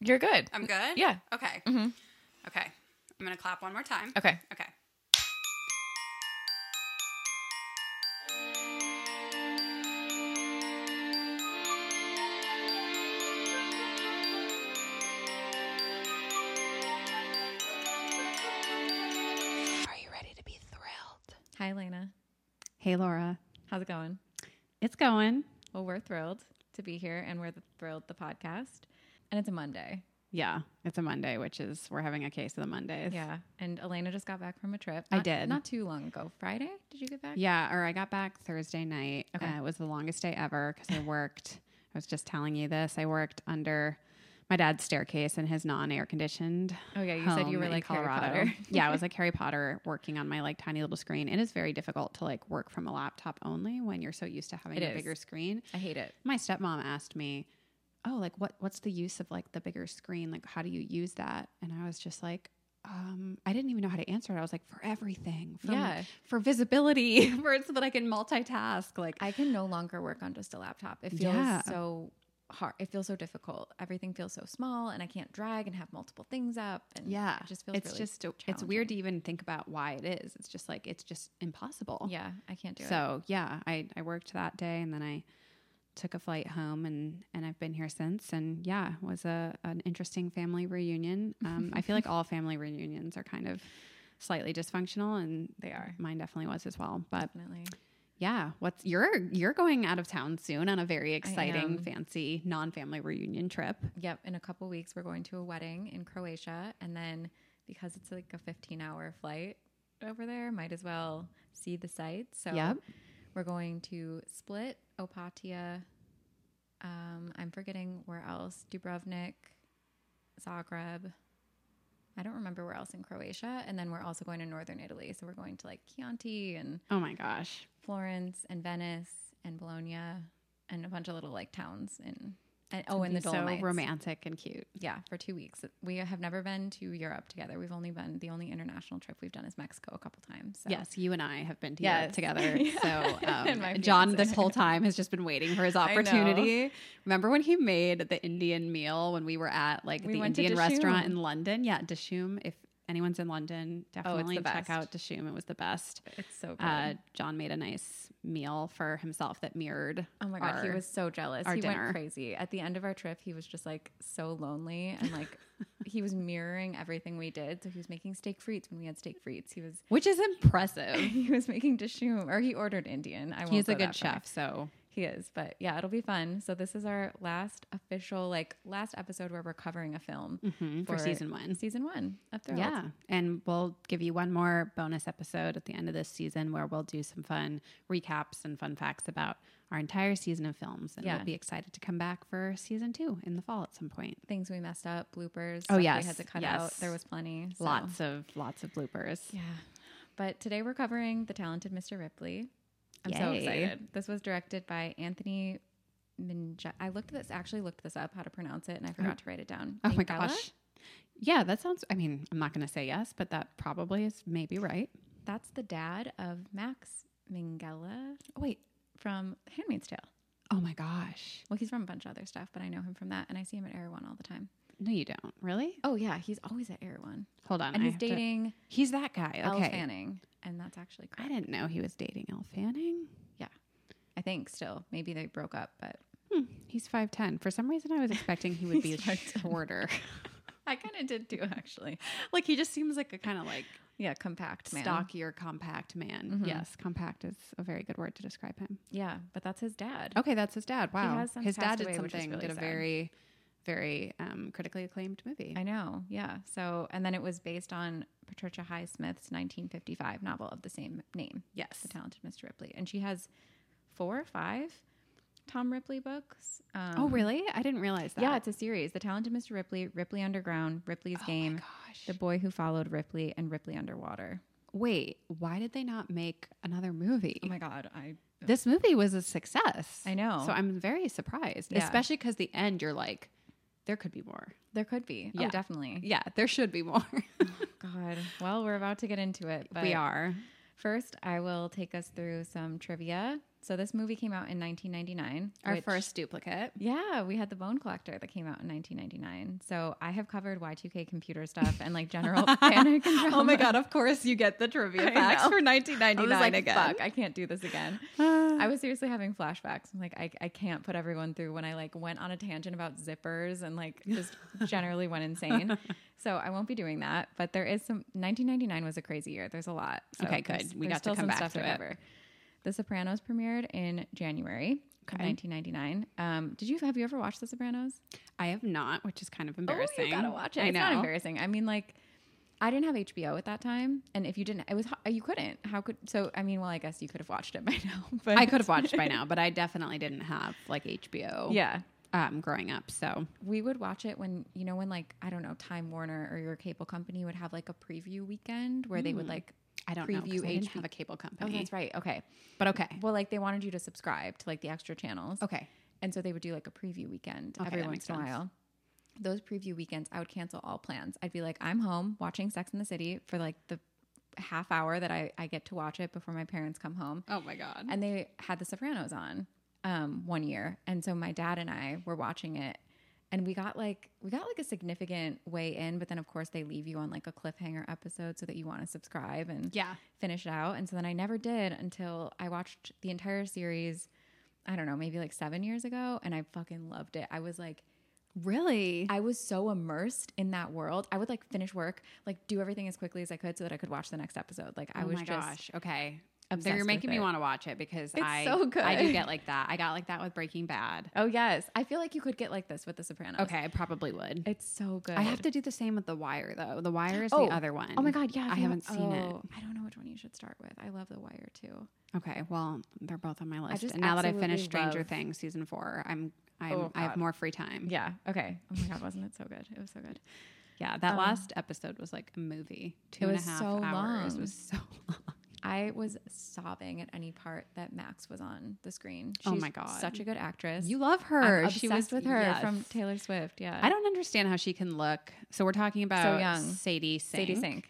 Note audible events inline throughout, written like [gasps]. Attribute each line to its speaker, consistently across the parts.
Speaker 1: You're good.
Speaker 2: I'm good?
Speaker 1: Yeah.
Speaker 2: Okay.
Speaker 1: Mhm.
Speaker 2: Okay. I'm going to clap one more time.
Speaker 1: Okay.
Speaker 2: Okay. Are you ready to be thrilled?
Speaker 1: Hi, Lena.
Speaker 2: Hey, Laura.
Speaker 1: How's it going?
Speaker 2: It's going.
Speaker 1: Well, we're thrilled to be here, and we're the thrilled the podcast, and it's a Monday.
Speaker 2: Yeah. It's a Monday, which is we're having a case of the Mondays.
Speaker 1: Yeah, and Elena just got back from a trip.
Speaker 2: I
Speaker 1: Not-
Speaker 2: did.
Speaker 1: not too long ago. Friday? Did you get back?
Speaker 2: Yeah, or I got back Thursday night.
Speaker 1: Okay.
Speaker 2: Uh, it was the longest day ever
Speaker 1: [laughs]
Speaker 2: because I worked. I was just telling you this. I worked under my dad's staircase in his non-air conditioned.
Speaker 1: Oh yeah, you said you were like Colorado.
Speaker 2: [laughs] yeah, I was
Speaker 1: [laughs]
Speaker 2: like Harry Potter working on my like tiny little screen. It is very difficult to like work from a laptop only when you're so used to having
Speaker 1: It
Speaker 2: a
Speaker 1: is.
Speaker 2: bigger screen.
Speaker 1: I hate it.
Speaker 2: My stepmom asked me, "Oh, like what what's the use of like the bigger screen? Like how do you use that?" And I was just like, um, I didn't even know how to answer it. I was like, for everything, for
Speaker 1: yeah,
Speaker 2: for visibility [laughs] for so that I can multitask. Like
Speaker 1: I can no longer work on just a laptop. It feels
Speaker 2: Yeah.
Speaker 1: so hard. It feels so difficult. Everything feels so small, and I can't drag and have multiple things up. And
Speaker 2: Yeah.
Speaker 1: it just feels.
Speaker 2: it's
Speaker 1: really
Speaker 2: just it's weird to
Speaker 1: challenging.
Speaker 2: even think about why it is. It's just like it's just impossible.
Speaker 1: Yeah, I can't do it.
Speaker 2: So yeah, I I worked that day and then I took a flight home and and I've been here since and yeah, it was a an interesting family [laughs] reunion. Um, I feel like all family reunions are kind of slightly dysfunctional and
Speaker 1: They are.
Speaker 2: Mine definitely was as well. But
Speaker 1: Definitely.
Speaker 2: yeah, what's you're you're going out of town soon on a very exciting,
Speaker 1: am.
Speaker 2: fancy non-family reunion trip.
Speaker 1: Yep. In a couple weeks, we're going to a wedding in Croatia, and then because it's like a 15-hour flight over there, might as well see the sights. So
Speaker 2: Yep.
Speaker 1: we're going to Split, Opatia. Um, I'm forgetting where else. Dubrovnik, Zagreb. I don't remember where else in Croatia. And then we're also going to northern Italy. So we're going to like Chianti and
Speaker 2: Oh my gosh.
Speaker 1: Florence and Venice and Bologna and a bunch of little like towns in and oh, and the
Speaker 2: It'd be
Speaker 1: Dolomites.
Speaker 2: So romantic and cute.
Speaker 1: Yeah, for two weeks. We have never been to Europe together. We've only been the only international trip we've done is Mexico a couple times. So.
Speaker 2: Yes, you and I have been to
Speaker 1: Yes.
Speaker 2: Europe [laughs] together.
Speaker 1: Yeah.
Speaker 2: [laughs]
Speaker 1: And
Speaker 2: So
Speaker 1: my
Speaker 2: um, John,
Speaker 1: fiance.
Speaker 2: this whole time, has just been waiting for his
Speaker 1: I know.
Speaker 2: opportunity. Remember when he made the Indian meal when we were at like
Speaker 1: We
Speaker 2: the
Speaker 1: went to
Speaker 2: Indian restaurant
Speaker 1: Dishoom.
Speaker 2: in London? Yeah, Dishoom. If anyone's in London, definitely
Speaker 1: Oh, the best.
Speaker 2: check out Dishoom. It was the best.
Speaker 1: it's so good.
Speaker 2: Uh, John made a nice meal for himself that mirrored.
Speaker 1: Oh my god, he
Speaker 2: our-
Speaker 1: was so jealous.
Speaker 2: our
Speaker 1: He went
Speaker 2: dinner.
Speaker 1: crazy. At the end of our trip, he was just like so lonely and
Speaker 2: [laughs]
Speaker 1: like he was mirroring everything we did. So he was making steak frites when we had steak frites. He was [laughs]
Speaker 2: which is impressive.
Speaker 1: he was making dishoom or he ordered Indian. [laughs] I won't
Speaker 2: He's a
Speaker 1: go
Speaker 2: good
Speaker 1: that far.
Speaker 2: chef, so
Speaker 1: He is, but yeah, it'll be fun. So this is our last official like last episode where we're covering a film
Speaker 2: mhm, for season one.
Speaker 1: Season 1 of Thrilled.
Speaker 2: Yeah. And we'll give you one more bonus episode at the end of this season where we'll do some fun recaps and fun facts about our entire season of films. And
Speaker 1: Yeah.
Speaker 2: we'll be excited to come back for season two in the fall at some point.
Speaker 1: Things we messed up, bloopers,
Speaker 2: Oh,
Speaker 1: stuff
Speaker 2: yes,
Speaker 1: we had to cut
Speaker 2: yes.
Speaker 1: out. There was plenty. so-
Speaker 2: Lots of lots of bloopers.
Speaker 1: Yeah. But today we're covering The Talented Mr. Ripley. I'm so
Speaker 2: Yay.
Speaker 1: excited. This was directed by Anthony Minja. I looked this actually looked this up how to pronounce it and I forgot to write it down.
Speaker 2: Oh my
Speaker 1: Minghella?
Speaker 2: gosh. Yeah, that sounds I mean, I'm not gonna say yes, but that probably is maybe right.
Speaker 1: That's the dad of Max Minghella
Speaker 2: Oh, Wait.
Speaker 1: from Handmaid's Tale.
Speaker 2: Oh my gosh.
Speaker 1: Well, he's from a bunch of other stuff, but I know him from that and I see him at Air One all the time.
Speaker 2: No, you don't. Really?
Speaker 1: Oh yeah, he's always at Air One.
Speaker 2: Hold on.
Speaker 1: And
Speaker 2: I
Speaker 1: he's
Speaker 2: have to-
Speaker 1: dating
Speaker 2: he's that guy. Okay.
Speaker 1: Elle Fanning. And that's actually
Speaker 2: I
Speaker 1: correct.
Speaker 2: didn't know he was dating Elle Fanning.
Speaker 1: I think still. Maybe they broke up, but
Speaker 2: Hmm, he's 5'10. For some reason, I was expecting he would be
Speaker 1: He's 5'10. [laughs]
Speaker 2: shorter.
Speaker 1: I kinda did too actually.
Speaker 2: like, he just seems like a kind of like
Speaker 1: Yeah, compact man.
Speaker 2: stockier, compact man.
Speaker 1: Mhm.
Speaker 2: Yes, compact is a very good word to describe him.
Speaker 1: Yeah, but that's his dad.
Speaker 2: Okay, that's his dad. Wow.
Speaker 1: has since
Speaker 2: his
Speaker 1: passed
Speaker 2: dad did
Speaker 1: away, which is
Speaker 2: something,
Speaker 1: really
Speaker 2: did a
Speaker 1: sad.
Speaker 2: very, very um, critically acclaimed movie.
Speaker 1: I know. Yeah. So, and then it was based on Patricia Highsmith's 1955 novel of the same name,
Speaker 2: yes.
Speaker 1: The Talented Mr. Ripley. And she has four or five Tom Ripley books. Um,
Speaker 2: oh, really? I didn't realize that.
Speaker 1: Yeah, it's a series The Talented Mr. Ripley, Ripley Underground, Ripley's
Speaker 2: Oh
Speaker 1: Game,
Speaker 2: my gosh.
Speaker 1: The Boy Who Followed Ripley, and Ripley Underwater.
Speaker 2: Wait, why did they not make another movie?
Speaker 1: Oh my God. I.
Speaker 2: this movie was a success.
Speaker 1: I know.
Speaker 2: So I'm very surprised,
Speaker 1: Yeah.
Speaker 2: especially because the end, you're like, there could be more.
Speaker 1: There could be. Oh,
Speaker 2: Yeah.
Speaker 1: definitely.
Speaker 2: Yeah, there should be [laughs] more.
Speaker 1: God. Well, we're about to get into it. But
Speaker 2: we are.
Speaker 1: First, I will take us through some trivia So this movie came out in 1999.
Speaker 2: Our
Speaker 1: which-
Speaker 2: first duplicate.
Speaker 1: Yeah, we had the Bone Collector that came out in 1999. So I have covered Y2K computer stuff and like
Speaker 2: [laughs]
Speaker 1: general panic. And
Speaker 2: Oh
Speaker 1: [laughs] trauma.
Speaker 2: my god! Of course, you get the [laughs] trivia
Speaker 1: I
Speaker 2: facts
Speaker 1: know.
Speaker 2: for
Speaker 1: I was
Speaker 2: 1999
Speaker 1: like,
Speaker 2: again.
Speaker 1: fuck, I can't do this again.
Speaker 2: [laughs]
Speaker 1: I was seriously having flashbacks. I'm like, I, I can't put everyone through when I like went on a tangent about zippers and like
Speaker 2: [laughs]
Speaker 1: just generally went insane. So I won't be doing that. But there is some 1999 was a crazy year. There's a lot. So
Speaker 2: Okay, good.
Speaker 1: there's-
Speaker 2: We
Speaker 1: there's
Speaker 2: got to
Speaker 1: still
Speaker 2: come
Speaker 1: some
Speaker 2: back
Speaker 1: stuff
Speaker 2: to it.
Speaker 1: cover. The Sopranos premiered in January of
Speaker 2: Okay.
Speaker 1: 1999. Um, did you have you ever watched The Sopranos?
Speaker 2: I have not, which is kind of
Speaker 1: Oh,
Speaker 2: embarrassing.
Speaker 1: you gotta watch it.
Speaker 2: I
Speaker 1: it's
Speaker 2: know.
Speaker 1: not embarrassing. I mean, like, I didn't have HBO at that time, and if you didn't, it was h- you couldn't. How could so? I mean, well, I guess you could have watched it by [laughs] now. But
Speaker 2: I could have watched [laughs] by now, but I definitely didn't have like
Speaker 1: [laughs]
Speaker 2: HBO.
Speaker 1: Yeah,
Speaker 2: Um, growing up, so
Speaker 1: we would watch it when you know when like I don't know Time Warner or your cable company would have like a preview weekend where they would
Speaker 2: Hmm.
Speaker 1: like.
Speaker 2: I don't know. 'cause
Speaker 1: Preview
Speaker 2: I didn't
Speaker 1: HBO.
Speaker 2: have a cable
Speaker 1: Oh,
Speaker 2: company,
Speaker 1: that's right. Okay.
Speaker 2: but okay,
Speaker 1: Well, like they wanted you to subscribe to like the extra channels.
Speaker 2: okay.
Speaker 1: And so they would do like a preview weekend
Speaker 2: Okay,
Speaker 1: every
Speaker 2: that
Speaker 1: once
Speaker 2: makes
Speaker 1: in a
Speaker 2: sense.
Speaker 1: while. Those preview weekends, I would cancel all plans. I'd be like, I'm home watching Sex in the City for like the half hour that I, I get to watch it before my parents come home.
Speaker 2: Oh my god.
Speaker 1: And they had The Sopranos on um, one year. And so my dad and I were watching it and we got like we got like a significant way in but then of course they leave you on like a cliffhanger episode so that you want to subscribe and
Speaker 2: yeah.
Speaker 1: finish it out. And so then I never did until I watched the entire series, I don't know, maybe like seven years ago. And I fucking loved it. I was like,
Speaker 2: Really?
Speaker 1: I was so immersed in that world. I would like finish work, like do everything as quickly as I could so that I could watch the next episode. Like I
Speaker 2: oh
Speaker 1: was
Speaker 2: my
Speaker 1: just,
Speaker 2: gosh. Okay.
Speaker 1: obsessed
Speaker 2: So you're
Speaker 1: with
Speaker 2: making me
Speaker 1: it.
Speaker 2: want to watch it because
Speaker 1: It's
Speaker 2: I
Speaker 1: so
Speaker 2: I do
Speaker 1: good.
Speaker 2: get like that. I got like that with Breaking Bad.
Speaker 1: oh yes. I feel like you could get like this with The Sopranos.
Speaker 2: Okay, I probably would.
Speaker 1: It's so good.
Speaker 2: I have to do the same with The Wire though. The Wire is
Speaker 1: Oh.
Speaker 2: the other one.
Speaker 1: Oh my God. Yeah.
Speaker 2: I
Speaker 1: if you-
Speaker 2: haven't seen it.
Speaker 1: oh, I don't know which one you should start with. I love The Wire too.
Speaker 2: Okay, well, they're both on my list.
Speaker 1: just
Speaker 2: And now that I
Speaker 1: absolutely
Speaker 2: finished Stranger
Speaker 1: love-
Speaker 2: Things season 4, I'm I'm
Speaker 1: Oh,
Speaker 2: I have
Speaker 1: God.
Speaker 2: more free time. Yeah,
Speaker 1: Yeah. Okay. Oh my God. Wasn't it so good? It was so good.
Speaker 2: that
Speaker 1: Um,
Speaker 2: last episode was like a movie. Two and a
Speaker 1: was
Speaker 2: half
Speaker 1: so
Speaker 2: hours.
Speaker 1: long.
Speaker 2: It was so long.
Speaker 1: I was sobbing at any part that Max was on the screen.
Speaker 2: Oh
Speaker 1: She's
Speaker 2: my God.
Speaker 1: such a good actress.
Speaker 2: You love her.
Speaker 1: I'm
Speaker 2: she
Speaker 1: obsessed
Speaker 2: was
Speaker 1: with her
Speaker 2: yes.
Speaker 1: from Taylor Swift. Yeah,
Speaker 2: I don't understand how she can look. So we're talking about
Speaker 1: young.
Speaker 2: Sadie Sink.
Speaker 1: Sadie Sink.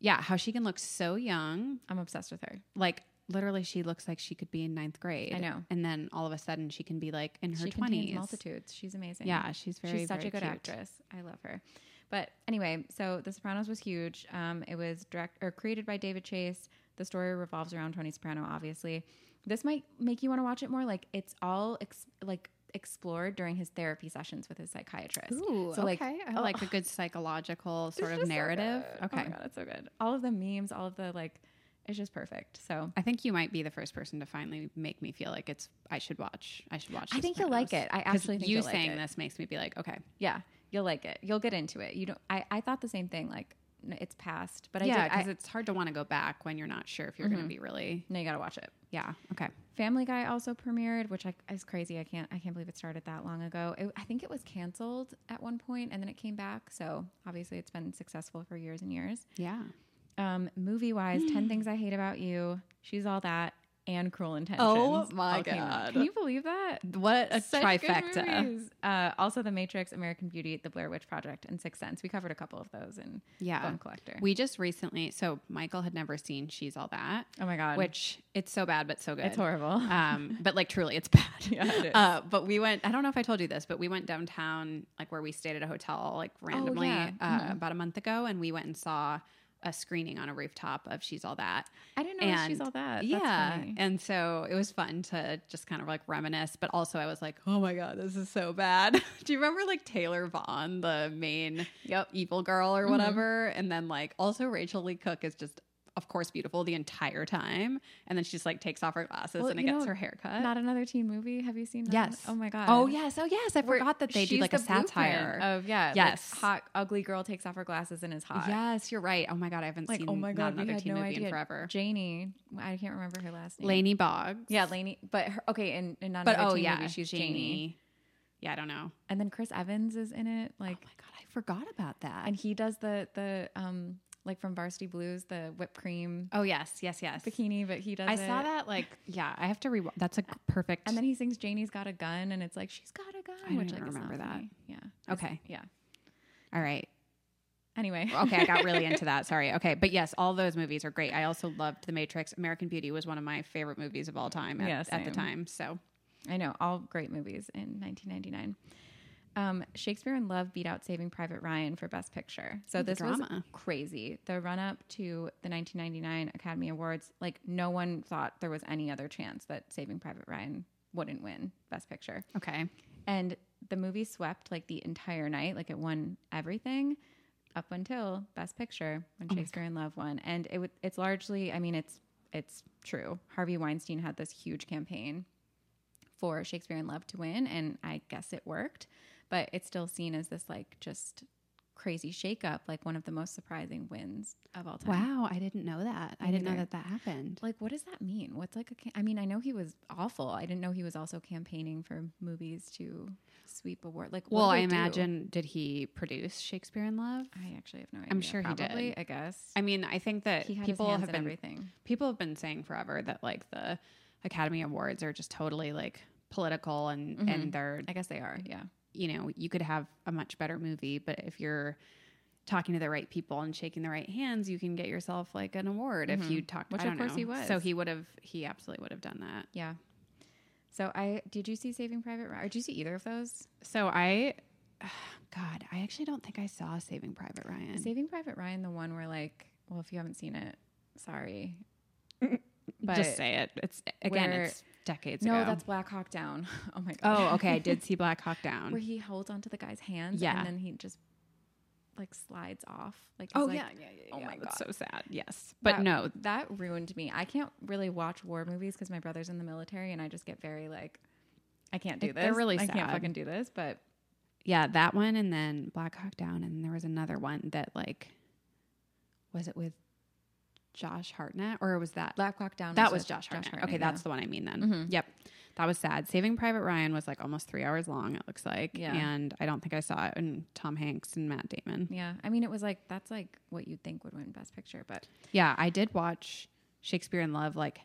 Speaker 2: Yeah, how she can look so young.
Speaker 1: I'm obsessed with her.
Speaker 2: Like literally, she looks like she could be in ninth grade.
Speaker 1: I know.
Speaker 2: And then all of a sudden, she can be like in her
Speaker 1: she
Speaker 2: twenties.
Speaker 1: contains multitudes. She's amazing.
Speaker 2: Yeah, she's very.
Speaker 1: she's such
Speaker 2: very
Speaker 1: a good
Speaker 2: cute.
Speaker 1: actress. I love her. But anyway, so The Sopranos was huge. Um, it was direct or created by David Chase. The story revolves around Tony Soprano, obviously. This might make you want to watch it more. Like it's all ex- like explored during his therapy sessions with his psychiatrist.
Speaker 2: Ooh,
Speaker 1: So, like,
Speaker 2: okay. I
Speaker 1: oh.
Speaker 2: like a good psychological sort
Speaker 1: It's
Speaker 2: of
Speaker 1: just so
Speaker 2: narrative.
Speaker 1: good. Oh
Speaker 2: okay.
Speaker 1: my god, it's so good. All of the memes, all of the like, it's just perfect. So
Speaker 2: I think you might be the first person to finally make me feel like it's I should watch. I should watch.
Speaker 1: I
Speaker 2: The
Speaker 1: think you'll like
Speaker 2: Sopranos.
Speaker 1: it. I
Speaker 2: 'Cause
Speaker 1: actually think
Speaker 2: you
Speaker 1: you'll like
Speaker 2: saying
Speaker 1: it.
Speaker 2: this makes me be like, okay,
Speaker 1: yeah, you'll like it. You'll get into it. You don't. I I thought the same thing. Like n- it's past, but I
Speaker 2: yeah,
Speaker 1: did. I, Mm-hmm.
Speaker 2: because it's hard to want to go back when you're not sure if you're going to be really.
Speaker 1: no, you gotta watch it.
Speaker 2: Yeah. Okay.
Speaker 1: Family Guy also premiered, which I, is crazy. I can't I can't believe it started that long ago. It, I think it was canceled at one point and then it came back. So obviously it's been successful for years and years.
Speaker 2: Yeah.
Speaker 1: Um, movie wise,
Speaker 2: [gasps]
Speaker 1: Ten Things I Hate About You, She's All That, and Cruel Intentions.
Speaker 2: Oh my
Speaker 1: all came out.
Speaker 2: God.
Speaker 1: Can you believe that?
Speaker 2: What a
Speaker 1: Such good
Speaker 2: trifecta.
Speaker 1: movies. Uh, also, The Matrix, American Beauty, The Blair Witch Project, and Sixth Sense. We covered a couple of those in
Speaker 2: Yeah.
Speaker 1: Bone Collector.
Speaker 2: We just recently, so Michael had never seen She's All That,
Speaker 1: oh my god,
Speaker 2: which it's so bad, but so good.
Speaker 1: it's [laughs] horrible.
Speaker 2: Um, but like truly, it's bad.
Speaker 1: Yeah, it is.
Speaker 2: Uh, but we went. I don't know if I told you this, but we went downtown, like where we stayed at a hotel, like randomly
Speaker 1: Oh, yeah. Mm-hmm.
Speaker 2: uh, about a month ago, and we went and saw a screening on a rooftop of She's All That.
Speaker 1: I didn't know she's
Speaker 2: and-
Speaker 1: all that. That's
Speaker 2: yeah,
Speaker 1: funny.
Speaker 2: and so it was fun to just kind of like reminisce, but also I was like, oh my god, this is so bad. [laughs] Do you remember like Taylor Vaughn, the main
Speaker 1: Yep.
Speaker 2: evil girl or whatever, and then like also Rachel Lee Cook is just. Of course, beautiful the entire time, and then she just like takes off her glasses
Speaker 1: Well,
Speaker 2: and it
Speaker 1: you
Speaker 2: gets
Speaker 1: know,
Speaker 2: her hair cut.
Speaker 1: Not another teen movie. Have you seen? Not
Speaker 2: Uh, Yes.
Speaker 1: Another- Oh my god.
Speaker 2: Oh yes, oh yes. I
Speaker 1: Where
Speaker 2: forgot that they
Speaker 1: she's
Speaker 2: did like a
Speaker 1: the blueprint
Speaker 2: satire.
Speaker 1: of yeah. like,
Speaker 2: Yes.
Speaker 1: hot ugly girl takes off her glasses and is hot.
Speaker 2: yes, you're right. Oh my god, I haven't
Speaker 1: Like
Speaker 2: seen
Speaker 1: oh my god,
Speaker 2: not
Speaker 1: we
Speaker 2: another
Speaker 1: had
Speaker 2: teen
Speaker 1: no
Speaker 2: movie
Speaker 1: idea.
Speaker 2: in forever.
Speaker 1: Janie, I can't remember her last name.
Speaker 2: Lainey Boggs.
Speaker 1: Yeah, Lainey. But her, okay, and, and not
Speaker 2: But
Speaker 1: another
Speaker 2: oh
Speaker 1: teen
Speaker 2: yeah,
Speaker 1: movie, she's Janie.
Speaker 2: Yeah, I don't know.
Speaker 1: and then Chris Evans is in it. Like
Speaker 2: Oh my god, I forgot about that.
Speaker 1: and he does the the um like from Varsity Blues the whipped cream
Speaker 2: oh yes, yes, yes.
Speaker 1: bikini, but he does.
Speaker 2: I saw
Speaker 1: it.
Speaker 2: that like yeah, I have to rewatch. That's a perfect.
Speaker 1: and then he sings "Janie's Got a Gun," and it's like she's got a gun.
Speaker 2: I don't
Speaker 1: which
Speaker 2: even
Speaker 1: like, is not
Speaker 2: remember that.
Speaker 1: funny. Yeah.
Speaker 2: okay,
Speaker 1: Yeah.
Speaker 2: all right.
Speaker 1: Anyway,
Speaker 2: okay,
Speaker 1: [laughs]
Speaker 2: I got really into that. Sorry. Okay, but yes, all those movies are great. I also loved The Matrix. American Beauty was one of my favorite movies of all time at,
Speaker 1: Yeah,
Speaker 2: at the
Speaker 1: same.
Speaker 2: time. So
Speaker 1: I know all great movies in 1999. Um, Shakespeare in Love beat out Saving Private Ryan for Best Picture. So
Speaker 2: Oh, the
Speaker 1: this was
Speaker 2: drama.
Speaker 1: crazy. The run up to the 1999 Academy Awards, like no one thought there was any other chance that Saving Private Ryan wouldn't win Best Picture.
Speaker 2: okay,
Speaker 1: And the movie swept like the entire night, like it won everything up until Best Picture when
Speaker 2: Oh
Speaker 1: Shakespeare in Love won. And it would it's largely, I mean, it's it's true. Harvey Weinstein had this huge campaign for Shakespeare in Love to win, and I guess it worked, but it's still seen as this like just crazy shakeup, like one of the most surprising wins of all time.
Speaker 2: wow, I didn't know that. I didn't know
Speaker 1: neither.
Speaker 2: that that happened.
Speaker 1: Like, what does that mean? What's like a ca- I mean, I know he was awful. I didn't know he was also campaigning for movies to sweep award. Like, what
Speaker 2: Well,
Speaker 1: do
Speaker 2: I
Speaker 1: they do?
Speaker 2: imagine did he produce Shakespeare in Love?
Speaker 1: I actually have no idea.
Speaker 2: I'm sure he did.
Speaker 1: Probably, I guess.
Speaker 2: I mean, I think that
Speaker 1: he had
Speaker 2: people
Speaker 1: his hands
Speaker 2: have
Speaker 1: in
Speaker 2: been
Speaker 1: everything.
Speaker 2: people have been saying forever that like the Academy Awards are just totally like political and and they're
Speaker 1: I guess they are. Yeah.
Speaker 2: you know you could have a much better movie, but if you're talking to the right people and shaking the right hands, you can get yourself like an award if you talk.
Speaker 1: Mm-hmm. Which
Speaker 2: I
Speaker 1: of
Speaker 2: don't
Speaker 1: course
Speaker 2: know.
Speaker 1: he was.
Speaker 2: So he would have. He absolutely would have done that.
Speaker 1: Yeah. So I did you see Saving Private Ryan? Or did you see either of those?
Speaker 2: So I, [sighs] God, I actually don't think I saw Saving Private Ryan.
Speaker 1: Saving Private Ryan, the one where like, well, if you haven't seen it, sorry. But
Speaker 2: Just say it. It's again,
Speaker 1: where-
Speaker 2: it's decades
Speaker 1: no,
Speaker 2: ago.
Speaker 1: that's Black Hawk Down. [laughs] Oh my god.
Speaker 2: oh, okay.
Speaker 1: [laughs]
Speaker 2: I did see Black Hawk Down.
Speaker 1: where he holds onto the guy's hands
Speaker 2: Yeah.
Speaker 1: and then he just like slides off. Like he's
Speaker 2: Oh
Speaker 1: like-
Speaker 2: yeah, yeah, yeah.
Speaker 1: oh
Speaker 2: yeah,
Speaker 1: my
Speaker 2: that's
Speaker 1: God.
Speaker 2: so sad. Yes, but
Speaker 1: That-
Speaker 2: no,
Speaker 1: that ruined me. I can't really watch war movies because my brother's in the military, and I just get very like, I can't do
Speaker 2: It-
Speaker 1: this.
Speaker 2: they're really
Speaker 1: I
Speaker 2: sad.
Speaker 1: can't fucking do this. But
Speaker 2: yeah, that one, and then Black Hawk Down, and there was another one that like, was it with Josh Hartnett or was that
Speaker 1: Black Hawk Down.
Speaker 2: that
Speaker 1: was
Speaker 2: was
Speaker 1: with
Speaker 2: Josh Hartnett?
Speaker 1: Hartnett,
Speaker 2: okay,
Speaker 1: yeah. Mm-hmm.
Speaker 2: that's the one I mean then. Yep, that was sad. Saving Private Ryan was like almost three hours long. It looks like,
Speaker 1: Yeah.
Speaker 2: and I don't think I saw it. And Tom Hanks and Matt Damon.
Speaker 1: yeah. I mean, it was like that's like what you'd think would win Best Picture, but
Speaker 2: Yeah, I did watch Shakespeare in Love, like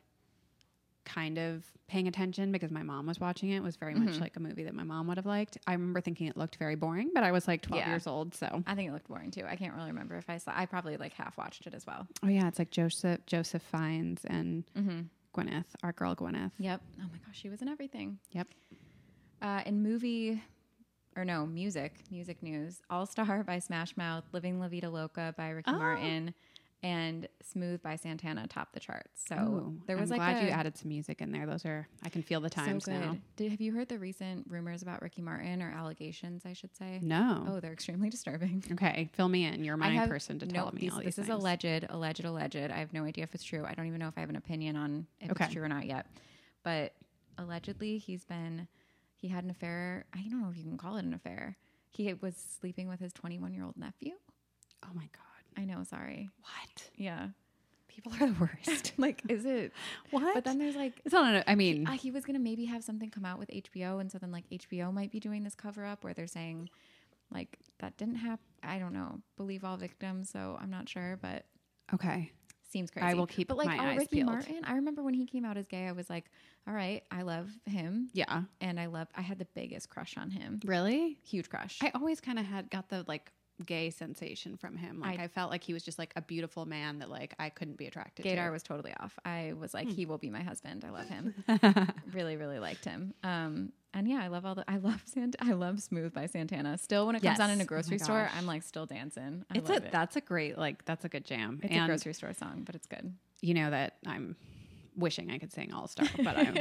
Speaker 2: kind of paying attention because my mom was watching it. It was very
Speaker 1: Mm-hmm.
Speaker 2: much like a movie that my mom would have liked. I remember thinking it looked very boring, but I was like 12
Speaker 1: Yeah.
Speaker 2: years old. So,
Speaker 1: I think it looked boring too. I can't really remember if I saw. I probably like half watched it as well.
Speaker 2: oh yeah, it's like Joseph, Joseph Fiennes and
Speaker 1: Mm-hmm.
Speaker 2: Gwyneth, our girl Gwyneth.
Speaker 1: Yep. Oh my gosh, she was in everything.
Speaker 2: Yep.
Speaker 1: Uh, in movie, or no, music, music news. All Star by Smash Mouth, Living La Vida Loca by Ricky
Speaker 2: Oh.
Speaker 1: Martin, and Smooth by Santana topped the charts. So
Speaker 2: Ooh,
Speaker 1: there was
Speaker 2: I'm
Speaker 1: like
Speaker 2: glad
Speaker 1: a,
Speaker 2: you added some music in there. Those are, I can feel the times
Speaker 1: so good.
Speaker 2: now.
Speaker 1: Did, have you heard the recent rumors about Ricky Martin or allegations? I should say.
Speaker 2: No.
Speaker 1: Oh, they're extremely [laughs] disturbing.
Speaker 2: Okay, fill me in. You're my
Speaker 1: I have
Speaker 2: person to
Speaker 1: no-
Speaker 2: tell me
Speaker 1: these-
Speaker 2: all these
Speaker 1: This is
Speaker 2: things.
Speaker 1: alleged, alleged, alleged. I have no idea if it's true. I don't even know if I have an opinion on if
Speaker 2: Okay.
Speaker 1: it's true or not yet. But allegedly, he's been he had an affair. I don't know if you can call it an affair. He was sleeping with his 21 year old nephew.
Speaker 2: oh my God.
Speaker 1: I know. Sorry.
Speaker 2: What?
Speaker 1: Yeah. [laughs]
Speaker 2: People are the [laughs] worst.
Speaker 1: Like, is it?
Speaker 2: what?
Speaker 1: But then there's like.
Speaker 2: it's not, a- I mean,
Speaker 1: Uh, he was gonna maybe have something come out with HBO, and so then like HBO might be doing this cover up where they're saying, like that didn't happen. I don't know. Believe all victims, so I'm not sure, but
Speaker 2: okay.
Speaker 1: seems crazy.
Speaker 2: I will keep
Speaker 1: But like
Speaker 2: my
Speaker 1: all
Speaker 2: eyes
Speaker 1: Ricky
Speaker 2: peeled.
Speaker 1: Martin, I remember when he came out as gay, I was like, all right, I love him,
Speaker 2: Yeah.
Speaker 1: and I love. I had the biggest crush on him,
Speaker 2: Really?
Speaker 1: huge crush.
Speaker 2: I always kind of had got the like gay sensation from him. Like I,
Speaker 1: I-
Speaker 2: felt like he was just like a beautiful man that like I couldn't be attracted
Speaker 1: Gator
Speaker 2: to.
Speaker 1: was totally off. I was
Speaker 2: Hmm.
Speaker 1: like, he will be my husband. I love him.
Speaker 2: [laughs]
Speaker 1: really, really liked him. Um, and yeah, I love all the. I love Sant. I love Smooth by Santana. Still, when it
Speaker 2: Yes.
Speaker 1: comes on in
Speaker 2: Oh my
Speaker 1: a grocery store,
Speaker 2: gosh.
Speaker 1: I'm like still dancing. I
Speaker 2: it's a
Speaker 1: love it.
Speaker 2: that's a great like that's a good jam.
Speaker 1: it's a
Speaker 2: and
Speaker 1: grocery store song, but it's good.
Speaker 2: you know that I'm wishing I could sing All Star,
Speaker 1: [laughs]
Speaker 2: but I'm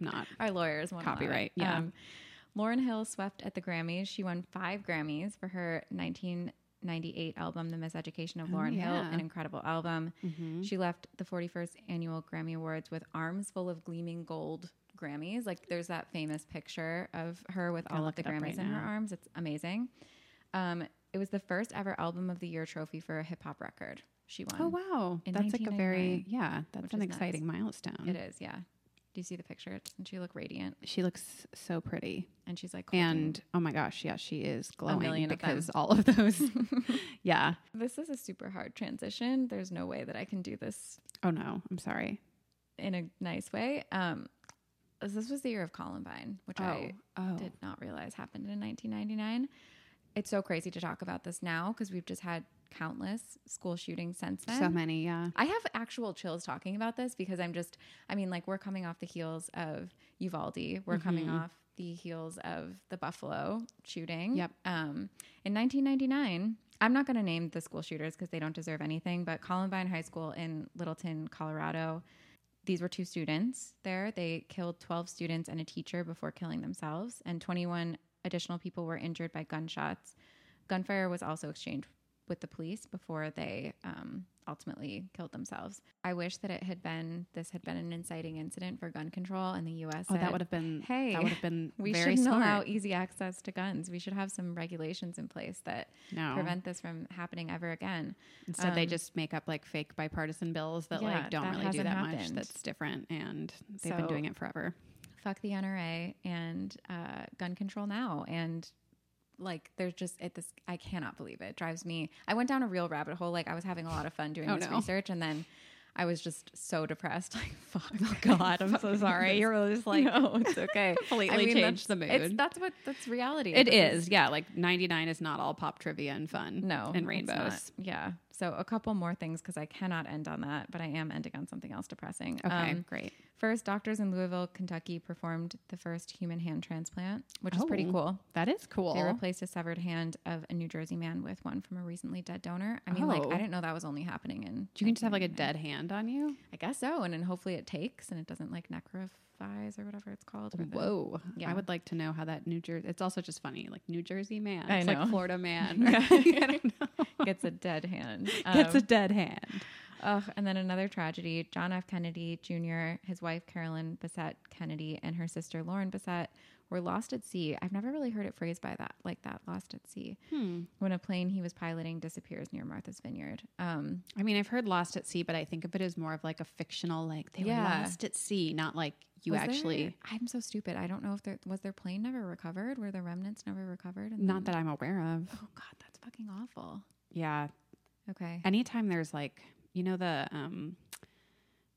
Speaker 2: not.
Speaker 1: Our lawyers want
Speaker 2: Copyright, yeah.
Speaker 1: Um, Lauren Hill swept at the Grammys. She won five Grammys for her 1998 album, The Miseducation of Lauren Hill,
Speaker 2: Oh, yeah. Mm-hmm.
Speaker 1: an incredible album. She left the 41st annual Grammy Awards with arms full of gleaming gold Grammys. Like there's that famous picture of her with all of
Speaker 2: look
Speaker 1: the
Speaker 2: it up
Speaker 1: Grammys
Speaker 2: right
Speaker 1: in her
Speaker 2: now.
Speaker 1: arms. It's amazing. Um, it was the first ever album of the year trophy for a hip hop record. She won.
Speaker 2: Oh wow,
Speaker 1: In
Speaker 2: that's like a
Speaker 1: 1999,
Speaker 2: very yeah,
Speaker 1: which
Speaker 2: that's an
Speaker 1: is nuts.
Speaker 2: exciting milestone.
Speaker 1: It is, yeah. Do you see the picture? Doesn't she look radiant?
Speaker 2: She looks so pretty,
Speaker 1: And she's like, holding-
Speaker 2: and oh my gosh, yeah, she is glowing
Speaker 1: million of them.
Speaker 2: because all of those,
Speaker 1: [laughs]
Speaker 2: [laughs] yeah.
Speaker 1: This is a super hard transition. There's no way that I can do this
Speaker 2: Oh no, I'm sorry.
Speaker 1: in a nice way. Um, this was the year of Columbine, which I
Speaker 2: oh,
Speaker 1: did not realize happened in 1999. It's so crazy to talk about this now because we've just had countless school shootings since then.
Speaker 2: So many, yeah.
Speaker 1: I have actual chills talking about this because I'm just, I mean, like, we're coming off the heels of Uvalde. We're coming
Speaker 2: Mhm.
Speaker 1: off the heels of the Buffalo shooting.
Speaker 2: Yep.
Speaker 1: Um, in 1999, I'm not going to name the school shooters because they don't deserve anything, but Columbine High School in Littleton, Colorado, these were two students there. They killed 12 students and a teacher before killing themselves, and 21 additional people were injured by gunshots. Gunfire was also exchanged with the police before they um, ultimately killed themselves. I wish that it had been this had been an inciting incident for gun control in the U.S.
Speaker 2: Oh,
Speaker 1: said,
Speaker 2: that would have been.
Speaker 1: "Hey,
Speaker 2: that would have been
Speaker 1: [laughs] we
Speaker 2: very
Speaker 1: shouldn't
Speaker 2: smart.
Speaker 1: allow easy access to guns. We should have some regulations in place that
Speaker 2: no.
Speaker 1: prevent this from happening ever again.
Speaker 2: Instead, they
Speaker 1: um,
Speaker 2: just make up like fake bipartisan bills that
Speaker 1: Yeah,
Speaker 2: like don't
Speaker 1: that
Speaker 2: really do
Speaker 1: hasn't
Speaker 2: that much.
Speaker 1: happened.
Speaker 2: That's different, and they've been
Speaker 1: So-
Speaker 2: doing it forever.
Speaker 1: Fuck the NRA and uh, gun control now and. Like there's just at this, I cannot believe it. Drives me. I went down a real rabbit hole. Like I was having a lot of fun doing
Speaker 2: Oh,
Speaker 1: this
Speaker 2: no.
Speaker 1: research, and then I was just so depressed. [laughs] Like fuck,
Speaker 2: Oh, God, I'm so
Speaker 1: Fucking [laughs]
Speaker 2: sorry.
Speaker 1: this-
Speaker 2: You're [laughs] just like
Speaker 1: no, it's okay.
Speaker 2: [laughs] completely changed
Speaker 1: that's-
Speaker 2: the
Speaker 1: it's-
Speaker 2: mood.
Speaker 1: that's what that's reality.
Speaker 2: It
Speaker 1: This
Speaker 2: is, yeah. Like 99 is not all pop trivia and fun.
Speaker 1: No.
Speaker 2: and
Speaker 1: it's not.
Speaker 2: rainbows.
Speaker 1: Yeah. So a couple more things because I cannot end on that, but I am ending on something else depressing.
Speaker 2: Okay,
Speaker 1: Um,
Speaker 2: great.
Speaker 1: first, doctors in Louisville, Kentucky performed the first human hand transplant, which is pretty
Speaker 2: Oh,
Speaker 1: cool.
Speaker 2: That is cool.
Speaker 1: They replaced a severed hand of a New Jersey man with one from a recently dead donor. I mean, like,
Speaker 2: Oh.
Speaker 1: I didn't know that was only happening in.
Speaker 2: you can just have like a
Speaker 1: 1999.
Speaker 2: dead hand on you.
Speaker 1: I guess so. And then hopefully it takes and it doesn't like necrophize or whatever it's called. or the-
Speaker 2: Whoa.
Speaker 1: Yeah.
Speaker 2: I would like to know how that New Jersey. It's also just funny, like New Jersey man.
Speaker 1: I
Speaker 2: It's
Speaker 1: know.
Speaker 2: like [laughs] Florida man.
Speaker 1: Yeah.
Speaker 2: I don't [laughs] know.
Speaker 1: Gets a dead
Speaker 2: [laughs]
Speaker 1: hand.
Speaker 2: That's
Speaker 1: Um,
Speaker 2: a dead hand.
Speaker 1: Ugh, and then another tragedy. John F. Kennedy Jr., his wife Carolyn Bassett Kennedy, and her sister Lauren Bassett were lost at sea. I've never really heard it phrased by that like that, lost at sea.
Speaker 2: Hmm.
Speaker 1: When a plane he was piloting disappears near Martha's Vineyard. Um,
Speaker 2: I mean, I've heard Lost at Sea, but I think of it as more of like a fictional, like they
Speaker 1: Yeah.
Speaker 2: were lost at sea, not like you
Speaker 1: was there-
Speaker 2: actually.
Speaker 1: I'm so stupid. I don't know if there was their plane never recovered. Were the remnants never recovered? And
Speaker 2: Not
Speaker 1: then-
Speaker 2: that I'm aware of.
Speaker 1: Oh God, that's fucking awful.
Speaker 2: Yeah.
Speaker 1: Okay.
Speaker 2: Anytime there's like, you know, the um,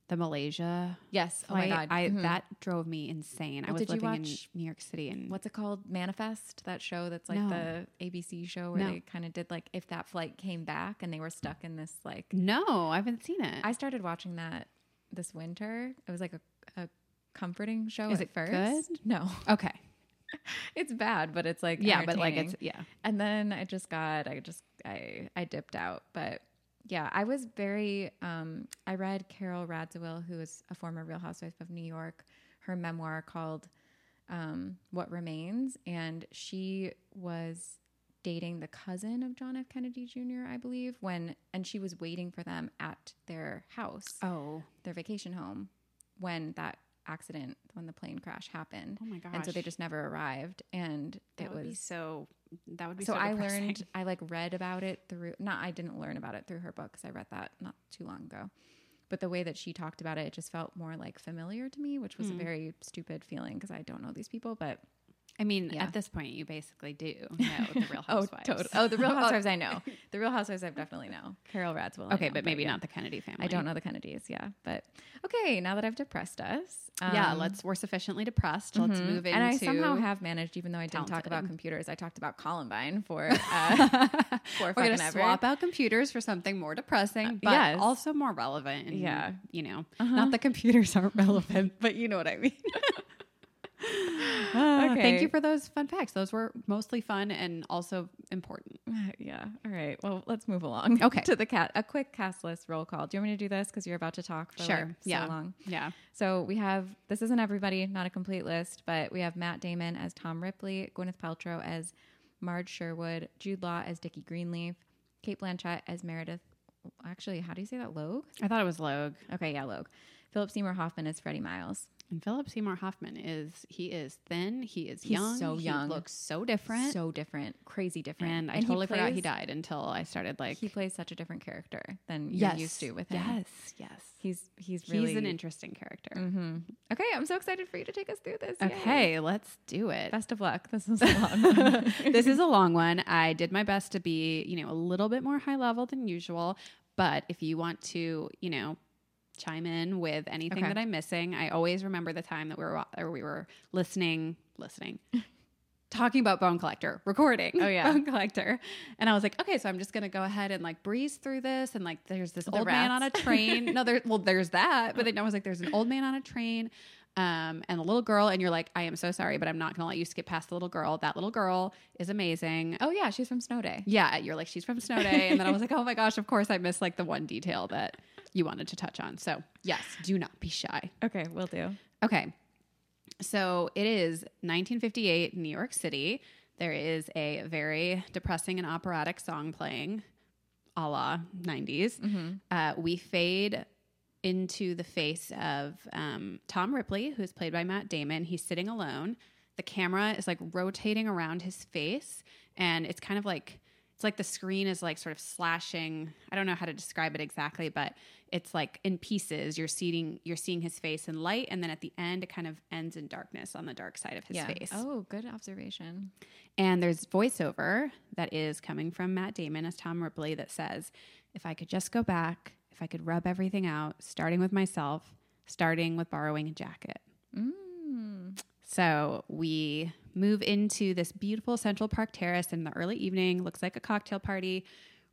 Speaker 2: the Malaysia.
Speaker 1: yes.
Speaker 2: Flight,
Speaker 1: oh my God.
Speaker 2: I
Speaker 1: Mhm.
Speaker 2: that drove me insane. I
Speaker 1: Well,
Speaker 2: was
Speaker 1: did you
Speaker 2: living
Speaker 1: watch-
Speaker 2: in New York City, and
Speaker 1: What's it called? Manifest, that show that's like
Speaker 2: No.
Speaker 1: the ABC show where
Speaker 2: No.
Speaker 1: they kind of did like if that flight came back and they were stuck in this like
Speaker 2: no, I haven't seen it.
Speaker 1: I started watching that this winter. It was like a, a comforting show
Speaker 2: Is
Speaker 1: at
Speaker 2: it
Speaker 1: first.
Speaker 2: good?
Speaker 1: No, [laughs]
Speaker 2: okay,
Speaker 1: it's bad, but it's like
Speaker 2: yeah, but like it's
Speaker 1: entertaining.
Speaker 2: yeah,
Speaker 1: and then I just got I just I I dipped out, but yeah, I was very um I read Carol Radziwill, who is a former Real Housewife of New York, her memoir called um What Remains, and she was dating the cousin of John F. Kennedy Jr., I believe, when and she was waiting for them at their house
Speaker 2: oh,
Speaker 1: their vacation home when that accident when the plane crash happened
Speaker 2: oh my gosh,
Speaker 1: and so they just never arrived and
Speaker 2: that
Speaker 1: it
Speaker 2: would be
Speaker 1: was
Speaker 2: so that would be
Speaker 1: so,
Speaker 2: so.
Speaker 1: i
Speaker 2: depressing.
Speaker 1: learned i like read about it through not i didn't learn about it through her book because i read that not too long ago but the way that she talked about it it just felt more like familiar to me which was
Speaker 2: Hmm.
Speaker 1: a very stupid feeling because i don't know these people but
Speaker 2: I mean,
Speaker 1: Yeah.
Speaker 2: at this point, you basically do
Speaker 1: [laughs]
Speaker 2: know the Real
Speaker 1: oh
Speaker 2: Housewives.
Speaker 1: totally oh the real
Speaker 2: [laughs]
Speaker 1: housewives i know the real housewives i definitely know carol radziwill I
Speaker 2: Okay,
Speaker 1: know,
Speaker 2: but maybe
Speaker 1: yeah.
Speaker 2: not the Kennedy family.
Speaker 1: i don't know the kennedys yeah but okay now that i've depressed us
Speaker 2: yeah,
Speaker 1: um,
Speaker 2: let's. We're sufficiently depressed. Let's
Speaker 1: Mhm.
Speaker 2: move into.
Speaker 1: And I somehow have managed, even though I didn't talk
Speaker 2: talented.
Speaker 1: about computers, I talked about Columbine
Speaker 2: [laughs]
Speaker 1: for [laughs] uh, for fucking
Speaker 2: we're gonna
Speaker 1: ever. Uh,
Speaker 2: swap out computers for something more depressing, but
Speaker 1: yes.
Speaker 2: also more relevant. And,
Speaker 1: Yeah.
Speaker 2: you know,
Speaker 1: Uh-huh.
Speaker 2: not that computers [laughs] aren't relevant, but you know what I mean. [laughs] Ah,
Speaker 1: Okay.
Speaker 2: Thank you for those fun facts. Those were mostly fun and also important.
Speaker 1: [laughs] Yeah. All right. Well, let's move along. [laughs]
Speaker 2: Okay.
Speaker 1: To the cat, a quick cast list roll call. Do you want me to do this because you're about to talk for
Speaker 2: Sure.
Speaker 1: like, so
Speaker 2: Yeah.
Speaker 1: long?
Speaker 2: Yeah,
Speaker 1: So we have this isn't everybody, not a complete list, but we have Matt Damon as Tom Ripley, Gwyneth Paltrow as Marge Sherwood, Jude Law as Dickie Greenleaf, Kate Blanchett as Meredith. Actually, how do you say that? Logue.
Speaker 2: I thought it was Logue.
Speaker 1: Okay, yeah, Logue. Philip Seymour Hoffman as Freddie Miles.
Speaker 2: And Philip Seymour Hoffman is he is thin. He is
Speaker 1: He's
Speaker 2: young.
Speaker 1: so young.
Speaker 2: He looks so different.
Speaker 1: So different, crazy different.
Speaker 2: and I totally forgot he
Speaker 1: plays-
Speaker 2: died until I started like
Speaker 1: He plays such a different character than
Speaker 2: yes,
Speaker 1: you're used to with him.
Speaker 2: Yes, yes.
Speaker 1: He's he's really
Speaker 2: He's an interesting character.
Speaker 1: Mhm. Okay, I'm so excited for you to take us through this. Yay.
Speaker 2: Okay, let's do it.
Speaker 1: Best of luck. This [laughs] was a long one. [laughs]
Speaker 2: this is a long one. I did my best to be, you know, a little bit more high level than usual, but if you want to, you know, chime in with anything
Speaker 1: Okay. [laughs]
Speaker 2: that I'm missing, I always remember the time that we were wa- or we were listening, listening. talking about bone collector recording [laughs]
Speaker 1: Oh, yeah.
Speaker 2: bone collector and i was like okay so i'm just gonna go ahead and like breeze through this and like there's this
Speaker 1: The
Speaker 2: old man on a
Speaker 1: rats.
Speaker 2: train no there well there's
Speaker 1: [laughs]
Speaker 2: that but then i was like there's an old man on a train um, and a little girl and you're like i am so sorry but i'm not gonna let you skip past the little girl that little girl is amazing
Speaker 1: Oh yeah, she's from Snow Day.
Speaker 2: yeah you're like she's from snow day and then i was like oh my gosh of course i missed like the one detail that you wanted to touch on so yes do not be shy
Speaker 1: Okay, we'll do.
Speaker 2: Okay. So it is 1958, New York City. There is a very depressing and operatic song playing, a la 90s. Uh, we fade into the face of um, Tom Ripley, who's played by Matt Damon. He's sitting alone. The camera is like rotating around his face, and it's kind of like it's like the screen is like sort of slashing. I don't know how to describe it exactly, but it's like in pieces. You're seeing you're seeing his face in light, and then at the end, it kind of ends in darkness on the dark side of his face.
Speaker 1: Oh, good observation.
Speaker 2: And there's voiceover that is coming from Matt Damon as Tom Ripley that says, If I could just go back, if I could rub everything out, starting with myself, starting with borrowing a jacket.
Speaker 1: Mm.
Speaker 2: So we move into this beautiful Central Park terrace in the early evening. Looks like a cocktail party.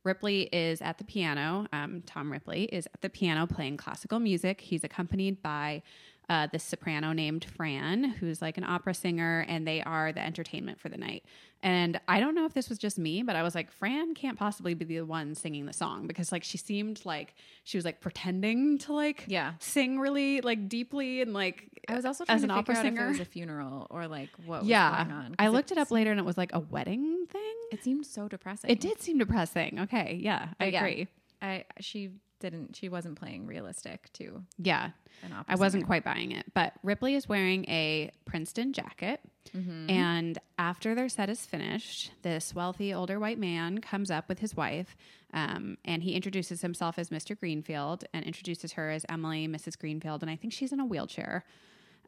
Speaker 2: Ripley is at the piano. Um, Tom Ripley is at the piano playing classical music. He's accompanied by uh, this soprano named Fran, who's like an opera singer, and they are the entertainment for the night. And I don't know if this was just me, but I was like, Fran can't possibly be the one singing the song because like she seemed like she was like pretending to like
Speaker 1: Yeah.
Speaker 2: sing really like deeply and like
Speaker 1: I was also
Speaker 2: As
Speaker 1: trying
Speaker 2: an
Speaker 1: to
Speaker 2: opera
Speaker 1: figure out if
Speaker 2: singer?
Speaker 1: it was a funeral or like what was
Speaker 2: yeah,
Speaker 1: going on. 'cause
Speaker 2: I looked it up later and it was like a wedding thing.
Speaker 1: It seemed so depressing.
Speaker 2: It did seem depressing. Okay, yeah, I
Speaker 1: But yeah,
Speaker 2: agree.
Speaker 1: I she didn't. She wasn't playing realistic to
Speaker 2: Yeah,
Speaker 1: an opera.
Speaker 2: I wasn't quite buying it, but Ripley is wearing a Princeton jacket.
Speaker 1: hmm
Speaker 2: And after their set is finished, this wealthy older white man comes up with his wife um, and he introduces himself as Mr. Greenfield and introduces her as Emily, Mrs. Greenfield. And I think she's in a wheelchair.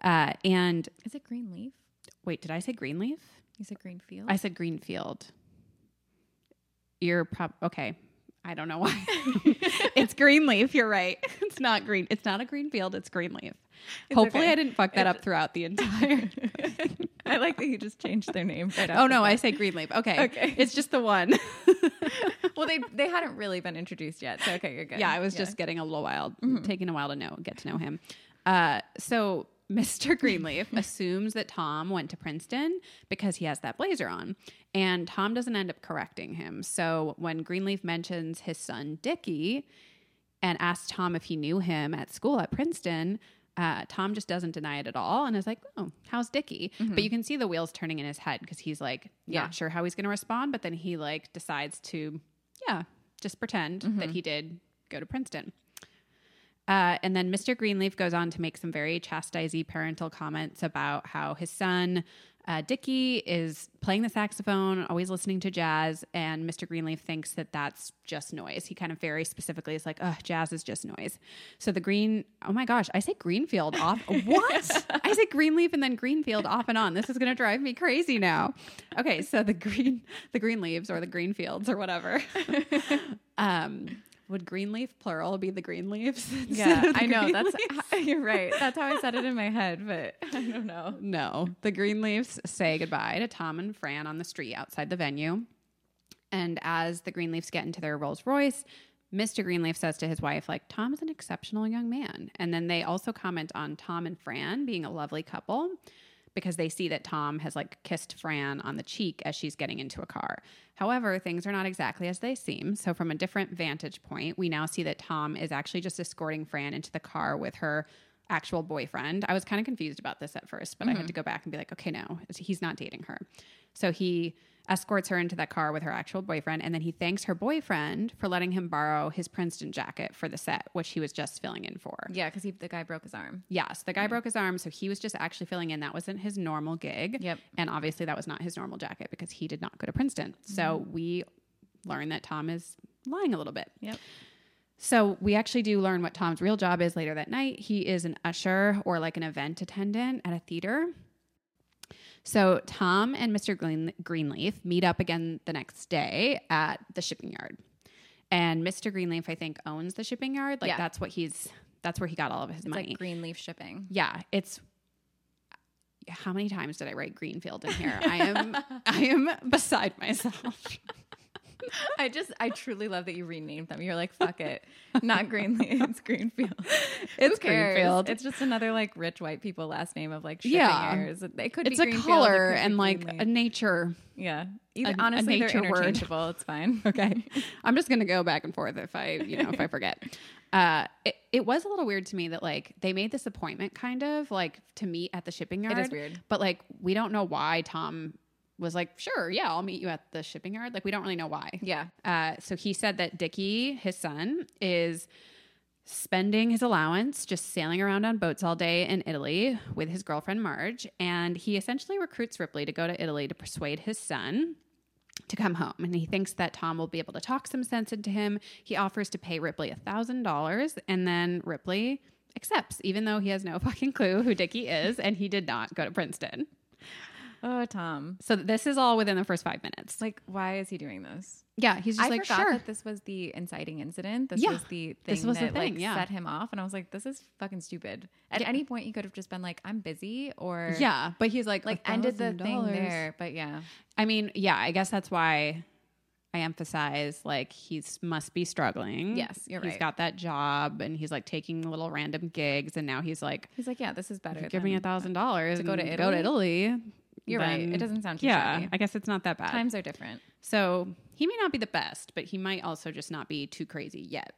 Speaker 2: Uh, and
Speaker 1: Is it Greenleaf?
Speaker 2: wait, did I say Greenleaf?
Speaker 1: You said Greenfield. [laughs]
Speaker 2: I said Greenfield. You're prob okay. I don't
Speaker 1: [laughs]
Speaker 2: know why. it's Greenleaf. You're right. [laughs] It's not green. It's not a green field. It's Greenleaf. Hopefully,
Speaker 1: okay.
Speaker 2: I didn't fuck that up
Speaker 1: [laughs]
Speaker 2: throughout the entire.
Speaker 1: I like that you just changed their name. Right
Speaker 2: oh no, I say Greenleaf.
Speaker 1: [laughs]
Speaker 2: Okay.
Speaker 1: Okay.
Speaker 2: It's just the one.
Speaker 1: [laughs] well, they they hadn't really been introduced yet. So okay, you're good.
Speaker 2: yeah, I was just getting a little wild,
Speaker 1: Mm-hmm.
Speaker 2: taking a while to know, get to know him. Uh, so [laughs] Mr.
Speaker 1: [laughs]
Speaker 2: Greenleaf assumes that Tom went to Princeton because he has that blazer on, and Tom doesn't end up correcting him. So when Greenleaf mentions his son Dickie and asks Tom if he knew him at school at Princeton. Uh, Tom just doesn't deny it at all and is like, oh, how's Dickie? But you can see the wheels turning in his head because he's like,
Speaker 1: Yeah.
Speaker 2: not sure how he's going to respond. But then he like decides to, yeah, just pretend that he did go to Princeton. Uh, and then Mr. Greenleaf goes on to make some very chastisey parental comments about how his son, uh, Dickie, is playing the saxophone, always listening to jazz. And Mr. Greenleaf thinks that that's just noise. He kind of very specifically is like, oh, jazz is just noise. So the green, oh my gosh, I say Greenfield off. what? I say Greenleaf and then Greenfield off and on. This is going to drive me crazy now. Okay, so the green, the green leaves or the green fields or whatever. um, would Greenleaf plural be the green leaves? [laughs]
Speaker 1: Yeah,
Speaker 2: instead of the
Speaker 1: I know.
Speaker 2: green
Speaker 1: That's [laughs]
Speaker 2: leaves.
Speaker 1: you're right. That's how I said it in my head, but [laughs] I don't know.
Speaker 2: no. The green leaves say goodbye to Tom and Fran on the street outside the venue. And as the Greenleafs get into their Rolls Royce, Mr. Greenleaf says to his wife, like, Tom is an exceptional young man. And then they also comment on Tom and Fran being a lovely couple because they see that Tom has like kissed Fran on the cheek as she's getting into a car. However, things are not exactly as they seem. So, from a different vantage point, we now see that Tom is actually just escorting Fran into the car with her actual boyfriend. I was kind of confused about this at first, but I had to go back and be like, okay, no, he's not dating her. So, he escorts her into that car with her actual boyfriend and then he thanks her boyfriend for letting him borrow his Princeton jacket for the set which he was just filling in for.
Speaker 1: Yeah, because the guy broke his arm.
Speaker 2: Yes, the guy broke his arm so he was just actually filling in that wasn't his normal gig.
Speaker 1: Yep.
Speaker 2: And obviously that was not his normal jacket because he did not go to Princeton. So we learn that Tom is lying a little bit.
Speaker 1: Yep.
Speaker 2: So we actually do learn what Tom's real job is later that night. He is an usher or like an event attendant at a theater. So Tom and Mr. Green- Greenleaf meet up again the next day at the shipping yard. And Mr. Greenleaf, I think, owns the shipping yard. Like
Speaker 1: Yeah.
Speaker 2: that's what he's that's where he got all of his
Speaker 1: It's
Speaker 2: money.
Speaker 1: like Greenleaf shipping.
Speaker 2: yeah, it's how many times did I write Greenfield in here?
Speaker 1: [laughs]
Speaker 2: I am I am beside myself.
Speaker 1: I just, I truly love that you renamed them. You're like, fuck it. Not
Speaker 2: [laughs]
Speaker 1: Greenlee, it's Greenfield.
Speaker 2: It's
Speaker 1: Who cares?
Speaker 2: Greenfield.
Speaker 1: It's just another like rich white people last name of like shipping
Speaker 2: Yeah.
Speaker 1: heirs. It could
Speaker 2: It's
Speaker 1: be
Speaker 2: a
Speaker 1: Greenfield, it
Speaker 2: color
Speaker 1: could be
Speaker 2: and like
Speaker 1: Greenlee.
Speaker 2: a nature.
Speaker 1: yeah. Either,
Speaker 2: a- a
Speaker 1: honestly, they're
Speaker 2: nature word.
Speaker 1: interchangeable. It's fine.
Speaker 2: [laughs] Okay.
Speaker 1: [laughs]
Speaker 2: I'm just going to go back and forth if I, you know, if I forget. Uh, it, it was a little weird to me that like they made this appointment kind of like to meet at the shipping yard.
Speaker 1: weird.
Speaker 2: But like we don't know why Tom was like, sure, yeah, I'll meet you at the shipping yard. Like we don't really know why.
Speaker 1: Yeah.
Speaker 2: Uh, so he said that Dickie, his son, is spending his allowance just sailing around on boats all day in Italy with his girlfriend Marge. And he essentially recruits Ripley to go to Italy to persuade his son to come home. And he thinks that Tom will be able to talk some sense into him. He offers to pay Ripley $1,000. And then Ripley accepts, even though he has no [laughs] fucking clue who Dickie is. And he did not go to Princeton.
Speaker 1: Oh, Tom.
Speaker 2: So this is all within the first five minutes.
Speaker 1: It's like, why is he doing this?
Speaker 2: Yeah, he's just
Speaker 1: I
Speaker 2: like,
Speaker 1: forgot
Speaker 2: sure.
Speaker 1: that this was the inciting incident. This
Speaker 2: Yeah.
Speaker 1: was the thing
Speaker 2: This was the
Speaker 1: that like
Speaker 2: thing, yeah.
Speaker 1: set him off, and I was like, "This is fucking stupid." At any point, he could have just been like, "I'm busy," or
Speaker 2: Yeah, but he's like
Speaker 1: like ended the thing
Speaker 2: $1,000.
Speaker 1: there. But yeah,
Speaker 2: I mean, yeah, I guess that's why I emphasize like he's must be struggling.
Speaker 1: Yes, you're
Speaker 2: He's
Speaker 1: right.
Speaker 2: got that job and he's like taking little random gigs, and now he's like,
Speaker 1: he's like, "Yeah, this is better."
Speaker 2: if you give me a
Speaker 1: than-
Speaker 2: thousand dollars
Speaker 1: To go to
Speaker 2: and Go to Italy.
Speaker 1: You're right.
Speaker 2: then-
Speaker 1: It doesn't sound too
Speaker 2: yeah.
Speaker 1: shabby.
Speaker 2: I guess it's not that bad.
Speaker 1: Times are different.
Speaker 2: So he may not be the best, but he might also just not be too crazy yet.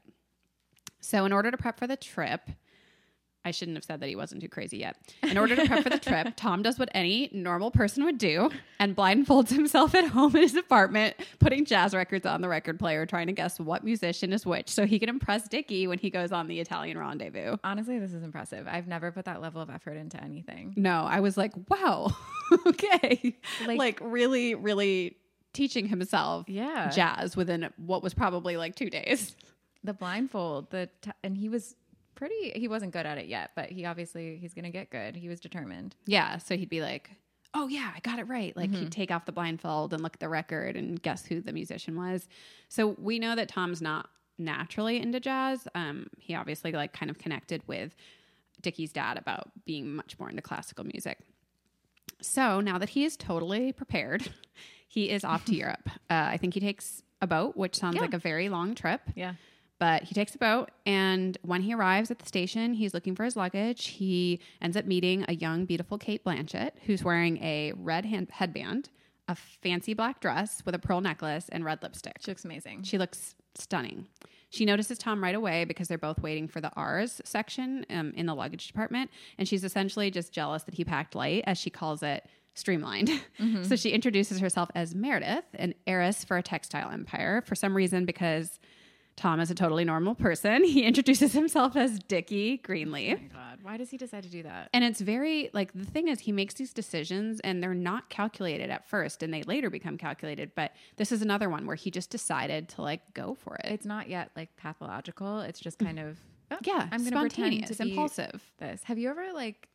Speaker 2: So, in order to prep for the trip, I shouldn't have said that he wasn't too crazy yet. In order to prep for the trip, Tom does what any normal person would do and blindfolds himself at home in his apartment, putting jazz records on the record player, trying to guess what musician is which so he can impress Dickie when he goes on the Italian rendezvous.
Speaker 1: Honestly, this is impressive. I've never put that level of effort into anything.
Speaker 2: No, I was like, wow, [laughs] okay. Like,
Speaker 1: Like-
Speaker 2: really, really teaching himself
Speaker 1: Yeah.
Speaker 2: jazz within what was probably like two days.
Speaker 1: The blindfold, the t- and he was pretty. He wasn't good at it yet, but he obviously he's gonna get good. He was determined.
Speaker 2: Yeah. So he'd be like, oh, yeah, I got it right. Like he'd take off the blindfold and look at the record and guess who the musician was. So we know that Tom's not naturally into jazz. Um, he obviously like kind of connected with Dickie's dad about being much more into classical music. So now that he is totally prepared, [laughs] he is off to Europe. Uh, I think he takes a boat, which sounds
Speaker 1: Yeah.
Speaker 2: like a very long trip.
Speaker 1: Yeah.
Speaker 2: But he takes a boat, and when he arrives at the station, he's looking for his luggage. He ends up meeting a young, beautiful Kate Blanchett, who's wearing a red hand- headband, a fancy black dress with a pearl necklace, and red lipstick.
Speaker 1: She looks amazing.
Speaker 2: She looks stunning. She notices Tom right away because they're both waiting for the R's section um, in the luggage department. And she's essentially just jealous that he packed light, as she calls it, streamlined. [laughs] so she introduces herself as Meredith, an heiress for a textile empire, for some reason, because Tom is a totally normal person. [laughs] He introduces himself as Dickie Greenleaf.
Speaker 1: oh my god, why does he decide to do that?
Speaker 2: And it's very like the thing is he makes these decisions and they're not calculated at first and they later become calculated. But this is another one where he just decided to like go for it.
Speaker 1: it's not yet like pathological. It's just kind of oh,
Speaker 2: yeah,
Speaker 1: I'm gonna pretend
Speaker 2: spontaneous,
Speaker 1: to be
Speaker 2: impulsive.
Speaker 1: this. Have you ever like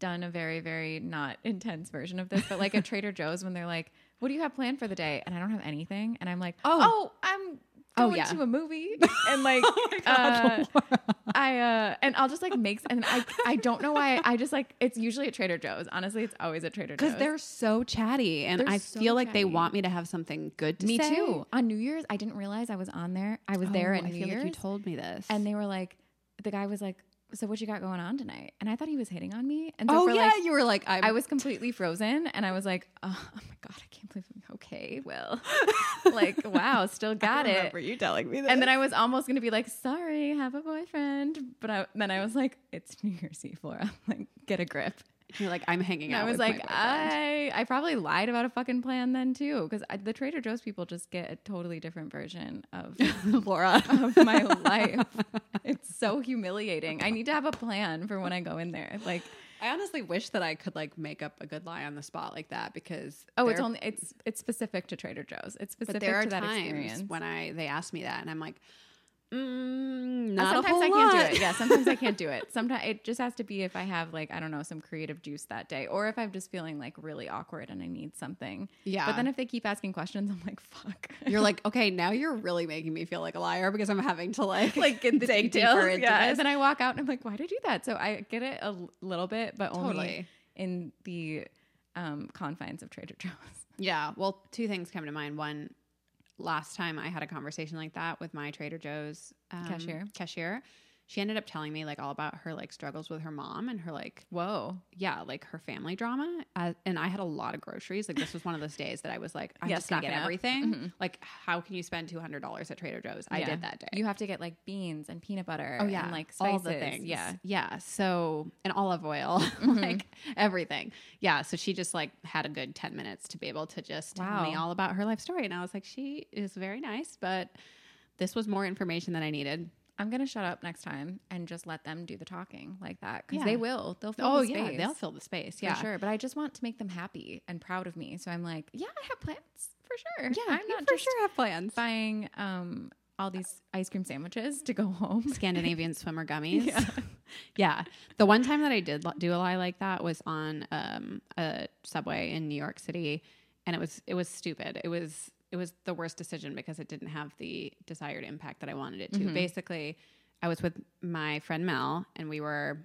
Speaker 1: done a very very not intense version of this, but
Speaker 2: [laughs]
Speaker 1: like at Trader Joe's when they're like, "What do you have planned for the day?" and I don't have anything, and I'm like,
Speaker 2: Oh.
Speaker 1: "Oh, I'm."
Speaker 2: Oh,
Speaker 1: Going
Speaker 2: yeah. Oh
Speaker 1: to a
Speaker 2: [laughs]
Speaker 1: movie and like uh, I uh and I'll just like make and I I don't know why I just like it's usually at Trader Joe's honestly it's always at Trader Joe's
Speaker 2: Because they're so chatty, and
Speaker 1: They're
Speaker 2: I
Speaker 1: so
Speaker 2: feel like they
Speaker 1: chatty.
Speaker 2: want me to have something good to
Speaker 1: me
Speaker 2: say.
Speaker 1: too on New Year's I didn't realize I was on there I was there
Speaker 2: Oh,
Speaker 1: at
Speaker 2: I
Speaker 1: New
Speaker 2: feel
Speaker 1: Year's
Speaker 2: like you told me this.
Speaker 1: and they were like, the guy was like, "So what you got going on tonight?" And I thought he was hitting on me, and so
Speaker 2: oh
Speaker 1: for
Speaker 2: yeah,
Speaker 1: like,
Speaker 2: you were like I'm,
Speaker 1: I was completely frozen, and I was like, "Oh, oh my god, I can't believe I'm okay."
Speaker 2: [laughs]
Speaker 1: Well, like, wow, still got it.
Speaker 2: you telling me this.
Speaker 1: And then I was almost gonna be like, "Sorry, have a boyfriend," but I, then I was like, "It's New Year's Eve, Laura. [laughs] Like, get a grip."
Speaker 2: you're like I'm hanging
Speaker 1: And
Speaker 2: out.
Speaker 1: I was
Speaker 2: with my
Speaker 1: like, "I,
Speaker 2: boyfriend.
Speaker 1: I probably lied about a fucking plan then too, because the Trader Joe's people just get a totally different version
Speaker 2: [laughs]
Speaker 1: of."
Speaker 2: "Ah,
Speaker 1: [laughs]
Speaker 2: Laura.
Speaker 1: of
Speaker 2: [laughs]
Speaker 1: my life. It's so humiliating. I need to have a plan for when I go in there. Like,
Speaker 2: I honestly wish that I could like make up a good lie on the spot like that because
Speaker 1: oh, it's
Speaker 2: there-
Speaker 1: only it's it's specific to Trader Joe's. It's
Speaker 2: but
Speaker 1: specific
Speaker 2: there are
Speaker 1: to that
Speaker 2: times
Speaker 1: experience.
Speaker 2: when I they ask me that and I'm like, mm,
Speaker 1: Uh,
Speaker 2: not a
Speaker 1: sometimes
Speaker 2: whole
Speaker 1: I can't
Speaker 2: lot. [laughs]
Speaker 1: do it. Yeah, sometimes I can't do it. Sometimes it just has to be if I have like I don't know some creative juice that day, or if I'm just feeling like really awkward and I need something.
Speaker 2: Yeah.
Speaker 1: But then if they keep asking questions, I'm like, fuck.
Speaker 2: [laughs]
Speaker 1: [laughs]
Speaker 2: You're like, okay, now you're really making me feel like a liar because I'm having to
Speaker 1: [laughs]
Speaker 2: like
Speaker 1: like get the
Speaker 2: [laughs] dig
Speaker 1: details.
Speaker 2: deeper
Speaker 1: [laughs]
Speaker 2: into
Speaker 1: yeah. And
Speaker 2: this.
Speaker 1: then I walk out and I'm like, why did I do that? So I get it a l- little bit, but only
Speaker 2: Totally.
Speaker 1: in the um, confines of Trader Joe's.
Speaker 2: Yeah. Well, two things come to mind. One, last time I had a conversation like that with my Trader Joe's um,
Speaker 1: Cashier.
Speaker 2: Cashier. She ended up telling me like all about her like struggles with her mom and her like
Speaker 1: Whoa.
Speaker 2: yeah like her family drama. Uh, and I had a lot of groceries. Like this was one of those days that I was like I'm
Speaker 1: Yeah,
Speaker 2: just gonna get
Speaker 1: stocking up.
Speaker 2: everything. Like how can you spend two hundred dollars at Trader Joe's?
Speaker 1: Mm-hmm.
Speaker 2: I
Speaker 1: Yeah.
Speaker 2: did that day.
Speaker 1: You have to get like beans and peanut butter.
Speaker 2: Oh yeah,
Speaker 1: and, like spices. Mm-hmm.
Speaker 2: all the things.
Speaker 1: Yeah,
Speaker 2: yeah. So and olive oil, [laughs] like everything. Yeah. So she just like had a good ten minutes to be able to just tell me
Speaker 1: Wow.
Speaker 2: all about her life story, and I was like, she is very nice, but this was more information than I needed.
Speaker 1: I'm gonna shut up next time and just let them do the talking like that because
Speaker 2: Yeah.
Speaker 1: they will. They'll. Fill
Speaker 2: oh
Speaker 1: the
Speaker 2: yeah,
Speaker 1: space
Speaker 2: they'll fill the space.
Speaker 1: for [laughs]
Speaker 2: Yeah,
Speaker 1: sure. But I just want to make them happy and proud of me. So I'm like, yeah, I have plans for sure.
Speaker 2: yeah.
Speaker 1: I'm
Speaker 2: you
Speaker 1: not
Speaker 2: for
Speaker 1: just
Speaker 2: sure have plans.
Speaker 1: buying um all these ice cream sandwiches to go [laughs] home.
Speaker 2: Scandinavian swimmer gummies. [laughs] Yeah. The one time that I did lo- do a lie like that was on um, a subway in New York City and it was it was stupid. It was it was the worst decision because it didn't have the desired impact that I wanted it to.
Speaker 1: Mm-hmm.
Speaker 2: Basically, I was with my friend Mel and we were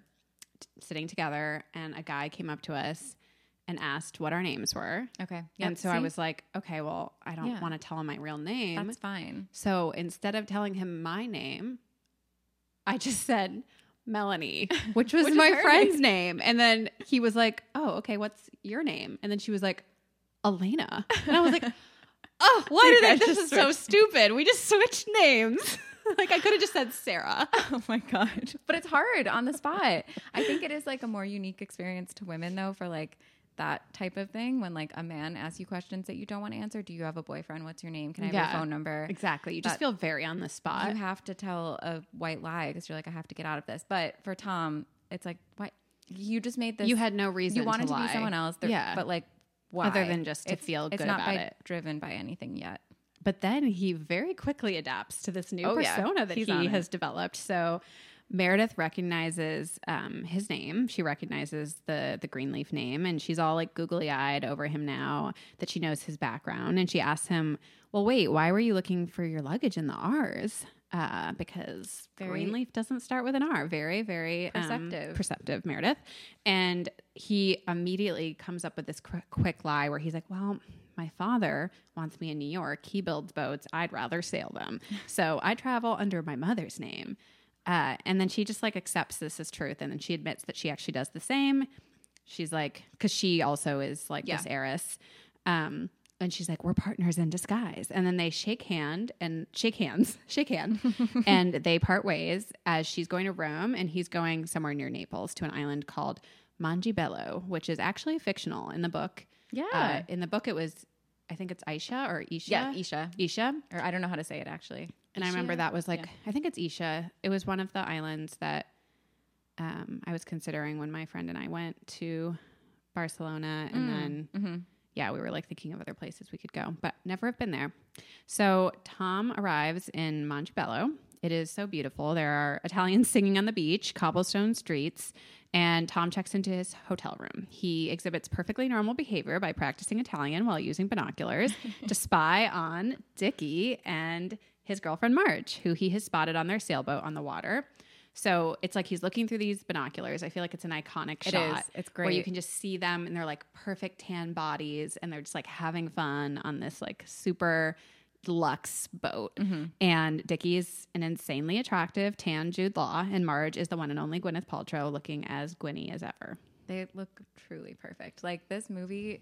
Speaker 2: t- sitting together and a guy came up to us and asked what our names were.
Speaker 1: Okay.
Speaker 2: and so I was like, okay, well, I don't
Speaker 1: Yeah.
Speaker 2: want to tell him my real name.
Speaker 1: That's fine.
Speaker 2: So instead of telling him my name, I just said [laughs] Melanie, which was
Speaker 1: Which is
Speaker 2: my
Speaker 1: her
Speaker 2: friend's name. And then he was like, Oh, okay, what's your name? And then she was like, Elena. And I was [laughs] like, Oh, why
Speaker 1: You
Speaker 2: did I?
Speaker 1: guys
Speaker 2: This
Speaker 1: just
Speaker 2: is so stupid. We just switched names. [laughs] like, I could have just said Sarah. [laughs]
Speaker 1: Oh my god. But it's hard on the spot. I think it is like a more unique experience to women though for like that type of thing when like a man asks you questions that you don't want to answer. Do you have a boyfriend? What's your name? Can I have
Speaker 2: Yeah.
Speaker 1: your phone number?
Speaker 2: Exactly. You just
Speaker 1: That-
Speaker 2: feel very on the spot.
Speaker 1: you have to tell a white lie because you're like, I have to get out of this. But for Tom, it's like, why? You just made this.
Speaker 2: You had no reason
Speaker 1: You wanted
Speaker 2: to
Speaker 1: to,
Speaker 2: lie.
Speaker 1: be someone else. There,
Speaker 2: Yeah.
Speaker 1: But like, why?
Speaker 2: Other than just to
Speaker 1: It's-
Speaker 2: feel
Speaker 1: it's
Speaker 2: good
Speaker 1: not
Speaker 2: about
Speaker 1: by-
Speaker 2: it.
Speaker 1: driven by anything yet.
Speaker 2: But then he very quickly adapts to this new
Speaker 1: Oh, yeah.
Speaker 2: persona that
Speaker 1: He's on
Speaker 2: he
Speaker 1: it.
Speaker 2: has developed. So Meredith recognizes um, his name. She recognizes the the Greenleaf name, and she's all like googly eyed over him now that she knows his background. And she asks him, "Well, wait, why were you looking for your luggage in the R's?" Uh, because
Speaker 1: Very-
Speaker 2: Greenleaf doesn't start with an R. Very, very um,
Speaker 1: Perceptive.
Speaker 2: perceptive Meredith. And he immediately comes up with this qu- quick lie where he's like, Well, my father wants me in New York. He builds boats. I'd rather sail
Speaker 1: [laughs]
Speaker 2: them. So I travel under my mother's name. Uh, and then she just like accepts this as truth. And then she admits that she actually does the same. She's like, because she also is like
Speaker 1: Yeah.
Speaker 2: this heiress. Um, and she's like, we're partners in disguise. And then they shake hand and shake hands, [laughs] shake hand, and they part ways as she's going to Rome and he's going somewhere near Naples to an island called Mangibello, which is actually fictional in the book. Uh,
Speaker 1: Yeah.
Speaker 2: in the book, it was, I think it's Aisha or Isha.
Speaker 1: Ah. yeah. Isha.
Speaker 2: Isha.
Speaker 1: Or I don't know how to say it actually.
Speaker 2: And I remember
Speaker 1: Isha?
Speaker 2: that was like,
Speaker 1: Yeah.
Speaker 2: I think it's Isha. It was one of the islands that um, I was considering when my friend and I went to Barcelona. And then,
Speaker 1: Mhm.
Speaker 2: yeah, we were like thinking of other places we could go, but never have been there. So Tom arrives in Montebello. It is so beautiful. There are [laughs] Italians singing on the beach, cobblestone streets, and Tom checks into his hotel room. He exhibits perfectly normal behavior by practicing Italian while
Speaker 1: [laughs]
Speaker 2: using binoculars to spy on Dickie and his girlfriend Marge, who he has spotted on their sailboat on the water. So it's like he's looking through these binoculars. I feel like it's an iconic
Speaker 1: It
Speaker 2: shot.
Speaker 1: is. It's
Speaker 2: Where you
Speaker 1: great.
Speaker 2: can just see them and they're like perfect tan bodies and they're just like having fun on this like super deluxe boat.
Speaker 1: Mm-hmm.
Speaker 2: And Dickie is an insanely attractive tan Jude Law, and Marge is the one and only Gwyneth Paltrow looking as Gwynny as ever.
Speaker 1: They look truly perfect. Like this movie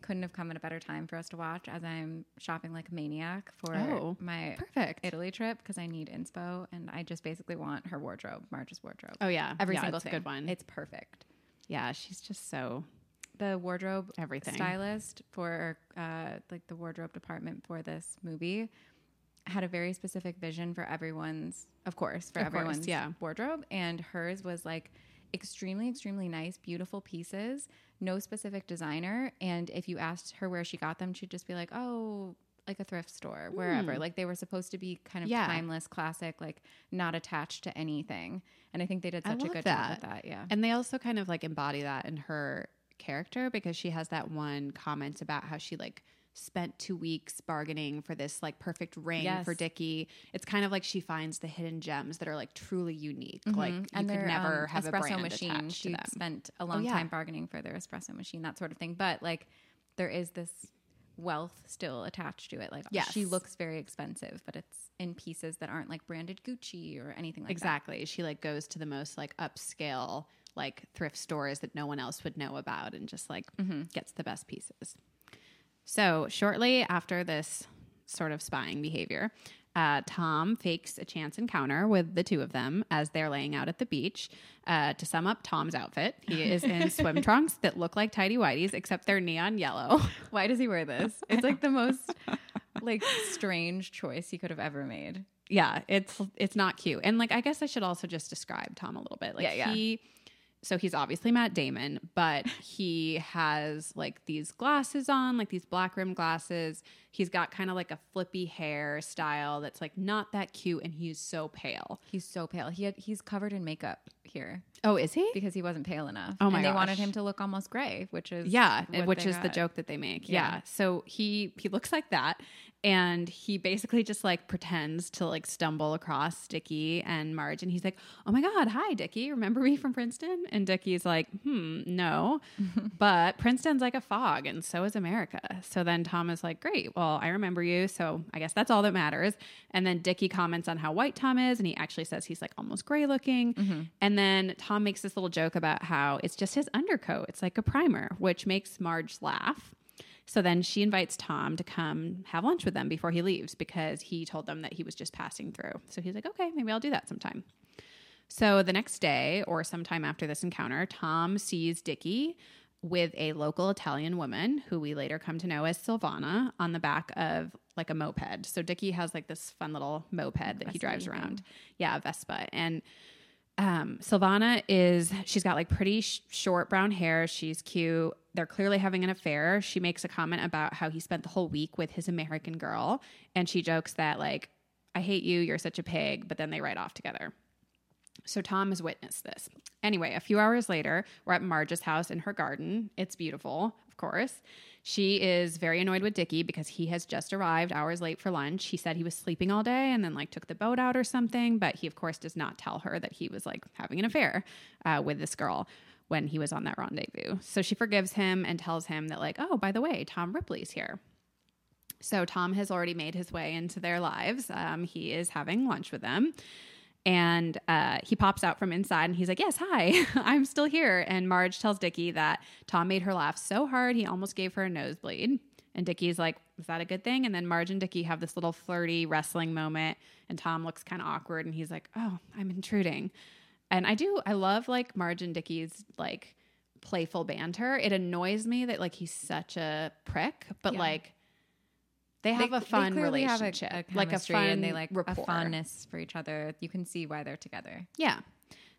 Speaker 1: couldn't have come at a better time for us to watch as I'm shopping like a maniac for
Speaker 2: Oh,
Speaker 1: my
Speaker 2: Perfect.
Speaker 1: Italy trip because I need inspo and I just basically want her wardrobe, Marge's wardrobe.
Speaker 2: oh yeah,
Speaker 1: Every
Speaker 2: Yeah,
Speaker 1: single
Speaker 2: it's
Speaker 1: thing.
Speaker 2: a good one.
Speaker 1: It's perfect.
Speaker 2: yeah, she's just so
Speaker 1: The wardrobe
Speaker 2: everything.
Speaker 1: stylist for uh, like the wardrobe department for this movie had a very specific vision for everyone's, of course, for
Speaker 2: Of course,
Speaker 1: everyone's
Speaker 2: yeah.
Speaker 1: wardrobe, and hers was like extremely, extremely nice, beautiful pieces, no specific designer, and if you asked her where she got them, she'd just be like, oh. Like a thrift store, wherever. Like they were supposed to be kind of
Speaker 2: Hmm. Yeah.
Speaker 1: timeless, classic, like not attached to anything. And I think they did
Speaker 2: I
Speaker 1: such a
Speaker 2: love
Speaker 1: good job with that. Yeah.
Speaker 2: And they also kind of like embody that in her character because she has that one comment about how she like spent two weeks bargaining for this like perfect ring
Speaker 1: Yes.
Speaker 2: for Dickie. It's kind of like she finds the hidden gems that are like truly unique. Like you
Speaker 1: Mm-hmm. and
Speaker 2: could
Speaker 1: their,
Speaker 2: never
Speaker 1: um,
Speaker 2: have
Speaker 1: espresso
Speaker 2: a brand
Speaker 1: machine.
Speaker 2: attached
Speaker 1: she
Speaker 2: to them. Oh,
Speaker 1: spent a long
Speaker 2: yeah.
Speaker 1: time bargaining for their espresso machine, that sort of thing. But like, there is this wealth still attached to it. Like,
Speaker 2: Yes.
Speaker 1: she looks very expensive, but it's in pieces that aren't like branded Gucci or anything like that.
Speaker 2: exactly. She like goes to the most like upscale like thrift stores that no one else would know about and just like
Speaker 1: Mm-hmm.
Speaker 2: gets the best pieces. So shortly after this sort of spying behavior, uh, Tom fakes a chance encounter with the two of them as they're laying out at the beach. Uh, to sum up Tom's outfit, he
Speaker 1: [laughs]
Speaker 2: is in swim trunks that look like tidy whities except they're neon yellow.
Speaker 1: Why does he wear this?
Speaker 2: [laughs]
Speaker 1: It's like the most like strange choice he could have ever made.
Speaker 2: yeah, it's it's not cute. And like I guess I should also just describe Tom a little bit. Like
Speaker 1: Yeah, yeah.
Speaker 2: he so he's obviously Matt Damon, but he has like these glasses on, like these black rim glasses. He's got kind of like a flippy hair style that's like not that cute and he's so pale.
Speaker 1: He's so pale. He had, he's covered in makeup here
Speaker 2: Oh, is he?
Speaker 1: because he wasn't pale enough.
Speaker 2: Oh my
Speaker 1: and they wanted
Speaker 2: gosh.
Speaker 1: him to look almost gray, which is
Speaker 2: Yeah,
Speaker 1: what
Speaker 2: and which
Speaker 1: they
Speaker 2: is the
Speaker 1: got.
Speaker 2: joke that they make.
Speaker 1: Yeah.
Speaker 2: Yeah. So he he looks like that and he basically just like pretends to like stumble across Dickie and Marge and he's like, "Oh my god, hi Dickie, remember me from Princeton?" And Dickie's like, "Hmm, no." but Princeton's like a fog and so is America. So then Tom is like, "Great. Well, I remember you, so I guess that's all that matters." And then Dickie comments on how white Tom is and he actually says he's like almost gray looking. And then Tom makes this little joke about how it's just his undercoat. It's like a primer, which makes Marge laugh. So then she invites Tom to come have lunch with them before he leaves because he told them that he was just passing through. So he's like, okay, maybe I'll do that sometime. So the next day, or sometime after this encounter, Tom sees Dickie with a local Italian woman who we later come to know as Silvana on the back of like a moped. So Dickie has like this fun little moped that
Speaker 1: Vespa
Speaker 2: he drives
Speaker 1: thing.
Speaker 2: around. Yeah, Vespa. And um, Silvana is she's got like pretty sh- short brown hair. She's cute. They're clearly having an affair. She makes a comment about how he spent the whole week with his American girl, and she jokes that like, "I hate you. You're such a pig." But then they ride off together. So Tom has witnessed this. Anyway, a few hours later, we're at Marge's house in her garden. It's beautiful, of course. She is very annoyed with Dickie because he has just arrived hours late for lunch. He said he was sleeping all day and then like took the boat out or something, but he of course does not tell her that he was like having an affair uh, with this girl when he was on that rendezvous. So she forgives him and tells him that like, oh, by the way, Tom Ripley's here. So Tom has already made his way into their lives. Um, he is having lunch with them. And uh, he pops out from inside and he's like, Yes, hi, [laughs] I'm still here. And Marge tells Dickie that Tom made her laugh so hard he almost gave her a nosebleed. And Dickie's like, Is that a good thing? And then Marge and Dickie have this little flirty wrestling moment. And Tom looks kind of awkward and he's like, Oh, I'm intruding. And I do, I love like Marge and Dickie's like playful banter. It annoys me that like he's such a prick, but
Speaker 1: Yeah.
Speaker 2: like, they have a fun
Speaker 1: clearly have a-
Speaker 2: relationship,
Speaker 1: a
Speaker 2: like a
Speaker 1: chemistry
Speaker 2: fun
Speaker 1: and they like
Speaker 2: rapport.
Speaker 1: a fondness for each other. You can see why they're together.
Speaker 2: Yeah.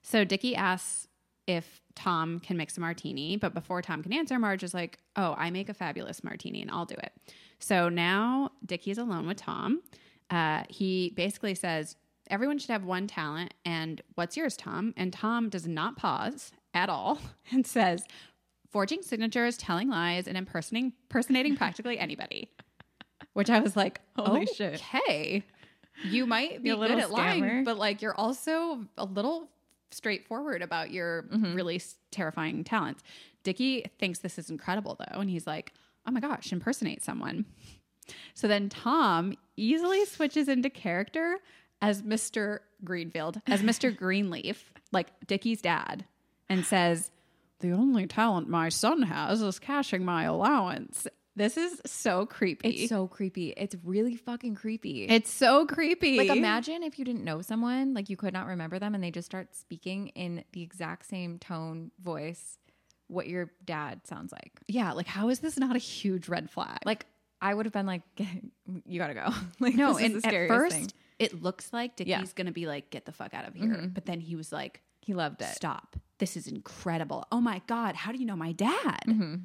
Speaker 2: So Dickie asks if Tom can mix a martini, but before Tom can answer, Marge is like, "Oh, I make a fabulous martini, and I'll do it." So now Dickie's alone with Tom. Uh, he basically says, "Everyone should have one talent, and what's yours, Tom?" And Tom does not pause at all [laughs] and says, "Forging signatures, telling lies, and impersonating
Speaker 1: [laughs]
Speaker 2: impersonating practically anybody." Which I was like,
Speaker 1: Holy
Speaker 2: okay.
Speaker 1: shit.
Speaker 2: You might be
Speaker 1: You're a
Speaker 2: good
Speaker 1: little
Speaker 2: at lying,
Speaker 1: scammer.
Speaker 2: but like you're also a little straightforward about your
Speaker 1: Mm-hmm.
Speaker 2: really s- terrifying talents. Dickie thinks this is incredible though, and he's like, "Oh my gosh, impersonate someone." So then Tom easily switches into character as Mr. Greenfield, as
Speaker 1: [laughs]
Speaker 2: Mr. Greenleaf, like Dickie's dad, and says, The only talent my son has is cashing my allowance. This is so creepy.
Speaker 1: It's so creepy. It's really fucking creepy.
Speaker 2: It's so creepy.
Speaker 1: like imagine if you didn't know someone, like you could not remember them and they just start speaking in the exact same tone, voice, what your dad sounds like.
Speaker 2: Yeah, like how is this not a huge red flag?
Speaker 1: Like I would have been like, [laughs] you gotta go. [laughs] Like
Speaker 2: no,
Speaker 1: this is
Speaker 2: and
Speaker 1: the
Speaker 2: at
Speaker 1: scariest
Speaker 2: first
Speaker 1: thing.
Speaker 2: it looks like Dickie's
Speaker 1: Yeah. Mm-hmm.
Speaker 2: gonna be like, get the fuck out of here. But then he was like,
Speaker 1: he loved it.
Speaker 2: Stop. This is incredible. Oh my God. How do you know my
Speaker 1: Mm-hmm.
Speaker 2: dad?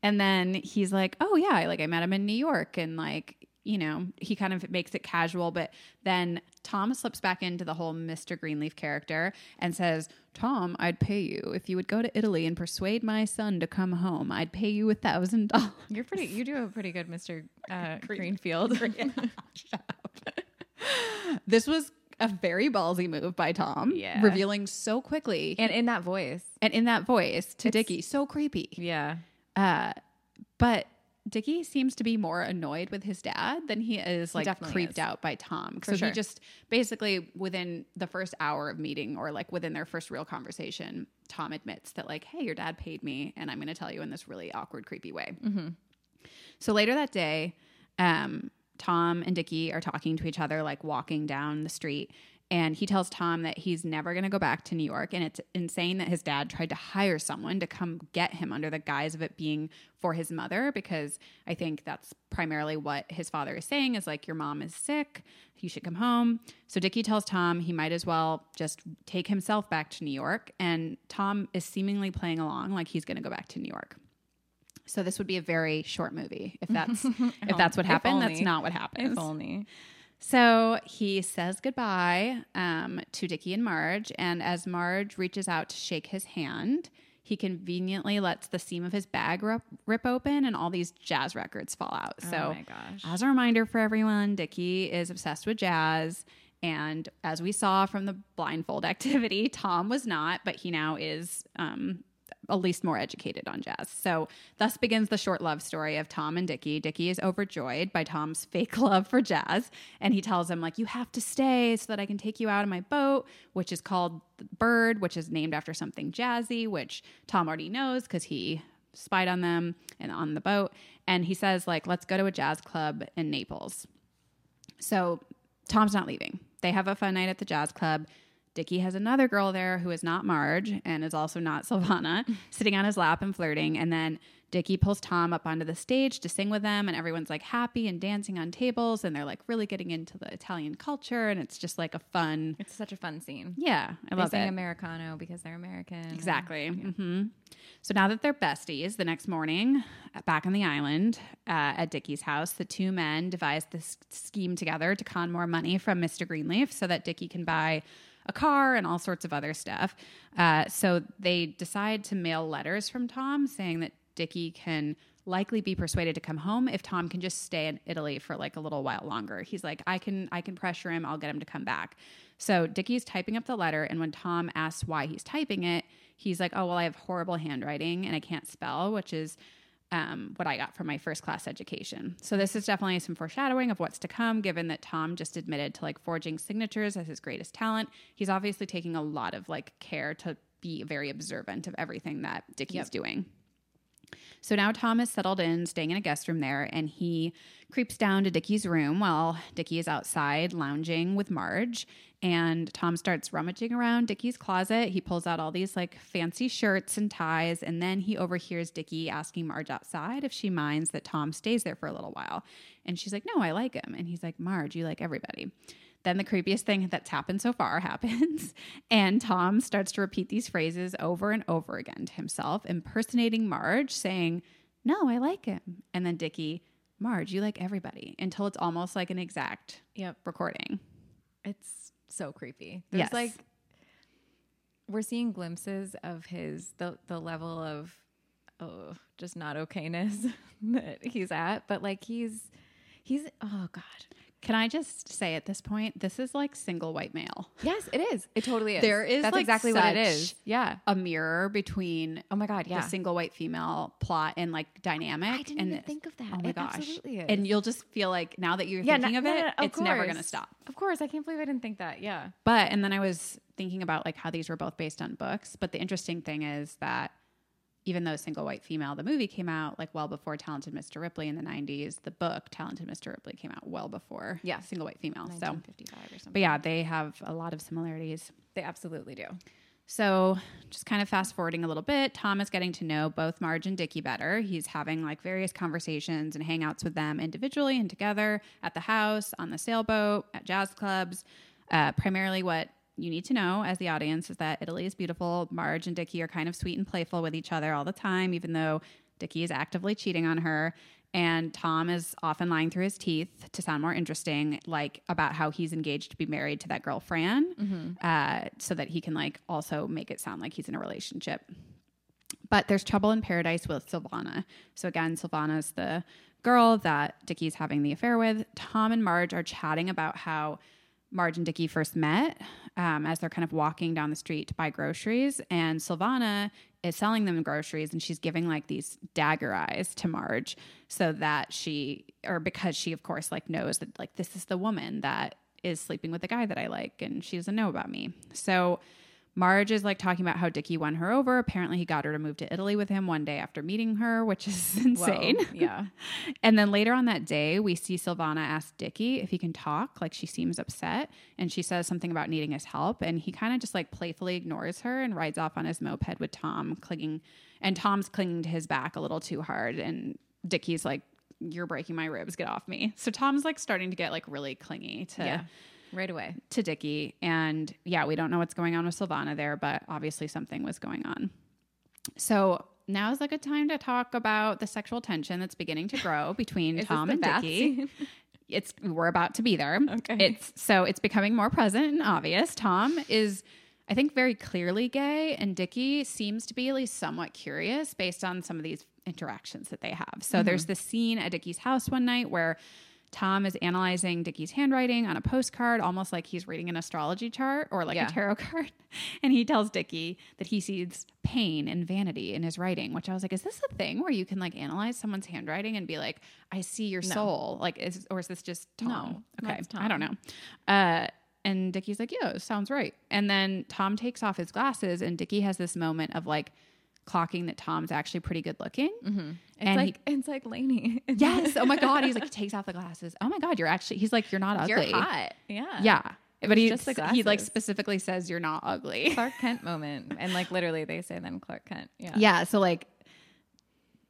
Speaker 2: And then he's like, Oh, yeah. Like, I met him in New York and like you know, he kind of makes it casual, but then Tom slips back into the whole Mr. Greenleaf character and says, Tom, I'd pay you if you would go to Italy and persuade my son to come home. I'd pay you a thousand dollars.
Speaker 1: You're pretty. You do a pretty good, [laughs] Mister uh, [laughs] Greenfield.
Speaker 2: This was a very ballsy move by Tom,
Speaker 1: Yeah.
Speaker 2: revealing so quickly and,
Speaker 1: and in that voice,
Speaker 2: in that voice to Dickie, so creepy.
Speaker 1: yeah,
Speaker 2: Uh, but Dickie seems to be more annoyed with his dad than he is like
Speaker 1: definitely
Speaker 2: creeped
Speaker 1: is.
Speaker 2: out by Tom.
Speaker 1: For
Speaker 2: so
Speaker 1: sure.
Speaker 2: he just basically within the first hour of meeting or like within their first real conversation, Tom admits that like, hey, your dad paid me and I'm going to tell you in this really awkward, creepy way. So later that day, um, Tom and Dickie are talking to each other, like walking down the street. And he tells Tom that he's never going to go back to New York. And it's insane that his dad tried to hire someone to come get him under the guise of it being for his mother, because I think that's primarily what his father is saying is like, your mom is sick. You should come home. So Dickie tells Tom he might as well just take himself back to New York. And Tom is seemingly playing along like he's going to go back to New York. So this would be a very short movie [laughs] if that's if that's what
Speaker 1: If
Speaker 2: happened. That's
Speaker 1: only.
Speaker 2: not what
Speaker 1: if
Speaker 2: happens.
Speaker 1: only.
Speaker 2: So he says goodbye um, to Dickie and Marge, and as Marge reaches out to shake his hand, he conveniently lets the seam of his bag rip, rip open, and all these jazz records fall out. So
Speaker 1: oh my gosh.
Speaker 2: as a reminder for everyone, Dickie is obsessed with jazz. And as we saw from the blindfold [laughs] activity, Tom was not, but he now is um, at least more educated on jazz. So, thus begins the short love story of Tom and Dickie. Dickie is overjoyed by Tom's [laughs] fake love for jazz. And he tells him, like, you have to stay so that I can take you out on my boat, which is called the Bird, which is named after something jazzy, which Tom already knows because he spied on them and on the boat and he says like let's go to a jazz club in naples so tom's not leaving they have a fun night at the jazz club dickie has another girl there who is not marge and is also not [laughs] sylvana sitting on his lap and flirting and then dickie pulls tom up onto the stage to sing with them and everyone's like happy and dancing on tables and they're like really getting into the italian culture and it's just like a fun
Speaker 1: It's such a fun scene.
Speaker 2: yeah i
Speaker 1: They
Speaker 2: love
Speaker 1: sing
Speaker 2: it
Speaker 1: Americano because they're American.
Speaker 2: Exactly. hmm So now that they're besties, the next morning, uh, back on the island uh, at Dickie's house, the two men devise this scheme together to con more money from Mr. Greenleaf so that Dickie can buy a car and all sorts of other stuff. Uh, so they decide to mail letters from Tom saying that Dickie can likely be persuaded to come home if Tom can just stay in Italy for like a little while longer. He's like, I can I can pressure him, I'll get him to come back. So Dickie's typing up the letter and when Tom asks why he's typing it, he's like, Oh well I have horrible handwriting and I can't spell, which is um, what I got from my first class education. So this is definitely some foreshadowing of what's to come, given that Tom just admitted to like forging signatures as his greatest talent. He's obviously taking a lot of like care to be very observant of everything that Dickie's doing. So now Tom is settled in, staying in a guest room there, and he creeps down to Dickie's room while Dickie is outside lounging with Marge. And Tom starts rummaging around Dickie's closet. He pulls out all these like fancy shirts and ties, and then he overhears Dickie asking Marge outside if she minds that Tom stays there for a little while. And she's like, No, I like him. And he's like, Marge, you like everybody. Then the creepiest thing that's happened so far [laughs] happens, and Tom starts to repeat these phrases over and over again to himself, impersonating Marge, saying, No, I like him. And then Dickie, Marge, you like everybody, until it's almost like an exact
Speaker 1: Yep.
Speaker 2: recording.
Speaker 1: It's so creepy. There's
Speaker 2: Yes.
Speaker 1: like we're seeing glimpses of his the the level of oh just not okayness [laughs] that he's at, but like he's he's oh god.
Speaker 2: Can I just say at this point, this is like single white male,
Speaker 1: Yes, it is. It totally is.
Speaker 2: There is,
Speaker 1: that's
Speaker 2: like,
Speaker 1: exactly what it
Speaker 2: such-
Speaker 1: is. Yeah.
Speaker 2: a mirror between
Speaker 1: Oh my god. Yeah.
Speaker 2: the single white female plot and like dynamic.
Speaker 1: I didn't
Speaker 2: and
Speaker 1: even
Speaker 2: this-
Speaker 1: think of that.
Speaker 2: Oh my
Speaker 1: It
Speaker 2: gosh.
Speaker 1: absolutely is.
Speaker 2: And you'll just feel like now that you're
Speaker 1: yeah,
Speaker 2: thinking
Speaker 1: no-
Speaker 2: of
Speaker 1: no,
Speaker 2: it,
Speaker 1: no, no, of
Speaker 2: it's never
Speaker 1: course.
Speaker 2: going to stop.
Speaker 1: Of course, I can't believe I didn't think that. Yeah.
Speaker 2: But and then I was thinking about like how these were both based on books. But the interesting thing is that even though Single White Female, the movie came out like well before Talented Mr. Ripley in the '90s, the book Talented Mr. Ripley came out well before
Speaker 1: Yeah.
Speaker 2: Single White Female. So,
Speaker 1: 1955 or something.
Speaker 2: but yeah, they have a lot of similarities.
Speaker 1: They absolutely do.
Speaker 2: So, just kind of fast forwarding a little bit, Tom is getting to know both Marge and Dickie better. He's having like various conversations and hangouts with them individually and together at the house, on the sailboat, at jazz clubs. Uh, primarily, what you need to know as the audience is that Italy is beautiful. Marge and Dickie are kind of sweet and playful with each other all the time, even though Dickie is actively cheating on her. And Tom is often lying through his teeth to sound more interesting, like about how he's engaged to be married to that girl, Fran, uh, so that he can like also make it sound like he's in a relationship. But there's trouble in paradise with Sylvana. So again, Sylvana's the girl that Dickie's having the affair with. Tom and Marge are chatting about how Marge and Dickie first met um, as they're kind of walking down the street to buy groceries. And Sylvana is selling them groceries and she's giving like these dagger eyes to Marge so that she, or because she, of course, like knows that like this is the woman that is sleeping with the guy that I like and she doesn't know about me. So Marge is like talking about how Dickie won her over. Apparently, he got her to move to Italy with him one day after meeting her, which is [laughs] insane.
Speaker 1: Whoa. [laughs] Yeah.
Speaker 2: And then later on that day, we see Sylvana ask Dickie if he can talk. Like she seems upset and she says something about needing his help. And he kind of just like playfully ignores her and rides off on his moped with Tom clinging. And Tom's clinging to his back a little too hard. And Dickie's like, You're breaking my ribs. Get off me. So Tom's like starting to get like really clingy to
Speaker 1: Yeah. Right away.
Speaker 2: to Dickie. And yeah, we don't know what's going on with Sylvana there, but obviously something was going on. So now is like a time to talk about the sexual tension that's beginning to grow [laughs] between
Speaker 1: Is this
Speaker 2: Tom
Speaker 1: the
Speaker 2: and
Speaker 1: bath
Speaker 2: Dickie.
Speaker 1: scene?
Speaker 2: It's we're about to be there.
Speaker 1: Okay.
Speaker 2: It's so it's becoming more present and obvious. Tom is I think very clearly gay and Dickie seems to be at least somewhat curious based on some of these interactions that they have. So there's
Speaker 1: Mm-hmm.
Speaker 2: this scene at Dickie's house one night where Tom is analyzing Dickie's handwriting on a postcard, almost like he's reading an astrology chart or like
Speaker 1: Yeah.
Speaker 2: a tarot [laughs] card. And he tells Dickie that he sees pain and vanity in his writing, which I was like, is this a thing where you can like analyze someone's handwriting and be like, I see your soul? Like, is, or is this just Tom?
Speaker 1: No,
Speaker 2: okay.
Speaker 1: that's
Speaker 2: I don't know. Uh, and Dickie's like, yeah, sounds right. And then Tom takes off his glasses, and Dickie has this moment of like clocking that Tom's actually pretty good looking.
Speaker 1: Mm-hmm. It's
Speaker 2: And
Speaker 1: like [laughs] it's like Lainey.
Speaker 2: [laughs] Yes. Oh my
Speaker 1: [laughs]
Speaker 2: God. He's like, he takes off the glasses. Oh my God. You're actually, he's like, you're not
Speaker 1: You're
Speaker 2: ugly.
Speaker 1: hot. Yeah.
Speaker 2: Yeah. But he,
Speaker 1: just the
Speaker 2: he like
Speaker 1: glasses.
Speaker 2: specifically says, you're not ugly.
Speaker 1: Clark Kent moment. And like literally they say then Clark Kent. Yeah.
Speaker 2: Yeah. So like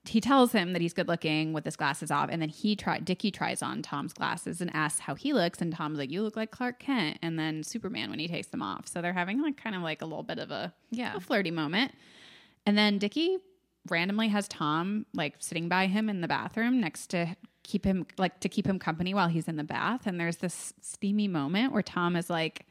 Speaker 2: he tells him that he's good looking with his glasses off, and then he try Dickie tries on Tom's glasses and asks how he looks, and Tom's like, You look like Clark Kent and then Superman when he takes them off. So they're having like kind of like a little bit of a,
Speaker 1: Yeah.
Speaker 2: a flirty moment. And then Dickie randomly has Tom like sitting by him in the bathroom next to keep him like to keep him company while he's in the bath. And there's this steamy moment where Tom is like,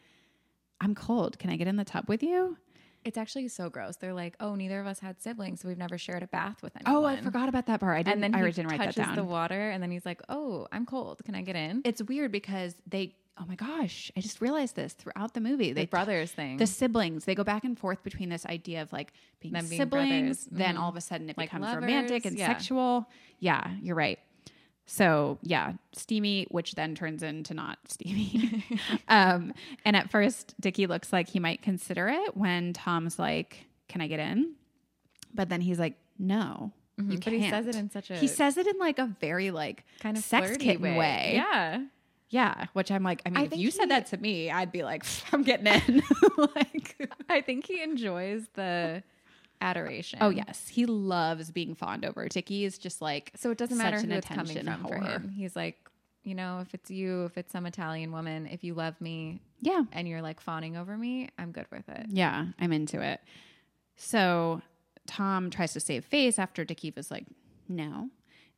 Speaker 2: I'm cold. Can I get in the tub with you?
Speaker 1: It's actually so gross. They're like, oh, neither of us had siblings, so we've never shared a bath with anyone.
Speaker 2: Oh, I forgot about that part. I didn't.
Speaker 1: And then he
Speaker 2: I didn't write that
Speaker 1: touches
Speaker 2: down.
Speaker 1: the water, and then he's like, "Oh, I'm cold. Can I get in?"
Speaker 2: it's weird because they oh my gosh i just realized this throughout the movie
Speaker 1: the
Speaker 2: they
Speaker 1: brothers thing,
Speaker 2: the siblings they go back and forth between this idea of like being Mm-hmm.
Speaker 1: Them being
Speaker 2: siblings
Speaker 1: brothers.
Speaker 2: then
Speaker 1: Mhm.
Speaker 2: all of a sudden it
Speaker 1: Like
Speaker 2: becomes
Speaker 1: lovers,
Speaker 2: romantic and
Speaker 1: yeah.
Speaker 2: sexual yeah you're right so yeah steamy which then turns into not [laughs] steamy um, and at first dickie looks like he might consider it when tom's like can i get in but then he's like no you
Speaker 1: Mhm. but he says
Speaker 2: can't."
Speaker 1: it in such a
Speaker 2: he says it in like a very like
Speaker 1: kind of
Speaker 2: sex
Speaker 1: flirty
Speaker 2: kitten
Speaker 1: way.
Speaker 2: way.
Speaker 1: Yeah, [laughs]
Speaker 2: Yeah, which I'm like, I mean,
Speaker 1: I
Speaker 2: if
Speaker 1: think
Speaker 2: you said
Speaker 1: he-
Speaker 2: that to me, I'd be like, [laughs] I'm getting in. like,
Speaker 1: I think he enjoys
Speaker 2: [laughs]
Speaker 1: the adoration.
Speaker 2: oh yes, he loves being fawned over. Tiki is just like,
Speaker 1: So it doesn't
Speaker 2: Such
Speaker 1: matter
Speaker 2: an
Speaker 1: who it's coming
Speaker 2: attention
Speaker 1: from for
Speaker 2: whore.
Speaker 1: him. He's like, you know, if it's you, if it's some Italian woman, if you love me
Speaker 2: yeah,
Speaker 1: and you're like fawning over me, I'm good with it.
Speaker 2: yeah, I'm into it. So Tom tries to save face after Dickie was like, no,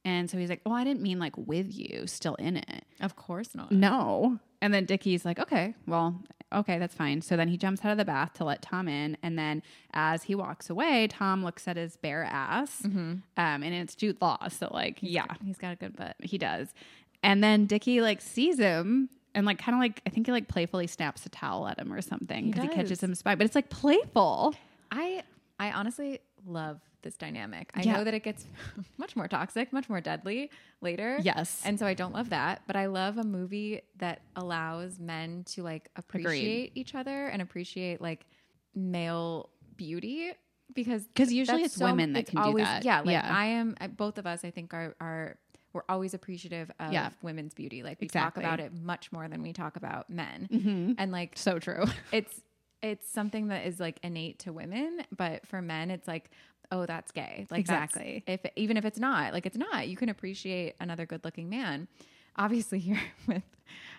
Speaker 2: and so he's like, oh, I didn't mean like with you, still in it.
Speaker 1: Of course not.
Speaker 2: No. And then Dickie's like, okay, well, okay, that's fine. So then he jumps out of the bath to let Tom in. And then as he walks away, Tom looks at his bare ass.
Speaker 1: Mm-hmm.
Speaker 2: Um, and it's Jude Law. So, like, yeah,
Speaker 1: He's got a good butt.
Speaker 2: he does. And then Dickie, like, sees him and, like, kind of like, I think he, like, playfully snaps a towel at him or something
Speaker 1: He
Speaker 2: because he,
Speaker 1: does.
Speaker 2: catches him spy. But it's, like, playful.
Speaker 1: I I honestly love this dynamic. I
Speaker 2: Yeah.
Speaker 1: know that it gets [laughs] much more toxic, much more deadly later.
Speaker 2: Yes.
Speaker 1: And so I don't love that, but I love a movie that allows men to like appreciate each other and appreciate like male beauty because
Speaker 2: 'Cause usually
Speaker 1: that's
Speaker 2: it's women that
Speaker 1: it's
Speaker 2: can do
Speaker 1: always-
Speaker 2: that.
Speaker 1: Yeah, like
Speaker 2: Yeah.
Speaker 1: I am I- both of us I think are are we're always appreciative of
Speaker 2: Yeah.
Speaker 1: women's beauty. Like we
Speaker 2: Exactly. Mm-hmm.
Speaker 1: talk about it much more than we talk about men. And like [laughs]
Speaker 2: So true.
Speaker 1: it's it's something that is like innate to women, but for men, it's like, oh, that's gay. Like that's-
Speaker 2: Exactly.
Speaker 1: if even if it's not, like it's not, you can appreciate another good-looking man. obviously [laughs] here with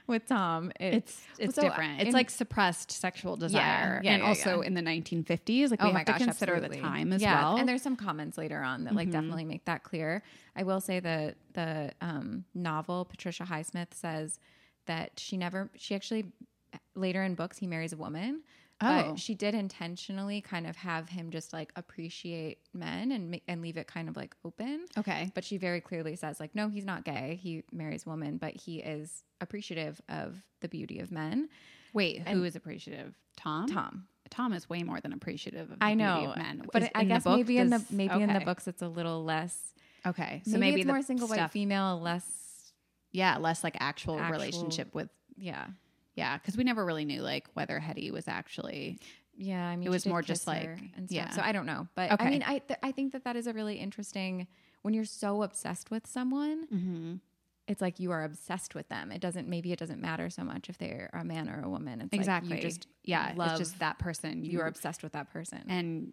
Speaker 1: with Tom, it-
Speaker 2: It's it's
Speaker 1: so,
Speaker 2: different. It's
Speaker 1: in-
Speaker 2: like suppressed sexual desire,
Speaker 1: yeah,
Speaker 2: and
Speaker 1: yeah,
Speaker 2: also
Speaker 1: yeah.
Speaker 2: in the 1950s. Like we have to consider
Speaker 1: Oh absolutely.
Speaker 2: the time as
Speaker 1: Yeah,
Speaker 2: well. Mm-hmm.
Speaker 1: And there's some comments later on that like definitely make that clear. I will say the the um, novel Patricia Highsmith says that she never she actually later in books he marries a woman.
Speaker 2: Oh.
Speaker 1: But she did intentionally kind of have him just like appreciate men and ma- and leave it kind of like open.
Speaker 2: okay,
Speaker 1: But she very clearly says like no, he's not gay. He marries women, but he is appreciative of the beauty of men.
Speaker 2: wait, who is appreciative? Tom.
Speaker 1: Tom.
Speaker 2: Tom is way more than appreciative. Of the
Speaker 1: I
Speaker 2: beauty
Speaker 1: know,
Speaker 2: of men.
Speaker 1: but
Speaker 2: Is-
Speaker 1: I
Speaker 2: in the
Speaker 1: guess
Speaker 2: book,
Speaker 1: maybe in the
Speaker 2: does-
Speaker 1: maybe in the
Speaker 2: okay.
Speaker 1: books it's a little less.
Speaker 2: Okay,
Speaker 1: So maybe, it's
Speaker 2: the
Speaker 1: more single white
Speaker 2: stuff-
Speaker 1: female, less
Speaker 2: Yeah, less like actual,
Speaker 1: Actual-
Speaker 2: relationship with.
Speaker 1: yeah,
Speaker 2: Yeah, because we never really knew like whether Hetty was actually.
Speaker 1: yeah. I mean,
Speaker 2: It
Speaker 1: she
Speaker 2: was
Speaker 1: did
Speaker 2: more
Speaker 1: kiss
Speaker 2: just like-
Speaker 1: her and stuff.
Speaker 2: yeah.
Speaker 1: So I don't know, but
Speaker 2: Okay.
Speaker 1: I mean, I th- I think that that is a really interesting when you're so obsessed with someone. Mm-hmm. It's like you are obsessed with them. It doesn't maybe it doesn't matter so much if they're a man or a woman. It's
Speaker 2: Exactly.
Speaker 1: Like you just
Speaker 2: yeah,
Speaker 1: love-
Speaker 2: it's just that person
Speaker 1: you are obsessed with that person.
Speaker 2: and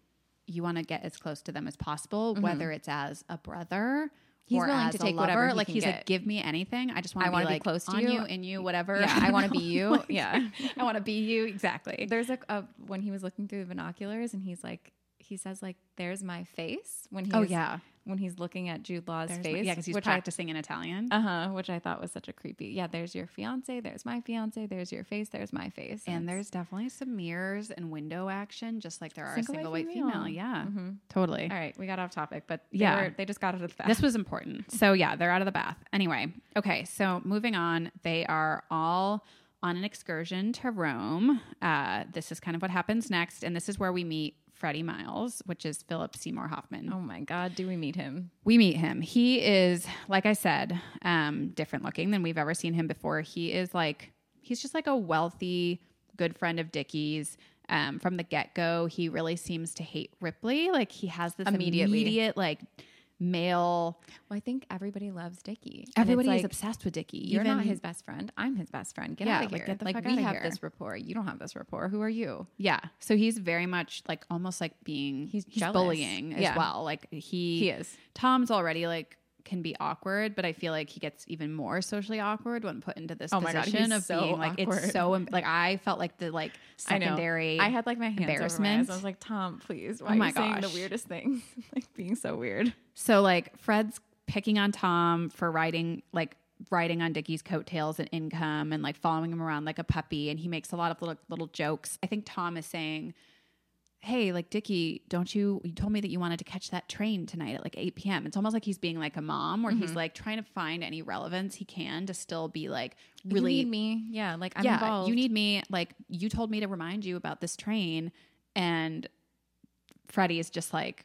Speaker 2: you want to get as close to them as possible, whether it's as a brother.
Speaker 1: Mm-hmm. He's
Speaker 2: or
Speaker 1: willing
Speaker 2: as
Speaker 1: to
Speaker 2: a
Speaker 1: take whatever
Speaker 2: lover.
Speaker 1: he
Speaker 2: like
Speaker 1: can
Speaker 2: he's like,
Speaker 1: get.
Speaker 2: give me anything. I just want
Speaker 1: I
Speaker 2: to be
Speaker 1: wanna be
Speaker 2: like
Speaker 1: close to
Speaker 2: on
Speaker 1: you.
Speaker 2: you, in you, whatever.
Speaker 1: Yeah, [laughs] I wanna be you.
Speaker 2: [laughs] Like,
Speaker 1: [laughs] Yeah.
Speaker 2: I want to be you. Exactly.
Speaker 1: There's a, a when he was looking through the binoculars and he's like he says like there's my face when he's
Speaker 2: Oh yeah,
Speaker 1: when he's looking at Jude Law's
Speaker 2: There's my-
Speaker 1: face
Speaker 2: yeah, because he's Oh,
Speaker 1: which I
Speaker 2: practicing in Italian,
Speaker 1: Uh huh. Which I thought was such a creepy. Yeah, there's your fiance. There's my fiance. There's your face. There's my face.
Speaker 2: and there's definitely some mirrors and window action, just like there are
Speaker 1: Single
Speaker 2: single,
Speaker 1: white
Speaker 2: white female. Mm-hmm.
Speaker 1: female.
Speaker 2: Yeah,
Speaker 1: hmm
Speaker 2: totally.
Speaker 1: All right, we got off topic, but they
Speaker 2: Yeah.
Speaker 1: were- they just got out of the bath.
Speaker 2: This was important. So yeah, they're out of the bath. Anyway, okay. So moving on, they are all on an excursion to Rome. Uh, this is kind of what happens next, and this is where we meet Freddie Miles, which is Philip Seymour Hoffman.
Speaker 1: oh my God, do we meet him?
Speaker 2: We meet him. He is, like I said, um, different looking than we've ever seen him before. He is like, he's just like a wealthy, good friend of Dickie's. Um, from the get go, he really seems to hate Ripley. Like he has this
Speaker 1: Immediately.
Speaker 2: immediate like male.
Speaker 1: Well, I think everybody loves Dickie. And it's
Speaker 2: Everybody is
Speaker 1: like,
Speaker 2: obsessed with Dickie.
Speaker 1: You're
Speaker 2: Even-
Speaker 1: not his best friend. I'm his best friend. Get
Speaker 2: Yeah,
Speaker 1: out of
Speaker 2: like,
Speaker 1: here.
Speaker 2: get the fuck
Speaker 1: we
Speaker 2: outta
Speaker 1: have
Speaker 2: here.
Speaker 1: this rapport. You don't have this rapport. Who are you?
Speaker 2: Yeah. So he's very much like almost like being
Speaker 1: He's
Speaker 2: he's,
Speaker 1: jealous.
Speaker 2: bullying as
Speaker 1: Yeah.
Speaker 2: well. Like he
Speaker 1: He is.
Speaker 2: Tom's already like can be awkward, but I feel like he gets even more socially awkward when put into this
Speaker 1: Oh my God,
Speaker 2: position
Speaker 1: he's
Speaker 2: of
Speaker 1: so
Speaker 2: being like
Speaker 1: awkward.
Speaker 2: it's so em- like I felt like the like
Speaker 1: I know.
Speaker 2: secondary.
Speaker 1: I, had like my hands embarrassment.
Speaker 2: embarrassment.
Speaker 1: I was like, Tom, please. Why
Speaker 2: Oh
Speaker 1: are
Speaker 2: my
Speaker 1: you saying the
Speaker 2: gosh.
Speaker 1: weirdest things? [laughs] like being so weird.
Speaker 2: so like Fred's picking on Tom for riding like riding on Dickie's coattails and income and like following him around like a puppy, and he makes a lot of little little jokes. I think Tom is saying hey, like Dickie, don't you? You told me that you wanted to catch that train tonight at like 8 p.m. It's almost like he's being like a mom, where he's like trying to find any relevance he can to still be like really.
Speaker 1: you need me. Yeah, like I'm
Speaker 2: yeah,
Speaker 1: involved.
Speaker 2: you need me. Like you told me to remind you about this train, and Freddie is just like,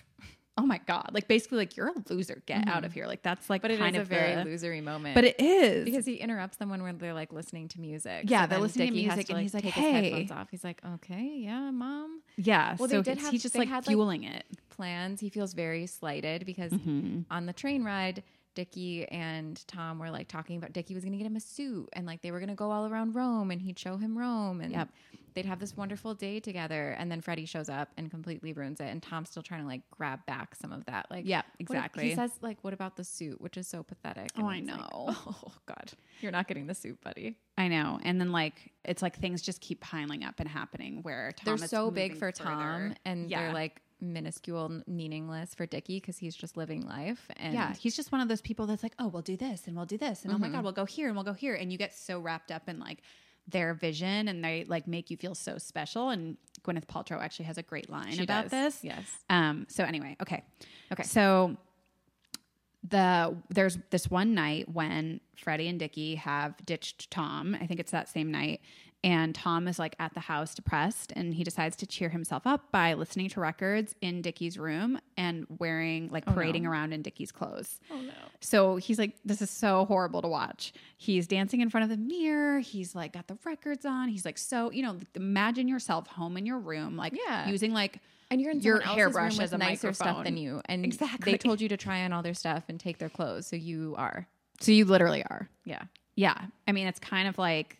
Speaker 2: [laughs] oh my god, like basically like you're a loser. Get out of here. Like that's like
Speaker 1: Mm-hmm. but it
Speaker 2: kind
Speaker 1: is a
Speaker 2: of
Speaker 1: very
Speaker 2: [laughs] the,
Speaker 1: losery moment.
Speaker 2: But it is
Speaker 1: because he interrupts them when we're- they're like listening to music.
Speaker 2: Yeah,
Speaker 1: So
Speaker 2: they're
Speaker 1: then
Speaker 2: listening to
Speaker 1: Dickie has
Speaker 2: music and he's like,
Speaker 1: take
Speaker 2: "Hey."
Speaker 1: his headphones off. He's like, okay, yeah, mom.
Speaker 2: yeah.
Speaker 1: Well, they
Speaker 2: so
Speaker 1: did
Speaker 2: it's-
Speaker 1: have-
Speaker 2: he's just
Speaker 1: they
Speaker 2: like
Speaker 1: had, like-
Speaker 2: fueling it.
Speaker 1: Plans. He feels very slighted because
Speaker 2: Mm-hmm.
Speaker 1: on the train ride, Dickie and Tom were like talking about Dickie was going to get him a suit and like they were going to go all around Rome and he'd show him Rome and
Speaker 2: Yep.
Speaker 1: they'd have this wonderful day together. And then Freddie shows up and completely ruins it. And Tom's still trying to like grab back some of that. Like,
Speaker 2: Yeah,
Speaker 1: what if-
Speaker 2: exactly.
Speaker 1: he says like, what about the suit? Which is so pathetic.
Speaker 2: Oh,
Speaker 1: And
Speaker 2: I
Speaker 1: it's like,
Speaker 2: know.
Speaker 1: [laughs] oh God, you're not getting the suit, buddy.
Speaker 2: I know. And then like it's like things just keep piling up and happening where Tom
Speaker 1: they're
Speaker 2: is
Speaker 1: so big
Speaker 2: moving
Speaker 1: for Tom
Speaker 2: further.
Speaker 1: and
Speaker 2: Yeah.
Speaker 1: they're like minuscule and meaningless for Dickie because he's just living life and Mm-hmm.
Speaker 2: yeah, he's just one of those people that's like, oh, we'll do this and we'll do this and oh my god, we'll go here and we'll go here, and you get so wrapped up in like their vision and they like make you feel so special. And Gwyneth Paltrow actually has a great line
Speaker 1: she
Speaker 2: about
Speaker 1: does.
Speaker 2: this.
Speaker 1: Yes.
Speaker 2: Um. So anyway, okay,
Speaker 1: Okay.
Speaker 2: So the there's this one night when Freddie and Dickie have ditched Tom. I think it's that same night. And Tom is like at the house depressed and he decides to cheer himself up by listening to records in Dickie's room and wearing like parading around in Dickie's clothes.
Speaker 1: Oh no.
Speaker 2: So he's like, this is so horrible to watch. He's dancing in front of the mirror. He's like, got the records on. He's like, so, you know, imagine yourself home in your room, like
Speaker 1: Yeah.
Speaker 2: using like,
Speaker 1: And you're in
Speaker 2: Your
Speaker 1: your
Speaker 2: hairbrush
Speaker 1: hairbrush room with
Speaker 2: has a
Speaker 1: nicer stuff
Speaker 2: microphone.
Speaker 1: than you, and
Speaker 2: Exactly.
Speaker 1: they told you to try on all their stuff and take their clothes, so you are.
Speaker 2: so you literally are.
Speaker 1: Yeah.
Speaker 2: Yeah. I mean, it's kind of like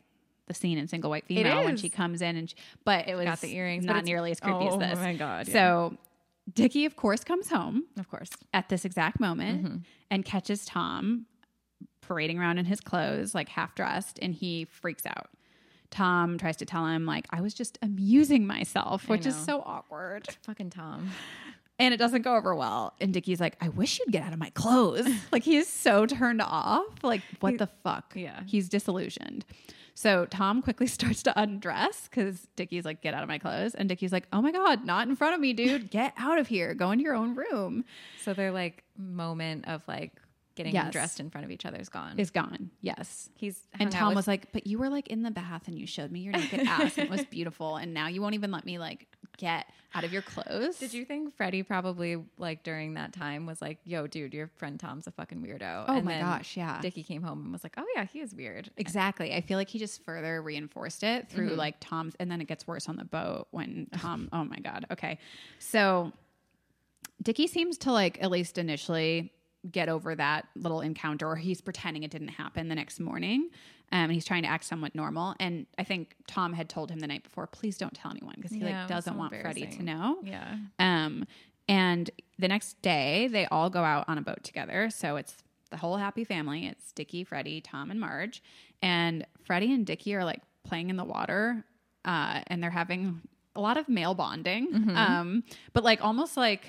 Speaker 2: the scene in Single White Female when
Speaker 1: is.
Speaker 2: she comes in and she, but it was
Speaker 1: Got the earrings, but
Speaker 2: not
Speaker 1: it's-
Speaker 2: nearly as creepy
Speaker 1: Oh
Speaker 2: as this.
Speaker 1: my God, yeah.
Speaker 2: So Dickie, of course, comes home
Speaker 1: Of course.
Speaker 2: at this exact moment and catches Tom parading around in his clothes, like half dressed, and he freaks out. Tom tries to tell him, like, I was just amusing myself,
Speaker 1: I
Speaker 2: which is
Speaker 1: know.
Speaker 2: so awkward.
Speaker 1: Fucking Tom.
Speaker 2: And it doesn't go over well. And Dickie's like, I wish you'd get out of
Speaker 1: [laughs]
Speaker 2: my clothes. like, he is so turned off. Like, what the fuck?
Speaker 1: yeah.
Speaker 2: He's disillusioned. So Tom quickly [laughs] starts to undress because Dickie's like, get out of my clothes. And Dickie's like, oh my God, not in front of
Speaker 1: [laughs]
Speaker 2: me, dude. Get out of here. Go into your own room.
Speaker 1: So their like moment of like getting
Speaker 2: Yes.
Speaker 1: dressed in front of each other is gone.
Speaker 2: Is gone. Yes.
Speaker 1: He's
Speaker 2: And
Speaker 1: hung out
Speaker 2: Tom
Speaker 1: with-
Speaker 2: was like, but you were like in the bath and you showed me your naked ass and
Speaker 1: [laughs]
Speaker 2: it was beautiful. And now you won't even let me like get out of your clothes.
Speaker 1: Did you think Freddie probably like during that time was like, "Yo, dude, your friend Tom's a fucking weirdo."
Speaker 2: Oh
Speaker 1: and
Speaker 2: my
Speaker 1: then
Speaker 2: gosh. Yeah.
Speaker 1: Dickie came home and was like, "Oh yeah, he is weird."
Speaker 2: Exactly. I feel like he just further reinforced it through
Speaker 1: Mm-hmm.
Speaker 2: like Tom's, and then it gets worse on the boat when Tom. [laughs] oh my god. Okay, so Dickie seems to like at least initially get over that little encounter, or he's pretending it didn't happen the next morning, um, and he's trying to act somewhat normal. And I think Tom had told him the night before, please don't tell anyone, because he
Speaker 1: Yeah, it
Speaker 2: like
Speaker 1: was
Speaker 2: doesn't
Speaker 1: so
Speaker 2: want Freddie to
Speaker 1: embarrassing.
Speaker 2: know.
Speaker 1: Yeah.
Speaker 2: Um, and the next day, they all go out on a boat together. So it's the whole happy family. It's Dickie, Freddie, Tom, and Marge. And Freddie and Dickie are like playing in the water, uh, and they're having a lot of male bonding. Um, but like almost like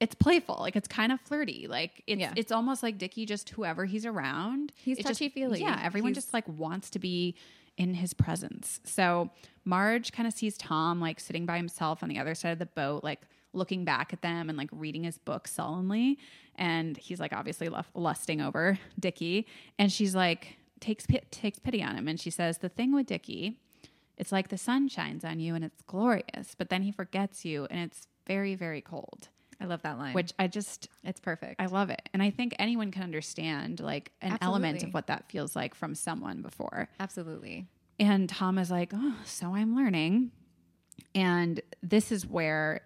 Speaker 2: it's playful, like it's kind of flirty. Like it's
Speaker 1: Yeah.
Speaker 2: it's almost like Dickie just whoever he's around.
Speaker 1: He's
Speaker 2: it's just-
Speaker 1: touchy-feely.
Speaker 2: Yeah, everyone
Speaker 1: He's-
Speaker 2: just like wants to be in his presence. So Marge kind of sees Tom like sitting by himself on the other side of the boat, like looking back at them and like reading his book sullenly. And he's like obviously luf- lusting over Dickie. And she's like, takes, pi- takes pity on him. And she says, The thing with Dickie, it's like the sun shines on you and it's glorious, but then he forgets you and it's very, very cold.
Speaker 1: I love that line.
Speaker 2: Which I just,
Speaker 1: it's perfect.
Speaker 2: I love it. And I think anyone can understand like an element of
Speaker 1: Absolutely.
Speaker 2: what that feels like from someone before.
Speaker 1: Absolutely.
Speaker 2: And Tom is like, oh, so I'm learning. And this is where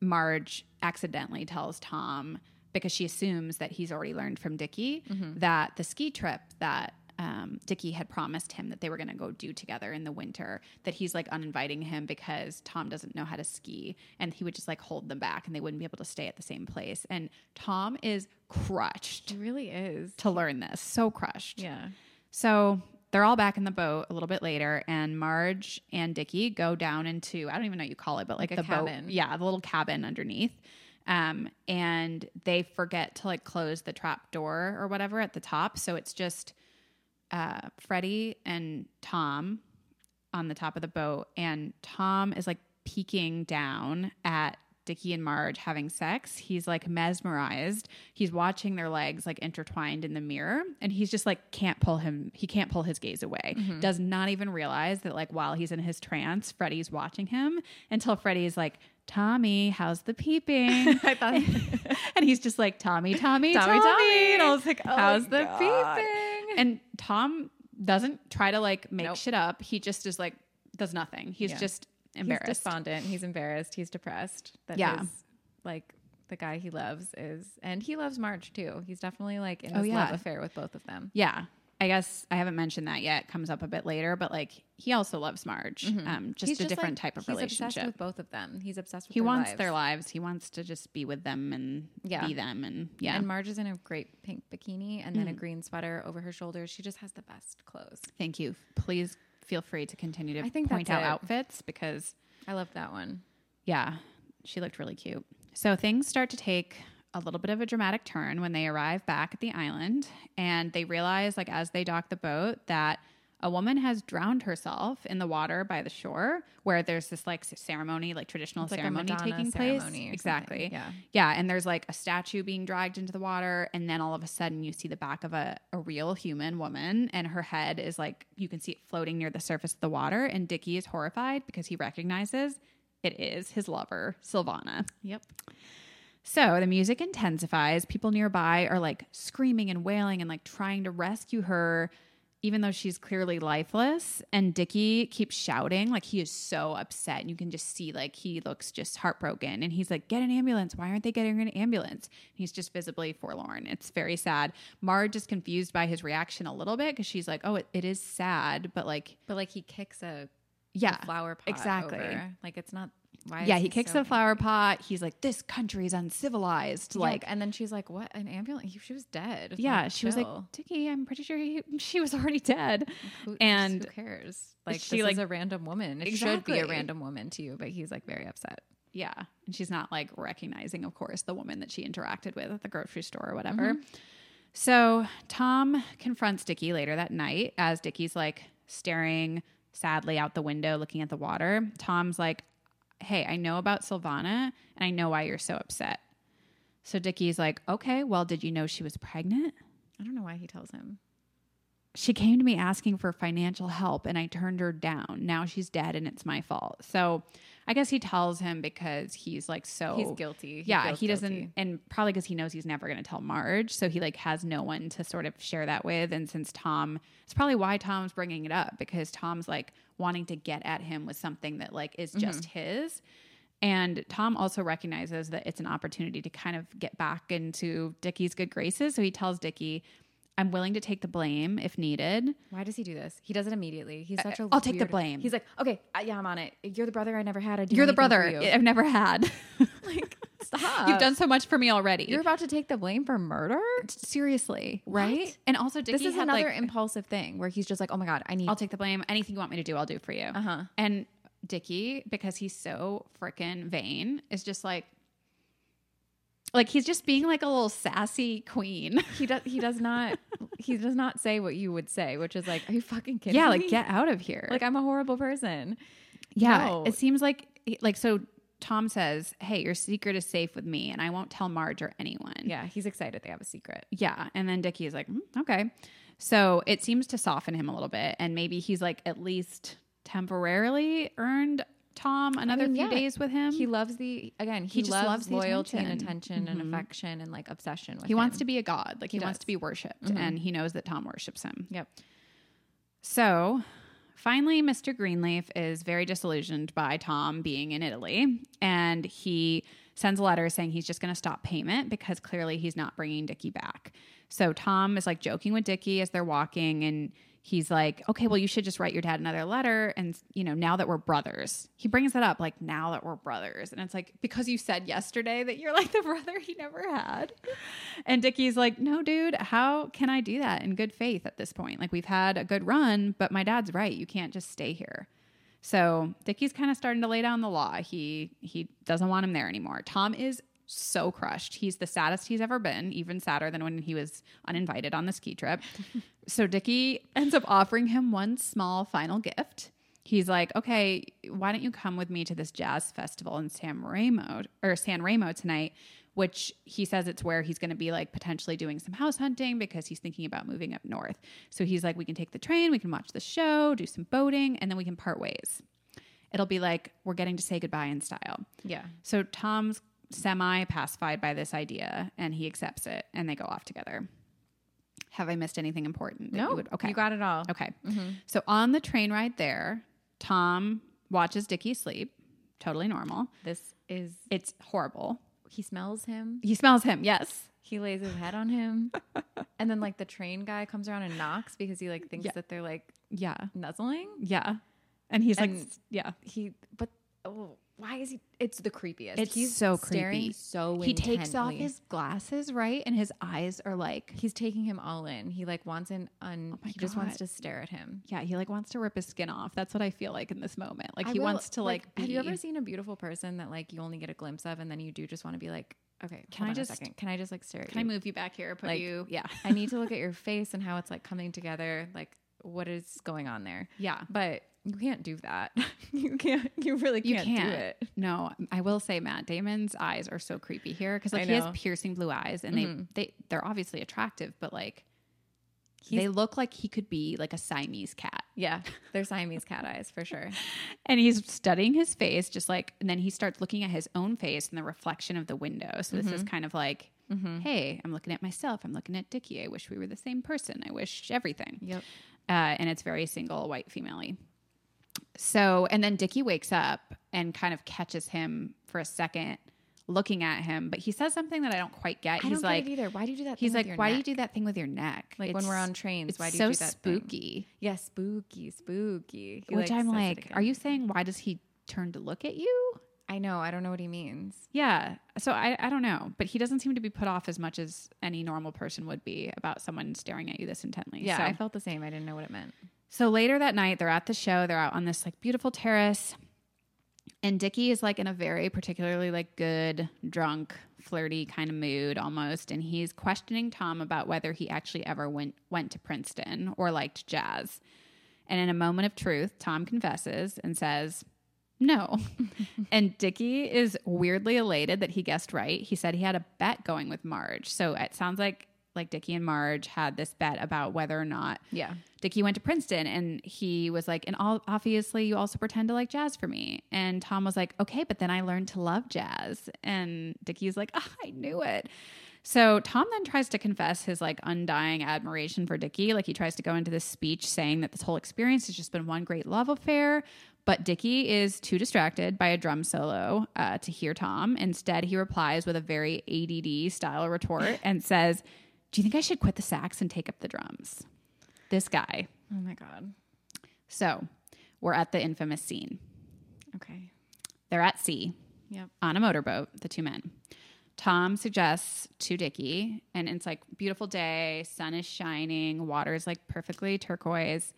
Speaker 2: Marge accidentally tells Tom, because she assumes that he's already learned from Dickie,
Speaker 1: Mm-hmm.
Speaker 2: that the ski trip that um, Dickie had promised him that they were going to go do together in the winter, that he's like uninviting him because Tom doesn't know how to ski and he would just like hold them back and they wouldn't be able to stay at the same place. And Tom is crushed
Speaker 1: It really is.
Speaker 2: to learn this, so crushed. [laughs]
Speaker 1: Yeah.
Speaker 2: So they're all back in the boat a little bit later, and Marge and Dickie go down into I don't even know what you call it, but like,
Speaker 1: Like a
Speaker 2: the boat-
Speaker 1: cabin.
Speaker 2: yeah, the little cabin underneath. Um, and they forget to like close the trap door or whatever at the top, so it's just uh, Freddie and Tom on the top of the boat, and Tom is like peeking down at Dickie and Marge having sex. He's like mesmerized. He's watching their legs like intertwined in the mirror, and he's just like can't pull him. He can't pull his gaze away.
Speaker 1: Mm-hmm.
Speaker 2: Does not even realize that like while he's in his trance, Freddie's watching him until Freddie is like. Tommy, how's the
Speaker 1: [laughs]
Speaker 2: peeping?
Speaker 1: I thought-
Speaker 2: [laughs] "Oh and he's just like Tommy, Tommy,
Speaker 1: Tommy,
Speaker 2: Tommy,
Speaker 1: Tommy.
Speaker 2: And I was like, oh
Speaker 1: How's
Speaker 2: my
Speaker 1: the
Speaker 2: God.
Speaker 1: peeping?
Speaker 2: And Tom doesn't try to like make
Speaker 1: Nope.
Speaker 2: shit up. He just is like does nothing. He's
Speaker 1: Yeah.
Speaker 2: just
Speaker 1: He's
Speaker 2: embarrassed.
Speaker 1: despondent. He's embarrassed. He's depressed. That
Speaker 2: Yeah.
Speaker 1: his, like the guy he loves is, and he loves Marge too. He's definitely like in
Speaker 2: Oh,
Speaker 1: this
Speaker 2: yeah.
Speaker 1: love affair with both of them.
Speaker 2: yeah. I guess I haven't mentioned that yet. It comes up a bit later, but like he also loves Marge. Um, just
Speaker 1: Mm-hmm. He's
Speaker 2: a different
Speaker 1: like-
Speaker 2: type of
Speaker 1: he's
Speaker 2: relationship.
Speaker 1: Obsessed with both of them. He's obsessed with.
Speaker 2: he
Speaker 1: their
Speaker 2: wants
Speaker 1: lives.
Speaker 2: their lives. He wants to just be with them and
Speaker 1: Yeah.
Speaker 2: be them and yeah. Mm.
Speaker 1: And Marge is in a great pink bikini and then a green sweater over her shoulders. She just has the best clothes.
Speaker 2: Thank you. Please feel free to continue to
Speaker 1: I think
Speaker 2: point
Speaker 1: that's
Speaker 2: out
Speaker 1: it.
Speaker 2: outfits because
Speaker 1: I love that one.
Speaker 2: Yeah, she looked really cute. So things start to take a little bit of a dramatic turn when they arrive back at the island and they realize, like, as they dock the boat, that a woman has drowned herself in the water by the shore where there's this like ceremony, like traditional
Speaker 1: like a
Speaker 2: ceremony
Speaker 1: Madonna
Speaker 2: taking
Speaker 1: ceremony
Speaker 2: place.
Speaker 1: or
Speaker 2: Exactly.
Speaker 1: something, yeah.
Speaker 2: Yeah. And there's like a statue being dragged into the water. And then all of a sudden you see the back of a, a real human woman and her head is like, you can see it floating near the surface of the water. And Dickie is horrified because he recognizes it is his lover, Sylvana.
Speaker 1: Yep.
Speaker 2: So the music intensifies. People nearby are like screaming and wailing and like trying to rescue her, even though she's clearly lifeless. And Dickie keeps shouting, like he is so upset. And you can just see like he looks just heartbroken. And he's like, Get an ambulance. Why aren't they getting an ambulance? And he's just visibly forlorn. It's very sad. Marge is confused by his reaction a little bit because she's like, Oh, it, it is sad, but like,
Speaker 1: But like he kicks a
Speaker 2: yeah.
Speaker 1: flower pot
Speaker 2: exactly.
Speaker 1: over. Like it's not Why?
Speaker 2: yeah,
Speaker 1: is
Speaker 2: he kicks
Speaker 1: so
Speaker 2: the flower pot. He's like, "This country is uncivilized."
Speaker 1: Yeah,
Speaker 2: like,
Speaker 1: and then she's like, "What? An ambulance? He- She was dead."
Speaker 2: yeah, she was like,
Speaker 1: chill.
Speaker 2: "Dickie, I'm pretty sure he, [laughs] she was already dead."
Speaker 1: Who-
Speaker 2: and
Speaker 1: who cares? Like,
Speaker 2: she,
Speaker 1: she this
Speaker 2: like-
Speaker 1: is a random woman. It should be
Speaker 2: Exactly.
Speaker 1: a random woman to you, but he's like very upset.
Speaker 2: Yeah, and she's not like recognizing, of course, the woman that she interacted with at the grocery store or whatever. So Tom confronts Dickie later that night as Dickie's like staring sadly out the window, looking at the water. Tom's like, "Hey, I know about Sylvana, and I know why you're so upset." So Dickie's like, "Okay, well, did you know she was pregnant?"
Speaker 1: I don't know why he tells him.
Speaker 2: she came to me asking for financial help and I turned her down. Now she's dead and it's my fault. So I guess he tells him because he's like so
Speaker 1: He's guilty.
Speaker 2: yeah,
Speaker 1: feels
Speaker 2: he doesn't
Speaker 1: guilty.
Speaker 2: and probably cuz he knows he's never going to tell Marge, so he like has no one to sort of share that with and since Tom it's probably why Tom's bringing it up because Tom's like wanting to get at him with something that like is just his. And Tom also recognizes that it's an opportunity to kind of get back into Dickie's good graces, so he tells Dickie I'm willing to take the blame if needed.
Speaker 1: Why does he do this? He does it immediately. He's such a.
Speaker 2: I'll take the
Speaker 1: weird-
Speaker 2: blame.
Speaker 1: He's like, okay, I, yeah, I'm on it. You're the brother I never had. I do
Speaker 2: You're the
Speaker 1: anything for
Speaker 2: brother
Speaker 1: you."
Speaker 2: I've never [laughs] had.
Speaker 1: [laughs]
Speaker 2: Uh,
Speaker 1: Like, stop.
Speaker 2: You've done so much for me already.
Speaker 1: You're about to take the blame for murder.
Speaker 2: seriously right. And also, Dickie
Speaker 1: this is
Speaker 2: had
Speaker 1: another
Speaker 2: like,
Speaker 1: impulsive thing where he's just like, oh my god, I need.
Speaker 2: I'll take the blame. Anything you want me to do, I'll do for you.
Speaker 1: [laughs] Uh-huh.
Speaker 2: And Dickie, because he's so freaking vain, is just like, like he's just being like a little sassy queen.
Speaker 1: he does. He does not. he does not say what you would say, which is like, are you fucking kidding?
Speaker 2: [laughs] yeah,
Speaker 1: me?
Speaker 2: like [laughs] get out of here.
Speaker 1: [laughs] Like I'm a horrible person.
Speaker 2: Yeah,
Speaker 1: No.
Speaker 2: it seems like like so. Tom says, "Hey, your secret is safe with me, and I won't tell Marge or anyone."
Speaker 1: [laughs] Yeah, he's excited. They have a secret.
Speaker 2: Yeah. And then Dickie is like, "Mm, okay. So it seems to soften him a little bit. And maybe he's like at least temporarily earned Tom another
Speaker 1: mean,
Speaker 2: few
Speaker 1: yeah.
Speaker 2: days with him.
Speaker 1: He
Speaker 2: Um, He,
Speaker 1: loves the again. He,
Speaker 2: just
Speaker 1: loves,
Speaker 2: loves the
Speaker 1: loyalty and
Speaker 2: attention. Mm-hmm.
Speaker 1: attention and affection and like obsession. With
Speaker 2: wants to be a god. Like he,
Speaker 1: He
Speaker 2: wants
Speaker 1: does.
Speaker 2: to be worshipped. And he knows that Tom worships him.
Speaker 1: Yep.
Speaker 2: So finally, Mr. Greenleaf is very disillusioned by Tom being in Italy. And he sends a letter saying he's just going to stop payment because clearly he's not bringing Dickie back. So Tom is like joking with Dickie as they're walking and he's like, okay, well, you should just write your dad another letter. And, you know, now that we're brothers, he brings that up like, now that we're brothers. And it's like, because you said yesterday that you're like the [laughs] brother he never had. And Dickie's like, no, dude, how can I do that in good faith at this point? Like, we've had a good run, but my dad's right. You can't just stay here. So Dickie's kind of starting to lay down the law. He he doesn't want him there anymore. Tom is so crushed. He's the saddest he's ever been, even sadder than when he was uninvited on the ski trip. so Dickie ends up offering him one small final gift. He's like, "Okay, why don't you come with me to this jazz festival in San Remo or San Remo tonight?" Which he says it's where he's going to be like potentially doing some house hunting because he's thinking about moving up north. So he's like, "We can take the train, we can watch the show, do some boating, and then we can part ways." It'll be like we're getting to say goodbye in style.
Speaker 1: Yeah.
Speaker 2: So Tom's semi pacified by this idea and he accepts it and they go off together. Have I missed anything important? that you
Speaker 1: No.
Speaker 2: would- okay.
Speaker 1: You got it all.
Speaker 2: okay. So on the train ride there, Tom watches Dickie sleep. Totally normal.
Speaker 1: This is.
Speaker 2: It's horrible.
Speaker 1: He smells him.
Speaker 2: He smells him. Yes.
Speaker 1: He lays his head on
Speaker 2: [laughs]
Speaker 1: him, and then like the train guy comes around and knocks because he like thinks
Speaker 2: Yeah.
Speaker 1: that they're like
Speaker 2: Yeah.
Speaker 1: nuzzling.
Speaker 2: Yeah. And he's like,
Speaker 1: And-
Speaker 2: s- yeah.
Speaker 1: He but. Oh, why is he? It's the creepiest.
Speaker 2: It's
Speaker 1: He's
Speaker 2: so
Speaker 1: staring
Speaker 2: creepy.
Speaker 1: So
Speaker 2: He takes off
Speaker 1: intently.
Speaker 2: his glasses, right? And his eyes are like,
Speaker 1: He's taking him all in. He like wants an un.
Speaker 2: Oh my
Speaker 1: he just wants
Speaker 2: God.
Speaker 1: to stare at him.
Speaker 2: yeah, he like wants to rip his skin off. That's what I feel like in this moment. Like
Speaker 1: I
Speaker 2: he
Speaker 1: will-
Speaker 2: wants to like,
Speaker 1: Have you
Speaker 2: be-
Speaker 1: ever seen a beautiful person that like you only get a glimpse of, and then you do just want to be like, okay, hold
Speaker 2: Can I
Speaker 1: on a
Speaker 2: just-
Speaker 1: second. Can I just like stare at
Speaker 2: Can I
Speaker 1: you?
Speaker 2: move you back here? Put
Speaker 1: Like-
Speaker 2: you, yeah,
Speaker 1: I need to look at your face and how it's like coming together. Like what is going on there?
Speaker 2: [laughs] yeah.
Speaker 1: But you can't do that. [laughs] you can't. You really
Speaker 2: You
Speaker 1: can't, do it.
Speaker 2: No, I will say Matt Damon's eyes are so creepy here because like
Speaker 1: I
Speaker 2: he has
Speaker 1: know. Mm-hmm.
Speaker 2: piercing blue eyes and they they they're obviously attractive, but like
Speaker 1: He's-
Speaker 2: they look like he could be like a Siamese cat.
Speaker 1: Yeah, they're Siamese cat eyes for
Speaker 2: [laughs]
Speaker 1: sure.
Speaker 2: And he's studying his face, just like, and then he starts looking at his own face in the reflection of the window. So this
Speaker 1: Mm-hmm.
Speaker 2: is kind of like, hey, I'm looking at myself. I'm looking at Dickie. I wish we were the same person. I wish everything.
Speaker 1: Yep.
Speaker 2: uh, and it's very single white female so and then dickie wakes up and kind of catches him for a second looking at him but he says something that i don't quite get
Speaker 1: I
Speaker 2: he's
Speaker 1: don't
Speaker 2: like
Speaker 1: get it either. Why do you do that?
Speaker 2: he's
Speaker 1: thing with
Speaker 2: like
Speaker 1: your
Speaker 2: why
Speaker 1: neck?
Speaker 2: do you do that thing with your neck
Speaker 1: like when we're
Speaker 2: It's-
Speaker 1: on trains?
Speaker 2: it's
Speaker 1: Why do
Speaker 2: so
Speaker 1: you do that? thing?
Speaker 2: spooky
Speaker 1: Yeah, spooky, spooky. He,
Speaker 2: which
Speaker 1: like,
Speaker 2: i'm
Speaker 1: says it
Speaker 2: like
Speaker 1: again.
Speaker 2: are you saying why does he turn to look at you
Speaker 1: I know. I don't know what he means.
Speaker 2: Yeah. So I, I don't know, but he doesn't seem to be put off as much as any normal person would be about someone staring at you this intently.
Speaker 1: Yeah,
Speaker 2: So,
Speaker 1: I felt the same. I didn't know what it meant.
Speaker 2: so later that night, they're at the show. They're out on this like beautiful terrace. And Dickie is like in a very particularly like good, drunk, flirty kind of mood almost. And he's questioning Tom about whether he actually ever went went to Princeton or liked jazz. And in a moment of truth, Tom confesses and says, No. [laughs] and Dickie is weirdly elated that he guessed right. He said he had a bet going with Marge. So it sounds like like Dickie and Marge had this bet about whether or not
Speaker 1: Yeah.
Speaker 2: Dickie went to Princeton and he was like, and all, obviously you also pretend to like jazz for me. And Tom was like, okay, but then I learned to love jazz. And Dickie's like, [laughs] ah, I knew it. So Tom then tries to confess his like undying admiration for Dickie. Like he tries to go into this speech saying that this whole experience has just been one great love affair. But Dickie is too distracted by a drum solo uh, to hear Tom. Instead, he replies with a very ADD style retort and says, Do you think I should quit the sax and take up the drums? This guy,
Speaker 1: Oh my god.
Speaker 2: so we're at the infamous scene.
Speaker 1: Okay.
Speaker 2: They're at sea
Speaker 1: Yep.
Speaker 2: on a motorboat, the two men. Tom suggests to Dickie, and it's like beautiful day, sun is shining, water is like perfectly turquoise.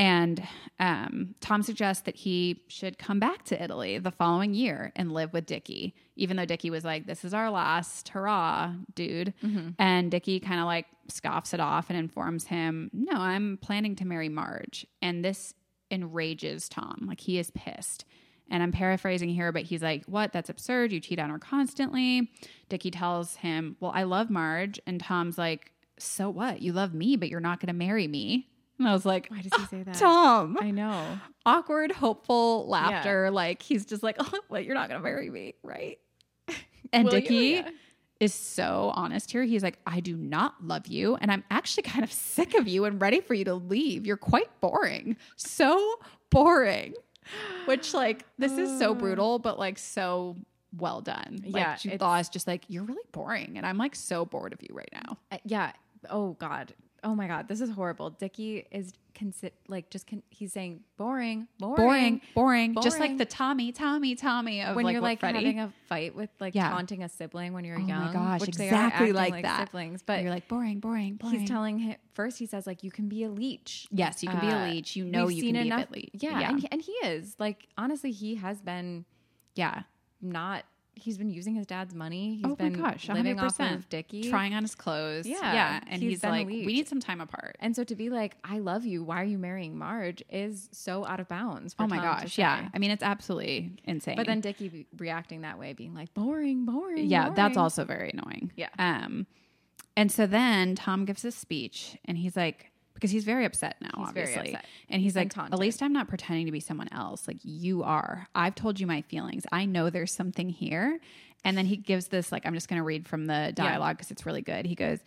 Speaker 2: And um, Tom suggests that he should come back to Italy the following year and live with Dickie, even though Dickie was like, This is our last hurrah, dude. And Dickie kind of like scoffs it off and informs him, No, I'm planning to marry Marge. And this enrages Tom. Like he is pissed. And I'm paraphrasing here, but he's like, What? That's absurd. You cheat on her constantly. Dickie tells him, Well, I love Marge. And Tom's like, So what? You love me, but you're not going to marry me. And I was like,
Speaker 1: Why does he say that?
Speaker 2: Tom.
Speaker 1: I
Speaker 2: [laughs]
Speaker 1: know.
Speaker 2: Awkward, hopeful laughter. Like he's just like, [laughs] oh, well, you're not gonna marry me,
Speaker 1: [laughs]
Speaker 2: right? And
Speaker 1: Will you?
Speaker 2: Dickie
Speaker 1: Yeah.
Speaker 2: is so honest here. He's like, I do not love you, and I'm actually kind of sick of you and ready for you to leave. You're quite boring. So boring. Which like this is so
Speaker 1: Uh.
Speaker 2: brutal, but like so well done. Like,
Speaker 1: Yeah,
Speaker 2: Jude
Speaker 1: it's-
Speaker 2: Law is just like, you're really boring, and I'm like so bored of you right now.
Speaker 1: Uh, yeah. Oh God. Oh my God. This is horrible. Dickie is consi- like just con- he's saying boring, boring,
Speaker 2: Boring, boring, just like
Speaker 1: Boring.
Speaker 2: the Tommy, Tommy, Tommy of
Speaker 1: When
Speaker 2: like,
Speaker 1: you're
Speaker 2: what
Speaker 1: like
Speaker 2: Freddie.
Speaker 1: having a fight with like
Speaker 2: Yeah.
Speaker 1: taunting a sibling when you're
Speaker 2: Oh my
Speaker 1: young,
Speaker 2: gosh,
Speaker 1: which they are
Speaker 2: exactly
Speaker 1: acting
Speaker 2: like
Speaker 1: like,
Speaker 2: that.
Speaker 1: siblings. But
Speaker 2: you're like boring, boring, boring.
Speaker 1: he's telling him first. He says like you can be a leech.
Speaker 2: yes, you can be a
Speaker 1: uh,
Speaker 2: leech. You know
Speaker 1: We've
Speaker 2: you
Speaker 1: seen
Speaker 2: can be
Speaker 1: enough-
Speaker 2: a bit leech.
Speaker 1: Yeah,
Speaker 2: yeah,
Speaker 1: And, he, and he is like honestly, he has been
Speaker 2: yeah.
Speaker 1: not. He's been using his dad's money. He's
Speaker 2: Oh my
Speaker 1: been
Speaker 2: gosh,
Speaker 1: living off
Speaker 2: 100%.
Speaker 1: of Dickie.
Speaker 2: Trying on his clothes.
Speaker 1: Yeah,
Speaker 2: yeah. And
Speaker 1: he's
Speaker 2: he's,
Speaker 1: been a
Speaker 2: like,
Speaker 1: leech.
Speaker 2: we need some time apart.
Speaker 1: And so to be like, I love you. Why are you marrying Marge? Is so out of bounds. For
Speaker 2: Oh my
Speaker 1: Tom to
Speaker 2: gosh,
Speaker 1: say.
Speaker 2: yeah. I mean, it's absolutely insane.
Speaker 1: But then Dickie be- reacting that way, being like, boring, boring.
Speaker 2: yeah, that's
Speaker 1: boring."
Speaker 2: also very annoying.
Speaker 1: Yeah.
Speaker 2: Um, and so then Tom gives his speech, and he's like, because he's very upset now,
Speaker 1: He's very
Speaker 2: obviously.
Speaker 1: upset.
Speaker 2: And he's
Speaker 1: And
Speaker 2: like,
Speaker 1: taunted.
Speaker 2: at least I'm not pretending to be someone else. Like you are. I've told you my feelings. I know there's something here. And then he gives this like, I'm just going to read from the dialogue because it's really good. He goes.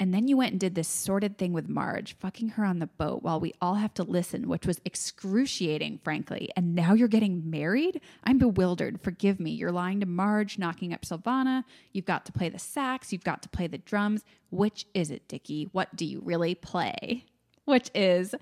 Speaker 2: And then you went and did this sordid thing with Marge, fucking her on the boat while we all have to listen, which was excruciating, frankly. And now you're getting married? I'm bewildered. Forgive me. You're lying to Marge, knocking up Sylvana. You've got to play the sax. You've got to play the drums. Which is it, Dickie? What do you really play? Which is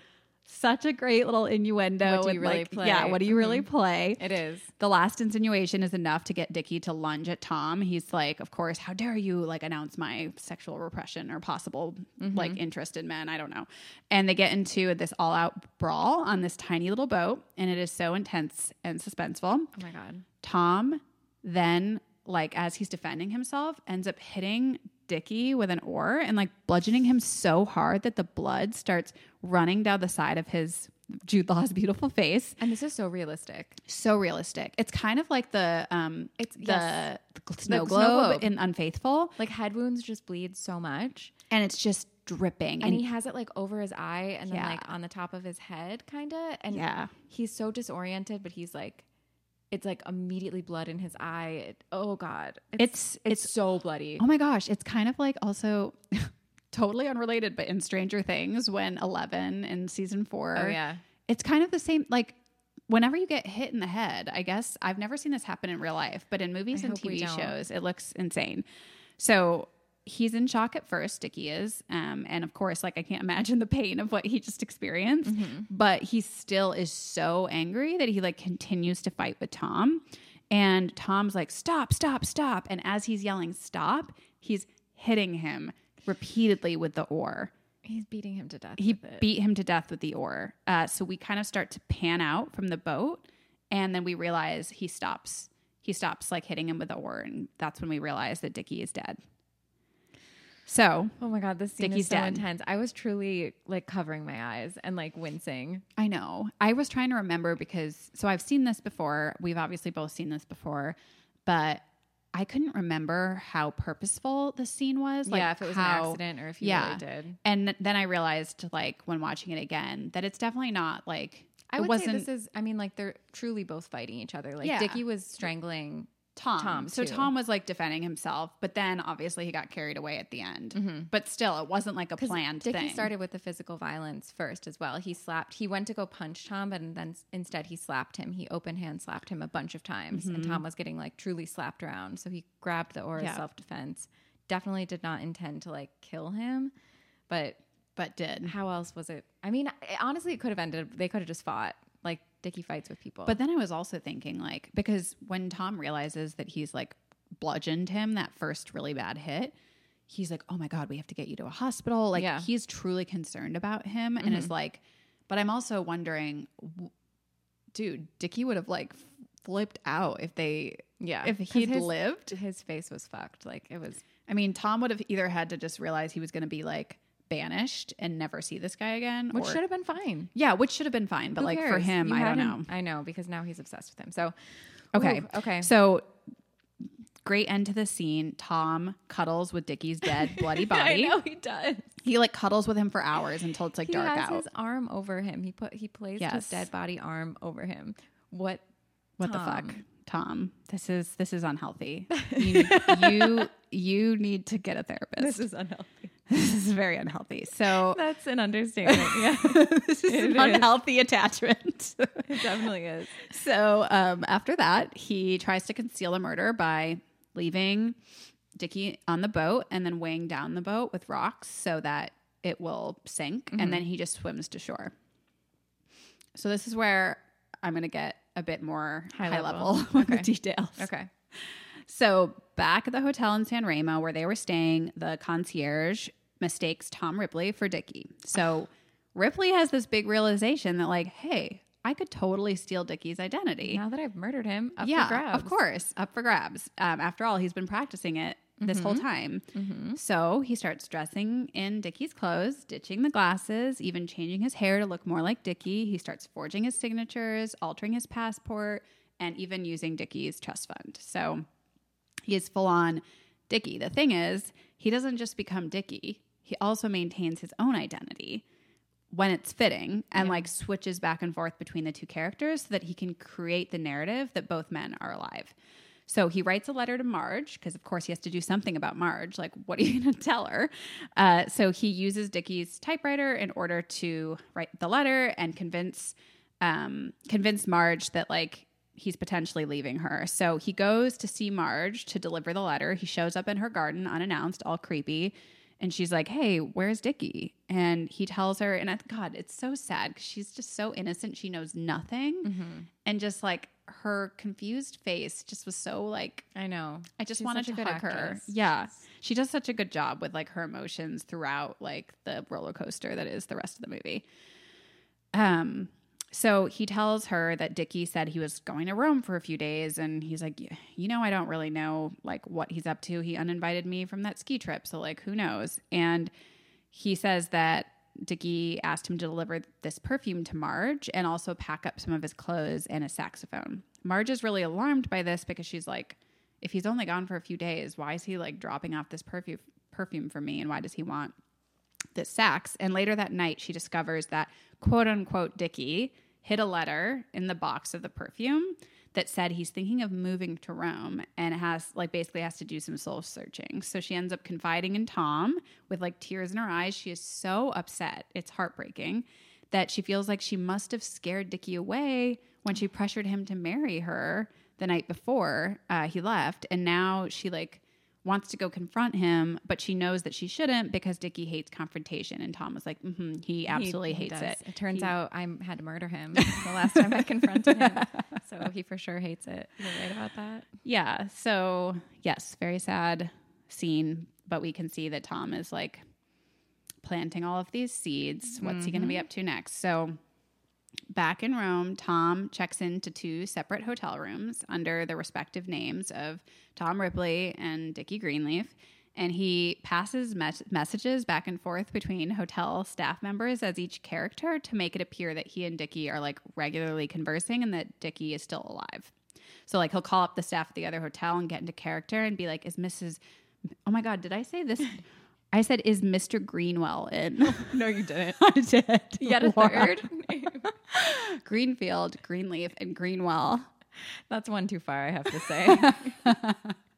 Speaker 2: such a great little innuendo.
Speaker 1: What do you
Speaker 2: and,
Speaker 1: really
Speaker 2: like,
Speaker 1: play? Mm-hmm.
Speaker 2: Yeah, what do you really play?
Speaker 1: It is.
Speaker 2: The last insinuation is enough to get Dickie to lunge at Tom. He's like, "Of course, how dare you like announce my sexual repression or possible
Speaker 1: Mm-hmm.
Speaker 2: like interest in men? I don't know." And they get into this all-out brawl on this tiny little boat, and it is so intense and suspenseful.
Speaker 1: Oh my God.
Speaker 2: Tom then, like, as he's defending himself, ends up hitting Dickie with an oar and like bludgeoning him so hard that the blood starts running down the side of his Jude Law's beautiful face
Speaker 1: And this is so realistic.
Speaker 2: so realistic. It's kind of like the um,
Speaker 1: It's-
Speaker 2: the,
Speaker 1: yes.
Speaker 2: the gl- snow
Speaker 1: snow
Speaker 2: globe,
Speaker 1: globe.
Speaker 2: in Unfaithful,
Speaker 1: Like head wounds just bleed so much.
Speaker 2: and it's just dripping.
Speaker 1: And
Speaker 2: And,
Speaker 1: he has it like over his eye and then
Speaker 2: Yeah.
Speaker 1: like on the top of his head, kind of. And
Speaker 2: yeah,
Speaker 1: he's so disoriented, but he's like, it's like immediately blood in his eye. It- oh God.
Speaker 2: it's
Speaker 1: it's,
Speaker 2: it's,
Speaker 1: so bloody.
Speaker 2: oh my gosh, it's kind of like also [laughs] totally unrelated, but in Stranger Things when Eleven in season four,
Speaker 1: oh yeah.
Speaker 2: it's kind of the same like. Whenever you get hit in the head, I guess I've never seen this happen in real life, but in movies
Speaker 1: I
Speaker 2: and
Speaker 1: hope we
Speaker 2: TV
Speaker 1: don't.
Speaker 2: shows, it looks insane. So he's in shock at first, Dickie is. Um, and of course, like I can't imagine the pain of what he just experienced.
Speaker 1: Mm-hmm.
Speaker 2: but he still is so angry that he like continues to fight with Tom. And Tom's like, stop, stop, stop. And as he's yelling, stop, he's hitting him repeatedly with the oar.
Speaker 1: He's beating him to death.
Speaker 2: He
Speaker 1: with it.
Speaker 2: beat him to death with the oar. Uh, so we kind of start to pan out from the boat. And then we realize he stops. He stops like hitting him with the oar. And that's when we realize that Dickie is dead. So
Speaker 1: Oh my god, this scene
Speaker 2: Dickie's
Speaker 1: is so
Speaker 2: dead.
Speaker 1: intense. I was truly like covering my eyes and like wincing.
Speaker 2: I know. I was trying to remember because so I've seen this before. We've obviously both seen this before, but I couldn't remember how purposeful the scene was.
Speaker 1: yeah, if it was
Speaker 2: how-
Speaker 1: an accident or if he
Speaker 2: yeah.
Speaker 1: really did.
Speaker 2: And then I realized, like, when watching it again, that it's definitely not like
Speaker 1: I
Speaker 2: it
Speaker 1: would say
Speaker 2: wasn't
Speaker 1: this is. I mean, like they're truly both fighting each other. Like
Speaker 2: Yeah.
Speaker 1: Dickie was strangling.
Speaker 2: Tom.
Speaker 1: Tom,
Speaker 2: so
Speaker 1: too.
Speaker 2: Tom was like defending himself, but then obviously he got carried away at the end. But still, it wasn't like a planned
Speaker 1: Mm. Mm-hmm. Dickie
Speaker 2: thing.
Speaker 1: started with the physical violence first as well. He slapped. He went to go punch Tom, but then s- instead he slapped him. He open hand slapped him a bunch of times, and Tom was getting like truly slapped around. So he grabbed the oar
Speaker 2: Yeah.
Speaker 1: as self defense. Definitely did not intend to like kill him, but
Speaker 2: but did.
Speaker 1: how else was it? I mean, it- honestly, it could have ended. They could have just fought. Like Dickie fights with people.
Speaker 2: But then I was also thinking, like, because when Tom realizes that he's like bludgeoned him that first really bad hit, he's like, oh my God, we have to get you to a hospital. Like,
Speaker 1: Yeah. Mm-hmm.
Speaker 2: he's truly concerned about him and is like, but I'm also wondering, w- dude, Dickie would have like flipped out if they,
Speaker 1: yeah,
Speaker 2: if
Speaker 1: Uh, 'Cause
Speaker 2: he'd
Speaker 1: his-
Speaker 2: lived.
Speaker 1: his face was fucked. Like it was.
Speaker 2: I mean, Tom would have either had to just realize he was going to be like banished and never see this guy again.
Speaker 1: Which
Speaker 2: or-
Speaker 1: should have been fine.
Speaker 2: yeah, which should have been fine. But
Speaker 1: Who
Speaker 2: like for
Speaker 1: cares?
Speaker 2: him,
Speaker 1: You
Speaker 2: I
Speaker 1: had
Speaker 2: don't know.
Speaker 1: him- I know because now he's obsessed with him. So
Speaker 2: Okay.
Speaker 1: Ooh, okay.
Speaker 2: So great end to the scene. Tom cuddles with Dickie's dead
Speaker 1: [laughs]
Speaker 2: bloody
Speaker 1: [laughs]
Speaker 2: body.
Speaker 1: I know he does.
Speaker 2: He like cuddles with him for hours until it's like
Speaker 1: He
Speaker 2: dark
Speaker 1: has
Speaker 2: out.
Speaker 1: his arm over him. He put he placed
Speaker 2: Yes.
Speaker 1: his dead body arm over him. What?
Speaker 2: what the fuck?
Speaker 1: Tom.
Speaker 2: Tom, this is this
Speaker 1: [laughs]
Speaker 2: is unhealthy. You you, you need to get a [laughs] therapist. This is,
Speaker 1: is unhealthy.
Speaker 2: very unhealthy. So
Speaker 1: [laughs] That's an
Speaker 2: [laughs]
Speaker 1: understatement. Yeah,
Speaker 2: this is an
Speaker 1: is.
Speaker 2: unhealthy attachment.
Speaker 1: it definitely is.
Speaker 2: so um, after that, he tries to conceal the murder by leaving Dickie on the boat and then weighing down the boat with rocks so that it will sink.
Speaker 1: Mm-hmm.
Speaker 2: And then he just swims to shore. So this is where I'm going to get a bit more high,
Speaker 1: High
Speaker 2: level, [laughs]
Speaker 1: level.
Speaker 2: with the
Speaker 1: Okay.
Speaker 2: details. [laughs]
Speaker 1: Okay.
Speaker 2: So back at the hotel in San Remo where they were staying, the concierge mistakes Tom Ripley for Dickie.
Speaker 1: [sighs]
Speaker 2: So Ripley has this big realization that like, hey, I could totally steal Dickie's identity
Speaker 1: Now that I've murdered him, up
Speaker 2: yeah,
Speaker 1: for grabs.
Speaker 2: of course, up for grabs. Um, after all, he's been practicing it this
Speaker 1: Mm-hmm.
Speaker 2: whole time. So he starts dressing in Dickie's clothes, ditching the glasses, even changing his hair to look more like Dickie. He starts forging his signatures, altering his passport, and even using Dickie's trust fund. So he is full on Dickie. The thing is, he doesn't just become Dickie, he also maintains his own identity when it's fitting and like switches back and forth between the two characters so that he can create the narrative that both men are alive. So he writes a letter to Marge because, of course, he has to do something about Marge. Like, what are you going to [laughs] tell her? Uh, so he uses Dickie's typewriter in order to write the letter and convince um, convince Marge that like he's potentially leaving her. So he goes to see Marge to deliver the letter. He shows up in her garden unannounced, all creepy. And she's like, hey, where's Dickie? And he tells her, and I, God, it's so sad because she's just so innocent. She knows nothing.
Speaker 1: Mm-hmm.
Speaker 2: And just like her confused face just was so like,
Speaker 1: I know.
Speaker 2: I just
Speaker 1: She's
Speaker 2: wanted
Speaker 1: such
Speaker 2: to
Speaker 1: a
Speaker 2: hug
Speaker 1: good
Speaker 2: her.
Speaker 1: actress.
Speaker 2: Yeah. She does such a good job with like her emotions throughout like the roller coaster that is the rest of the movie. Um so he tells her that Dickie said he was going to Rome for a few days and he's like, "Y- "You know, I don't really know like what he's up to. He uninvited me from that ski trip, so like who knows." And he says that Dickie asked him to deliver this perfume to Marge and also pack up some of his clothes and a saxophone. Marge is really alarmed by this because she's like, if he's only gone for a few days, why is he like dropping off this perfume perfume for me and why does he want this sax? And later that night she discovers that quote unquote Dickie hid a letter in the box of the perfume that said he's thinking of moving to Rome and has like basically has to do some soul searching. So she ends up confiding in Tom with like tears in her eyes. She is so upset. It's heartbreaking that she feels like she must have scared Dickie away when she pressured him to marry her the night before uh, he left. And now she like wants to go confront him, but she knows that she shouldn't because Dickie hates confrontation. And Tom was like, mm-hmm, he absolutely hates
Speaker 1: does.
Speaker 2: it.
Speaker 1: It turns
Speaker 2: He-
Speaker 1: out I had to murder
Speaker 2: [laughs]
Speaker 1: him the last time I confronted him. So he for sure hates
Speaker 2: [laughs]
Speaker 1: it. You're right about that.
Speaker 2: Yeah. So, yes, very sad scene, but we can see that Tom is like planting all of these seeds. What's he going to be up to next? So, back in Rome, Tom checks into two separate hotel rooms under the respective names of Tom Ripley and Dickie Greenleaf. And he passes mes- messages back and forth between hotel staff members as each character to make it appear that he and Dickie are like regularly conversing and that Dickie is still alive. So like he'll call up the staff at the other hotel and get into character and be like, "Is Mrs. Oh my God, did I say
Speaker 1: [laughs]
Speaker 2: this? I said, is Mr. Greenwell in?
Speaker 1: No, you didn't.
Speaker 2: [laughs] I did.
Speaker 1: Yet a
Speaker 2: What?
Speaker 1: third [laughs] name.
Speaker 2: Greenfield, Greenleaf, and Greenwell. [laughs]
Speaker 1: That's one too far, I have to say.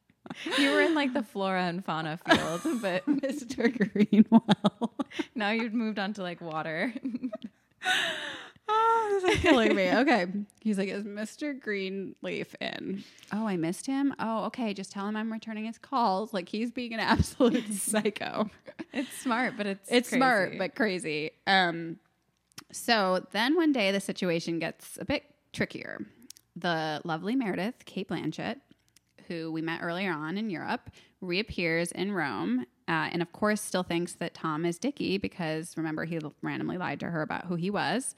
Speaker 2: [laughs]
Speaker 1: you were in like the flora and fauna field, but [laughs]
Speaker 2: Mr. Greenwell.
Speaker 1: now you've moved on to like water. [laughs]
Speaker 2: oh, this is killing [laughs] me. Okay. He's like, is Mr. Greenleaf in? Oh, I missed him. Oh, okay. Just tell him I'm returning his calls. Like he's being an [laughs] absolute psycho.
Speaker 1: It's smart, but it's
Speaker 2: It's
Speaker 1: crazy.
Speaker 2: smart, but crazy. Um, so then one day the situation gets a bit trickier. The lovely Meredith, Kate Blanchett, who we met earlier on in Europe, reappears in Rome. Uh, and of course, still thinks that Tom is Dickie because remember, he l- randomly lied to her about who he was.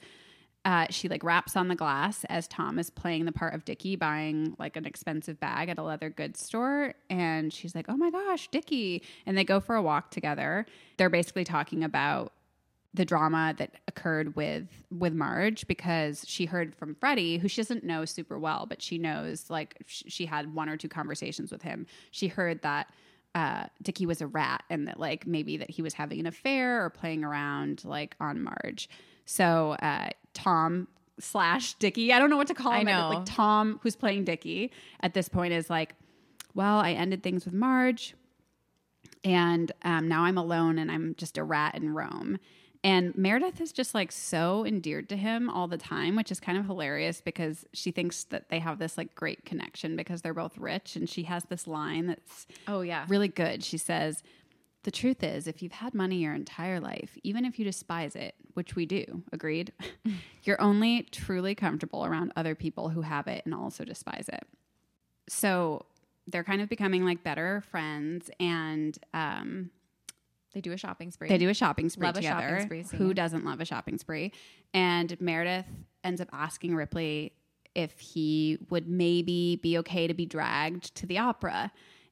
Speaker 2: Uh, she like raps on the glass as Tom is playing the part of Dickie buying like an expensive bag at a leather goods store. And she's like, oh my gosh, Dickie. And they go for a walk together. They're basically talking about the drama that occurred with with Marge because she heard from Freddie, who she doesn't know super well, but she knows like sh- she had one or two conversations with him. She heard that uh, Dickie was a rat and that like maybe that he was having an affair or playing around like on Marge. So uh, Tom slash Dickie, I don't know what to call
Speaker 1: I
Speaker 2: him.
Speaker 1: know.
Speaker 2: Like Tom, who's playing Dickie at this point, is like, well, I ended things with Marge and um, now I'm alone and I'm just a rat in Rome. And Meredith is just like so endeared to him all the time, which is kind of hilarious because she thinks that they have this like great connection because they're both rich. And she has this line that's
Speaker 1: Oh yeah.
Speaker 2: really good. She says, The truth is, if you've had money your entire life, even if you despise it, which we do, agreed, [laughs] you're only truly comfortable around other people who have it and also despise it. So they're kind of becoming like better friends and um,
Speaker 1: They do a shopping spree.
Speaker 2: they do a shopping spree
Speaker 1: Love a
Speaker 2: together.
Speaker 1: shopping spree scene.
Speaker 2: Who doesn't love a shopping spree? And Meredith ends up asking Ripley if he would maybe be okay to be dragged to the opera.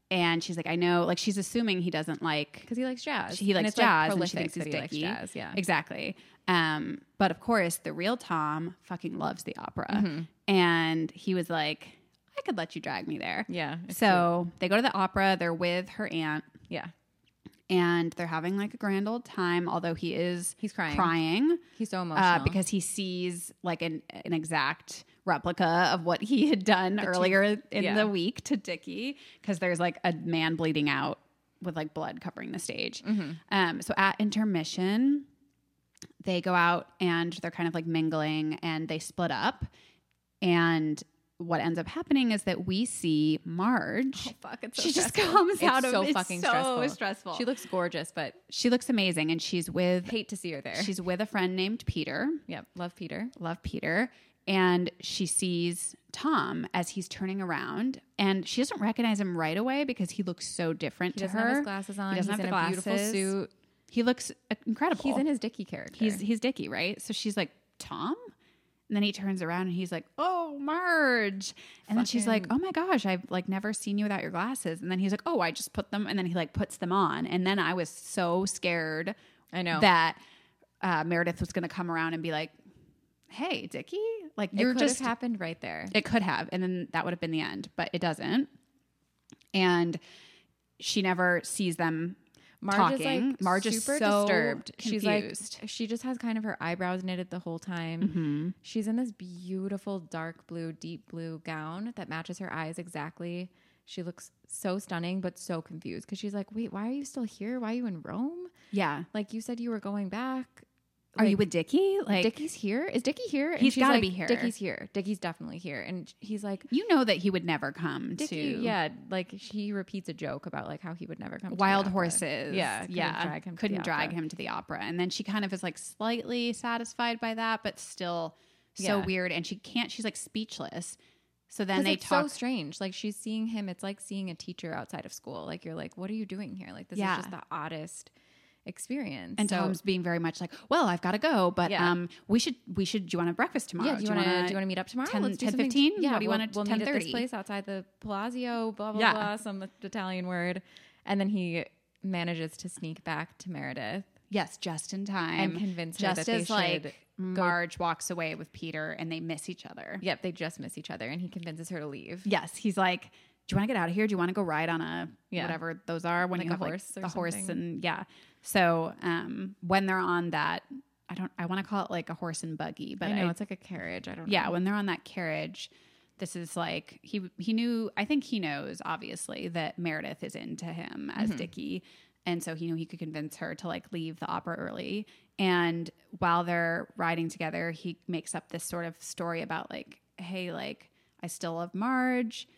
Speaker 2: And she's like, I know, like she's assuming he doesn't like
Speaker 1: because he likes jazz.
Speaker 2: he
Speaker 1: And
Speaker 2: likes
Speaker 1: it's, like,
Speaker 2: jazz, and she
Speaker 1: prolific
Speaker 2: thinks he's
Speaker 1: that he likes
Speaker 2: dicky.
Speaker 1: jazz, Yeah.
Speaker 2: Exactly. Um, but of course, the real Tom fucking loves the opera,
Speaker 1: Mm-hmm.
Speaker 2: and he was like, "I could let you drag me there."
Speaker 1: Yeah. it's
Speaker 2: so they go to the opera. They're with her aunt,
Speaker 1: cute. yeah,
Speaker 2: and they're having like a grand old time. Although he is
Speaker 1: he's crying.
Speaker 2: crying
Speaker 1: He's so emotional
Speaker 2: uh, because he sees like an an exact replica of what he had done earlier in
Speaker 1: yeah.
Speaker 2: the week to Dickie because there's like a man bleeding out with like blood covering the stage.
Speaker 1: Mm-hmm.
Speaker 2: Um, so at intermission, they go out and they're kind of like mingling and they split up and. What ends up happening is that we see Marge.
Speaker 1: Oh, fuck, it's so
Speaker 2: she just
Speaker 1: stressful.
Speaker 2: comes
Speaker 1: It's
Speaker 2: out of
Speaker 1: so
Speaker 2: it's
Speaker 1: fucking
Speaker 2: so
Speaker 1: stressful.
Speaker 2: [laughs] stressful.
Speaker 1: she looks gorgeous, but
Speaker 2: she looks amazing, and she's with
Speaker 1: hate to see her there.
Speaker 2: she's with a friend named Peter
Speaker 1: yep, love Peter.
Speaker 2: love Peter, and she sees Tom as he's turning around, and she doesn't recognize him right away because he looks so different
Speaker 1: He
Speaker 2: to
Speaker 1: doesn't
Speaker 2: her.
Speaker 1: have his glasses on.
Speaker 2: He doesn't
Speaker 1: he's
Speaker 2: have
Speaker 1: in
Speaker 2: the
Speaker 1: a beautiful
Speaker 2: glasses.
Speaker 1: suit.
Speaker 2: He looks uh, incredible.
Speaker 1: He's in his Dicky character.
Speaker 2: he's he's Dicky, right? So she's like Tom, and then he turns around and he's like, "Oh, Marge," and then she's like, "Oh my gosh, I've like never seen you without your glasses." And then he's like, "Oh, I just put them," and then he like puts them on, and then I was so scared
Speaker 1: I know.
Speaker 2: that uh, Meredith was going to come around and be like, "Hey, Dickie, like
Speaker 1: it
Speaker 2: you're
Speaker 1: could
Speaker 2: just
Speaker 1: have happened right there.
Speaker 2: it could have, and then that would have been the end, but it doesn't. And she never sees them
Speaker 1: Marge is
Speaker 2: talking.
Speaker 1: like
Speaker 2: Marge is
Speaker 1: super
Speaker 2: so
Speaker 1: disturbed. She's like
Speaker 2: confused.
Speaker 1: she just has kind of her eyebrows knitted the whole time.
Speaker 2: Mm-hmm.
Speaker 1: She's in this beautiful dark blue, deep blue gown that matches her eyes exactly. She looks so stunning, but so confused because she's like, "Wait, why are you still here? Why are you in Rome?
Speaker 2: Yeah.
Speaker 1: Like you said you were going back.
Speaker 2: Are you with Dickie? Like
Speaker 1: Dickie's here? Is Dickie here? And
Speaker 2: He's
Speaker 1: she's
Speaker 2: gotta
Speaker 1: like,
Speaker 2: be here.
Speaker 1: Dickie's here. Dickie's definitely here. And he's like,
Speaker 2: you know that he would never come
Speaker 1: Dickie,
Speaker 2: to
Speaker 1: yeah, like he repeats a joke about like how he would never come. to the
Speaker 2: Wild
Speaker 1: opera.
Speaker 2: Horses.
Speaker 1: Yeah, couldn't
Speaker 2: yeah.
Speaker 1: drag him to the
Speaker 2: couldn't drag
Speaker 1: opera.
Speaker 2: him to the opera. And then she kind of is like slightly satisfied by that, but still so
Speaker 1: Yeah.
Speaker 2: weird. And she can't. She's like speechless. So then
Speaker 1: 'Cause
Speaker 2: they
Speaker 1: it's
Speaker 2: talk.
Speaker 1: so strange. Like she's seeing him. It's like seeing a teacher outside of school. Like you're like, what are you doing here? Like this
Speaker 2: Yeah.
Speaker 1: is just the oddest experience.
Speaker 2: and
Speaker 1: so,
Speaker 2: Tom's being very much like, "Well, I've got to go, but
Speaker 1: Yeah.
Speaker 2: um, we should we should. Do you want to have breakfast tomorrow?
Speaker 1: yeah, do you want to
Speaker 2: wanna-
Speaker 1: do you want to meet up tomorrow?
Speaker 2: 10
Speaker 1: Let's do
Speaker 2: 10,
Speaker 1: something-
Speaker 2: 15? What do you
Speaker 1: we'll-
Speaker 2: wanna-
Speaker 1: We'll meet at
Speaker 2: 10:30?
Speaker 1: this place outside the Palazzo. Blah blah
Speaker 2: Yeah.
Speaker 1: blah. Some Italian word, and then he manages to sneak back to Meredith.
Speaker 2: Yes, just in time.
Speaker 1: And convince her
Speaker 2: just
Speaker 1: that they
Speaker 2: as like
Speaker 1: should go-
Speaker 2: Marge walks away with Peter, and they miss each other.
Speaker 1: Yep, they just miss each other, and he convinces her to leave.
Speaker 2: Yes, he's like, "Do you want to get out of here? Do you want to go ride on a
Speaker 1: Yeah.
Speaker 2: whatever those are when
Speaker 1: Like
Speaker 2: you
Speaker 1: a
Speaker 2: have like,
Speaker 1: horse or
Speaker 2: the horse
Speaker 1: something.
Speaker 2: and yeah." So um, when they're on that, I don't. I want to call it like a horse and buggy, but
Speaker 1: I know
Speaker 2: I-
Speaker 1: it's like a carriage. I don't. know.
Speaker 2: yeah, when they're on that carriage. This is like he he knew I think he knows obviously that Meredith is into him
Speaker 1: Mm-hmm.
Speaker 2: as Dickie and so he knew he could convince her to like leave the opera early and while they're riding together he makes up this sort of story about like hey like I still love Marge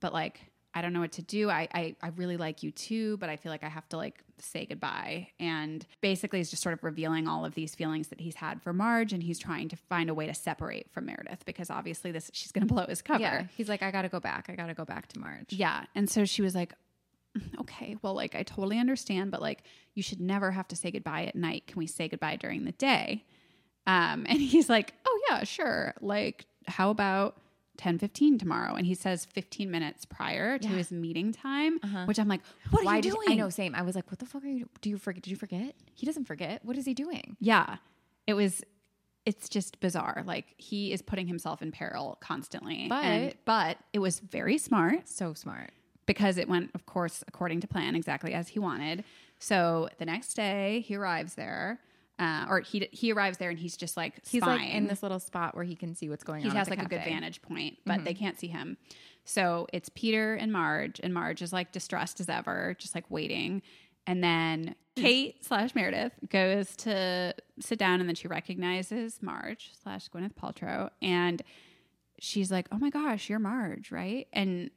Speaker 2: but like I don't know what to do. I, I I really like you too, but I feel like I have to like say goodbye. And basically, is just sort of revealing all of these feelings that he's had for Marge, and he's trying to find a way to separate from Meredith because obviously this she's going to blow his cover.
Speaker 1: Yeah, he's like, I gotta go back. I gotta go back to March.
Speaker 2: Yeah. And so she was like, "Mm, okay, well, like, I totally understand, but like, you should never have to say goodbye at night. Can we say goodbye during the day? Um, [laughs] and he's like, oh, yeah, sure. Like, how about ten fifteen tomorrow? And he says 15 minutes prior to
Speaker 1: Yeah. Uh-huh.
Speaker 2: his meeting time, which I'm like, what
Speaker 1: Why
Speaker 2: are you
Speaker 1: did-
Speaker 2: doing?
Speaker 1: I know, same. I was like, what the fuck are you? Do you forget? Did you forget? He doesn't forget. What is he doing?
Speaker 2: Yeah. It was it's just bizarre. Like he is putting himself in peril constantly.
Speaker 1: But-
Speaker 2: and, but it was very smart.
Speaker 1: So smart.
Speaker 2: because it went, of course, according to plan, exactly as he wanted. So the next day, he arrives there, uh, or he he arrives there, and he's just like
Speaker 1: He's
Speaker 2: spying.
Speaker 1: like in this little spot where he can see what's going
Speaker 2: He
Speaker 1: on.
Speaker 2: has
Speaker 1: at
Speaker 2: like
Speaker 1: the
Speaker 2: a good
Speaker 1: cafe. Mm-hmm.
Speaker 2: vantage point, but they can't see him. So it's Peter and Marge, and Marge is like distressed as ever, just like waiting. And then Kate slash Meredith goes to sit down, and then she recognizes Marge slash Gwyneth Paltrow, and she's like, "Oh my gosh, you're Marge, right?" And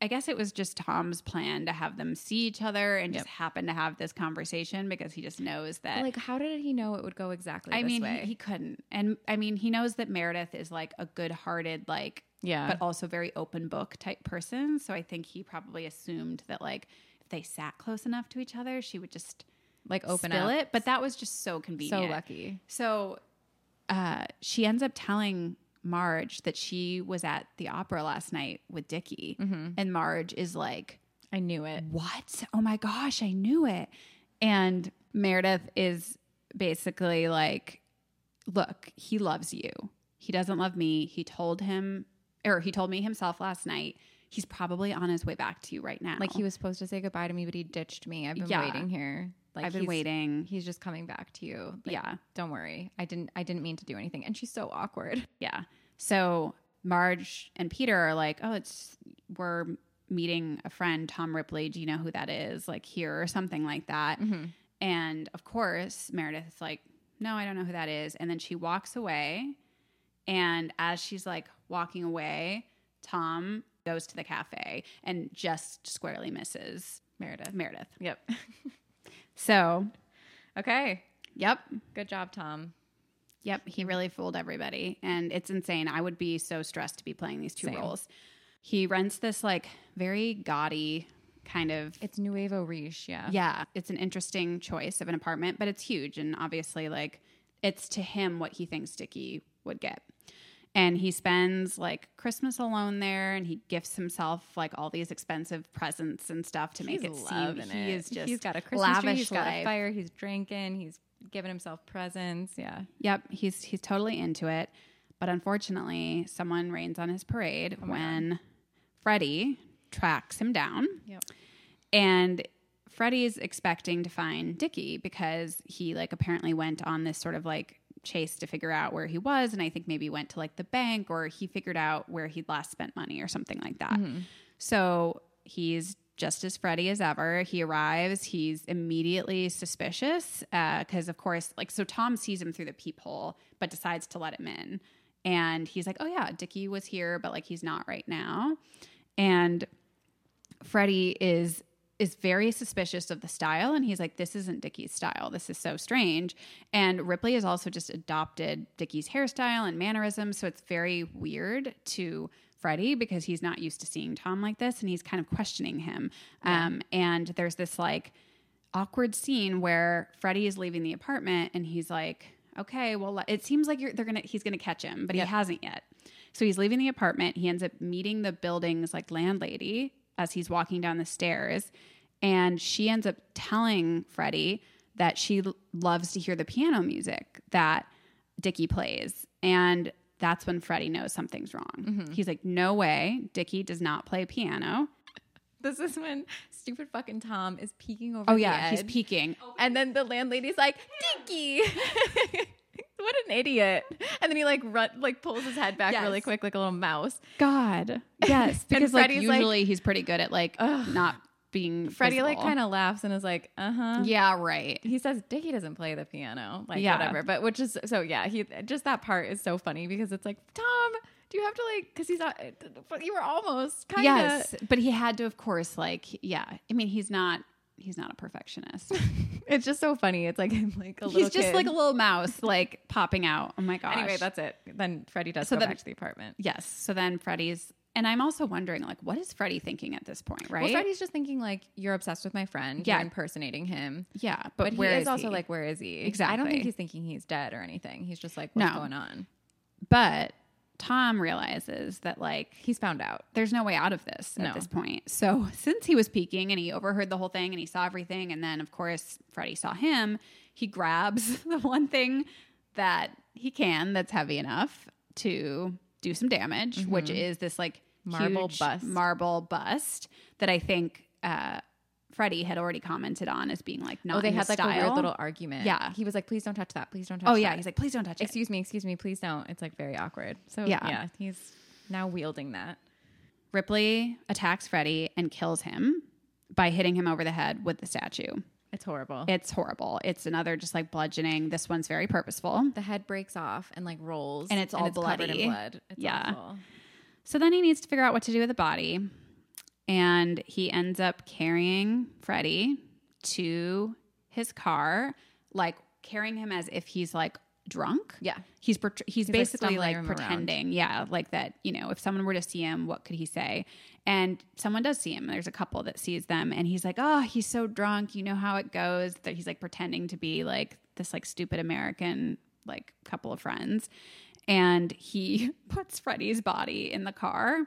Speaker 2: I guess it was just Tom's plan to have them see each other and just happen to have this conversation because he just knows that
Speaker 1: Like, how did he know it would go exactly?
Speaker 2: I
Speaker 1: this
Speaker 2: mean,
Speaker 1: way?
Speaker 2: he, he couldn't. And I mean, he knows that Meredith is like a good hearted, like,
Speaker 1: Yeah.
Speaker 2: but also very open book type person. So I think he probably assumed that, like, if they sat close enough to each other, she would just
Speaker 1: like open
Speaker 2: spill
Speaker 1: up.
Speaker 2: it. But that was just so
Speaker 1: So
Speaker 2: convenient.
Speaker 1: lucky.
Speaker 2: So uh, she ends up telling Marge that she was at the opera last night with Dickie.
Speaker 1: Mm-hmm.
Speaker 2: And Marge is like,
Speaker 1: I knew it.
Speaker 2: what? Oh my gosh, I knew it. And Meredith is basically like, look, he loves you. He doesn't love me. He told him, or he told me himself last night. He's probably on his way back to you right now.
Speaker 1: Like he was supposed to say goodbye to me, but he ditched me. I've been
Speaker 2: Yeah.
Speaker 1: waiting here. Like
Speaker 2: I've been
Speaker 1: he's-
Speaker 2: waiting.
Speaker 1: He's just coming back to you. Like,
Speaker 2: yeah.
Speaker 1: Don't worry. I didn't. I didn't mean to do anything. And she's so [laughs] awkward.
Speaker 2: Yeah. So Marge and Peter are like, oh, it's we're meeting a friend, Tom Ripley. Do you know who that is? Like here or something like that.
Speaker 1: Mm-hmm.
Speaker 2: And of course, Meredith is like, no, I don't know who that is. And then she walks away. And as she's like walking away, Tom goes to the cafe and just squarely misses
Speaker 1: Meredith.
Speaker 2: Meredith.
Speaker 1: Yep.
Speaker 2: So,
Speaker 1: okay.
Speaker 2: yep.
Speaker 1: Good job, Tom.
Speaker 2: Yep, he really fooled everybody. And it's insane. I would be so stressed to be playing these two
Speaker 1: Same.
Speaker 2: roles. He rents this like very gaudy kind of
Speaker 1: It's Nuevo Riche. Yeah.
Speaker 2: yeah, it's an interesting choice of an apartment, but it's huge and obviously like it's to him what he thinks Dickie would get. And he spends like Christmas alone there and he gifts himself like all these expensive presents and stuff to make it seem
Speaker 1: loving
Speaker 2: he is just
Speaker 1: he's got a Christmas tree,
Speaker 2: lavish
Speaker 1: he's got a
Speaker 2: life.
Speaker 1: fire, he's drinking, he's giving himself presents. Yeah,
Speaker 2: Yep, he's he's totally into it. But unfortunately, someone rains on his parade when Freddie tracks him down.
Speaker 1: Yep.
Speaker 2: And Freddie's expecting to find Dickie because he like apparently went on this sort of like chase to figure out where he was and I think maybe went to like the bank or he figured out where he'd last spent money or something like that. So he's just as Freddy as ever. He arrives. He's immediately suspicious because, of course, like so Tom sees him through the peephole, but decides to let him in. And he's like, "Oh yeah, Dickie was here, but like he's not right now." And Freddy is is very suspicious of the style and he's like this isn't Dickie's style this is so strange and Ripley has also just adopted Dickie's hairstyle and mannerisms so it's very weird to Freddie because he's not used to seeing Tom like this and he's kind of questioning him um, and there's this like awkward scene where Freddie is leaving the apartment and he's like okay well le- it seems like you're they're gonna he's gonna catch him but
Speaker 1: Yep.
Speaker 2: he hasn't yet so he's leaving the apartment he ends up meeting the building's like landlady as he's walking down the stairs and she ends up telling Freddie that she l- loves to hear the piano music that Dickie plays. And that's when Freddie knows something's wrong.
Speaker 1: Mm-hmm.
Speaker 2: He's like, No way, Dickie does not play piano.
Speaker 1: This is when stupid fucking Tom is peeking over.
Speaker 2: Oh,
Speaker 1: the
Speaker 2: yeah, he's
Speaker 1: edge.
Speaker 2: peeking.
Speaker 1: And then the landlady's like, Dinky. [laughs] what an idiot. And then he like run like pulls his head back
Speaker 2: Yes.
Speaker 1: really quick like a little mouse.
Speaker 2: God.
Speaker 1: [laughs]
Speaker 2: Yes. Because, like,
Speaker 1: Freddie's like-
Speaker 2: usually he's pretty good at, like,
Speaker 1: Ugh.
Speaker 2: not being.
Speaker 1: Freddie like
Speaker 2: visible.
Speaker 1: kind of laughs and is like, uh-huh.
Speaker 2: Yeah, right.
Speaker 1: He says Dickie doesn't play the piano, like
Speaker 2: Yeah.
Speaker 1: whatever. But which is so yeah, he just that part is so funny because it's like, Tom, do you have to like cuz he's not but you were almost kind of
Speaker 2: Yes. But he had to, of course, like, yeah. I mean, he's not. He's not a [laughs] perfectionist.
Speaker 1: It's just so funny. It's like [laughs] him like a little
Speaker 2: He's just
Speaker 1: kid.
Speaker 2: like a little mouse, like popping out. Oh my gosh.
Speaker 1: Anyway, that's it. Then Freddie does
Speaker 2: So
Speaker 1: go
Speaker 2: then-
Speaker 1: back to the apartment.
Speaker 2: Yes. So then Freddie's, and I'm also wondering, like, what is Freddie thinking at this point, right?
Speaker 1: Well, Freddie's just thinking like you're obsessed with my friend.
Speaker 2: Yeah.
Speaker 1: You're impersonating him.
Speaker 2: yeah, but,
Speaker 1: But, he
Speaker 2: where
Speaker 1: is,
Speaker 2: is
Speaker 1: also
Speaker 2: he?
Speaker 1: like, where is he? I don't
Speaker 2: Exactly.
Speaker 1: think he's thinking he's dead or anything. He's just like, what's
Speaker 2: No.
Speaker 1: going on?
Speaker 2: but Tom realizes that like
Speaker 1: He's found out.
Speaker 2: there's no way out of this
Speaker 1: No.
Speaker 2: at this point. So [laughs] since he was peeking and he overheard the whole thing and he saw everything, and then of course Freddie saw him, he grabs [laughs] the one thing that he can that's heavy enough to do some damage, which is this like
Speaker 1: Mm-hmm. Marble
Speaker 2: huge
Speaker 1: bust.
Speaker 2: marble bust that I think uh, Freddie had already commented on as being like not.
Speaker 1: oh, they
Speaker 2: in
Speaker 1: had
Speaker 2: his
Speaker 1: like a
Speaker 2: style.
Speaker 1: weird little argument.
Speaker 2: Yeah.
Speaker 1: He was like, please don't touch that. Please don't touch
Speaker 2: Oh
Speaker 1: that.
Speaker 2: yeah, he's like, please don't touch it.
Speaker 1: excuse me, excuse me, please don't. It's like very awkward. So yeah,
Speaker 2: Yeah.
Speaker 1: he's now wielding that.
Speaker 2: Ripley attacks Freddy and kills him by hitting him over the head with the statue.
Speaker 1: It's horrible.
Speaker 2: It's horrible. It's another just like bludgeoning. This one's very purposeful.
Speaker 1: the head breaks off and like rolls.
Speaker 2: And it's all
Speaker 1: covered in
Speaker 2: bloody.
Speaker 1: blood. It's
Speaker 2: Yeah.
Speaker 1: awful.
Speaker 2: So then he needs to figure out what to do with the body. And he ends up carrying Freddy to his car, like carrying him as if he's like drunk.
Speaker 1: Yeah.
Speaker 2: He's portr- he's,
Speaker 1: like,
Speaker 2: basically
Speaker 1: stumbling
Speaker 2: like,
Speaker 1: him around.
Speaker 2: pretending, yeah, like that. You know, if someone were to see him, what could he say? And someone does see him. There's a couple that sees them, and he's like, "Oh, he's so drunk. You know how it goes." That he's like pretending to be like this like stupid American like couple of friends, and he [laughs] puts Freddie's body in the car.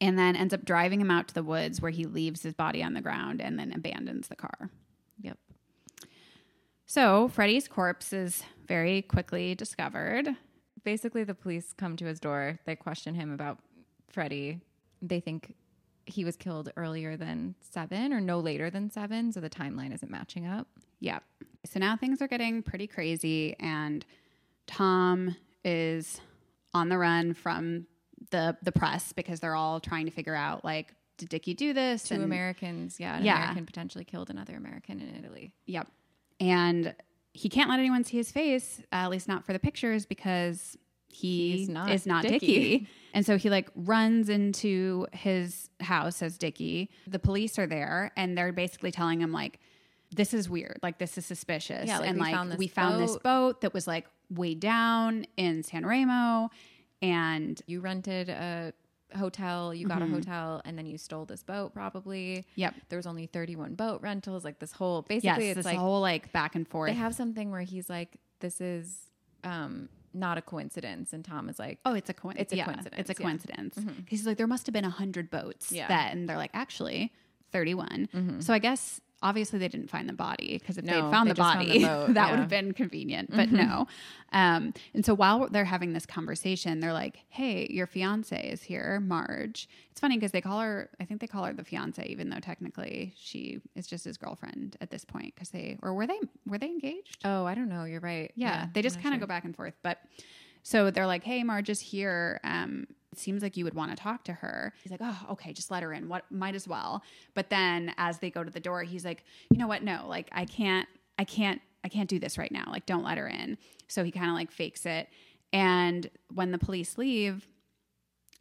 Speaker 2: And then ends up driving him out to the woods where he leaves his body on the ground and then abandons the car.
Speaker 1: Yep.
Speaker 2: So Freddie's corpse is very quickly discovered.
Speaker 1: basically the police come to his door they question him about freddy they think he was killed earlier than seven or no later than seven so the timeline isn't matching up
Speaker 2: Yep. So now things are getting pretty crazy, and Tom is on the run from the the press because they're all trying to figure out like, did Dickie do this?
Speaker 1: two americans yeah an
Speaker 2: Yeah.
Speaker 1: american potentially killed another american in italy
Speaker 2: Yep. And he can't let anyone see his face, uh, at least not for the pictures, because he
Speaker 1: He's not
Speaker 2: is not
Speaker 1: Dickie.
Speaker 2: Dickie. And so he like runs into his house as Dickie. The police are there and they're basically telling him like, this is weird. Like this is suspicious.
Speaker 1: Yeah, like,
Speaker 2: and
Speaker 1: we
Speaker 2: like
Speaker 1: found this
Speaker 2: we found this
Speaker 1: boat.
Speaker 2: boat that was like way down in San Remo. And
Speaker 1: you rented a hotel you got a hotel and then you stole this boat probably
Speaker 2: yep.
Speaker 1: there was only 31 boat rentals like this whole
Speaker 2: Yes,
Speaker 1: basically
Speaker 2: this
Speaker 1: it's like
Speaker 2: whole like back and forth.
Speaker 1: they have something where he's like this is um not a coincidence and tom is like
Speaker 2: Oh, it's a coincidence.
Speaker 1: It's a coincidence,
Speaker 2: It's a
Speaker 1: yeah. Mm-hmm.
Speaker 2: coincidence. He's like, there must have been a hundred boats
Speaker 1: Yeah. Mm-hmm.
Speaker 2: that, and they're like, actually, thirty-one. So I guess obviously they didn't find the body because if
Speaker 1: No,
Speaker 2: they found
Speaker 1: they
Speaker 2: the
Speaker 1: just found
Speaker 2: body, [laughs]
Speaker 1: the boat,
Speaker 2: that
Speaker 1: yeah. Mm-hmm.
Speaker 2: would have been convenient. But no. Um, and so while they're having this conversation, they're like, "Hey, your fiance is here, Marge." It's funny because they call her. I think they call her the fiance, even though technically she is just his girlfriend at this point. Because they or were they were they engaged?
Speaker 1: oh i don't know you're right
Speaker 2: yeah, they
Speaker 1: I'm
Speaker 2: just
Speaker 1: not
Speaker 2: kind of
Speaker 1: sure.
Speaker 2: go back and forth but so they're like hey marge is here um it seems like you would want to talk to her. He's like, oh, okay, just let her in. What might as well. But then as they go to the door, he's like, you know what? No, like I can't, I can't, I can't do this right now. Like, don't let her in. So he kind of like fakes it. And when the police leave,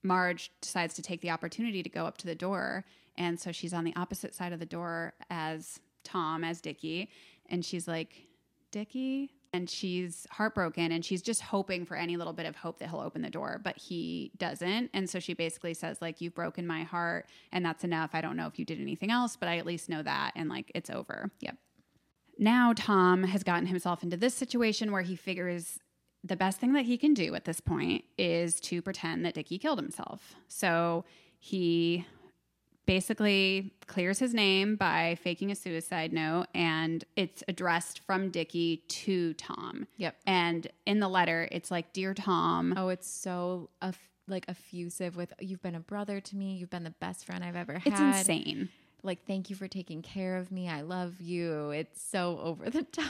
Speaker 2: Marge decides to take the opportunity to go up to the door. And so she's on the opposite side of the door as Tom, as Dickie. And she's like, Dickie? And she's heartbroken and she's just hoping for any little bit of hope that he'll open the door, but he doesn't. And so she basically says, like, you've broken my heart and that's enough. I don't know if you did anything else, but I at least know that. And like, it's over.
Speaker 1: Yep.
Speaker 2: Now Tom has gotten himself into this situation where he figures the best thing that he can do at this point is to pretend that Dickie killed himself. So he basically clears his name by faking a suicide note and it's addressed from Dickie to Tom.
Speaker 1: Yep.
Speaker 2: And in the letter, it's like, Dear Tom,
Speaker 1: Oh, it's so eff- like effusive with you've been a brother to me. You've been the best friend I've ever had.
Speaker 2: it's insane.
Speaker 1: Like, thank you for taking care of me. I love you. It's so over the [laughs] top.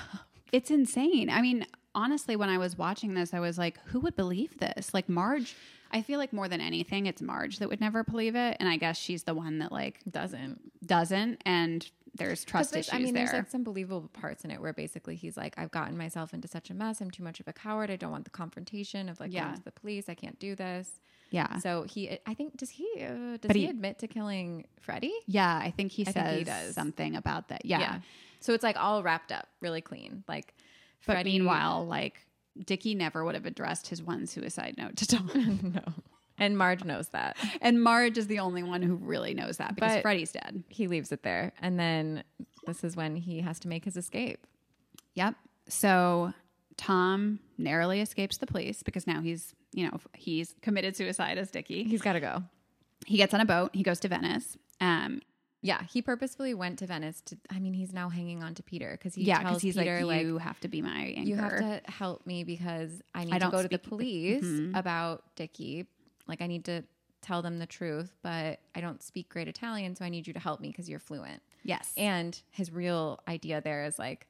Speaker 2: It's insane. I mean, honestly, when I was watching this, I was like, who would believe this? Like, Marge, I feel like more than anything, it's Marge that would never believe it. And I guess she's the one that, like,
Speaker 1: It doesn't.
Speaker 2: doesn't. And there's
Speaker 1: 'Cause
Speaker 2: trust
Speaker 1: there's-
Speaker 2: issues
Speaker 1: I mean,
Speaker 2: there.
Speaker 1: there's like some believable parts in it where basically he's like, I've gotten myself into such a mess. I'm too much of a coward. I don't want the confrontation of like
Speaker 2: Yeah.
Speaker 1: going to the police. I can't do this.
Speaker 2: yeah.
Speaker 1: So he, I think, does he, uh, does
Speaker 2: But
Speaker 1: he,
Speaker 2: he-
Speaker 1: admit to killing Freddie?
Speaker 2: Yeah. I think he
Speaker 1: I
Speaker 2: says
Speaker 1: think he does.
Speaker 2: something about that. Yeah.
Speaker 1: So it's like all wrapped up really clean. Like,
Speaker 2: But
Speaker 1: Freddie-
Speaker 2: meanwhile, like, Dickie never would have addressed his one suicide note to
Speaker 1: [laughs]
Speaker 2: Tom. [laughs]
Speaker 1: no. And Marge knows that.
Speaker 2: and Marge is the only one who really knows that because
Speaker 1: But-
Speaker 2: Freddie's dead.
Speaker 1: He leaves it there. And then this is when he has to make his escape.
Speaker 2: Yep. So Tom narrowly escapes the police because now he's, you know, he's committed suicide as Dickie.
Speaker 1: He's got to go.
Speaker 2: He gets on a boat. He goes to Venice. Um,
Speaker 1: Yeah, he purposefully went to Venice to. I mean, he's now hanging on to Peter because he
Speaker 2: yeah,
Speaker 1: tells
Speaker 2: because he's
Speaker 1: Peter
Speaker 2: like,
Speaker 1: like,
Speaker 2: you have to be my anchor.
Speaker 1: you have to help me because I need
Speaker 2: I
Speaker 1: to
Speaker 2: don't
Speaker 1: go to the
Speaker 2: speak- mm-hmm.
Speaker 1: police about Dickie. Like, I need to tell them the truth, but I don't speak great Italian, so I need you to help me because you're fluent.
Speaker 2: yes.
Speaker 1: And his real idea there is like,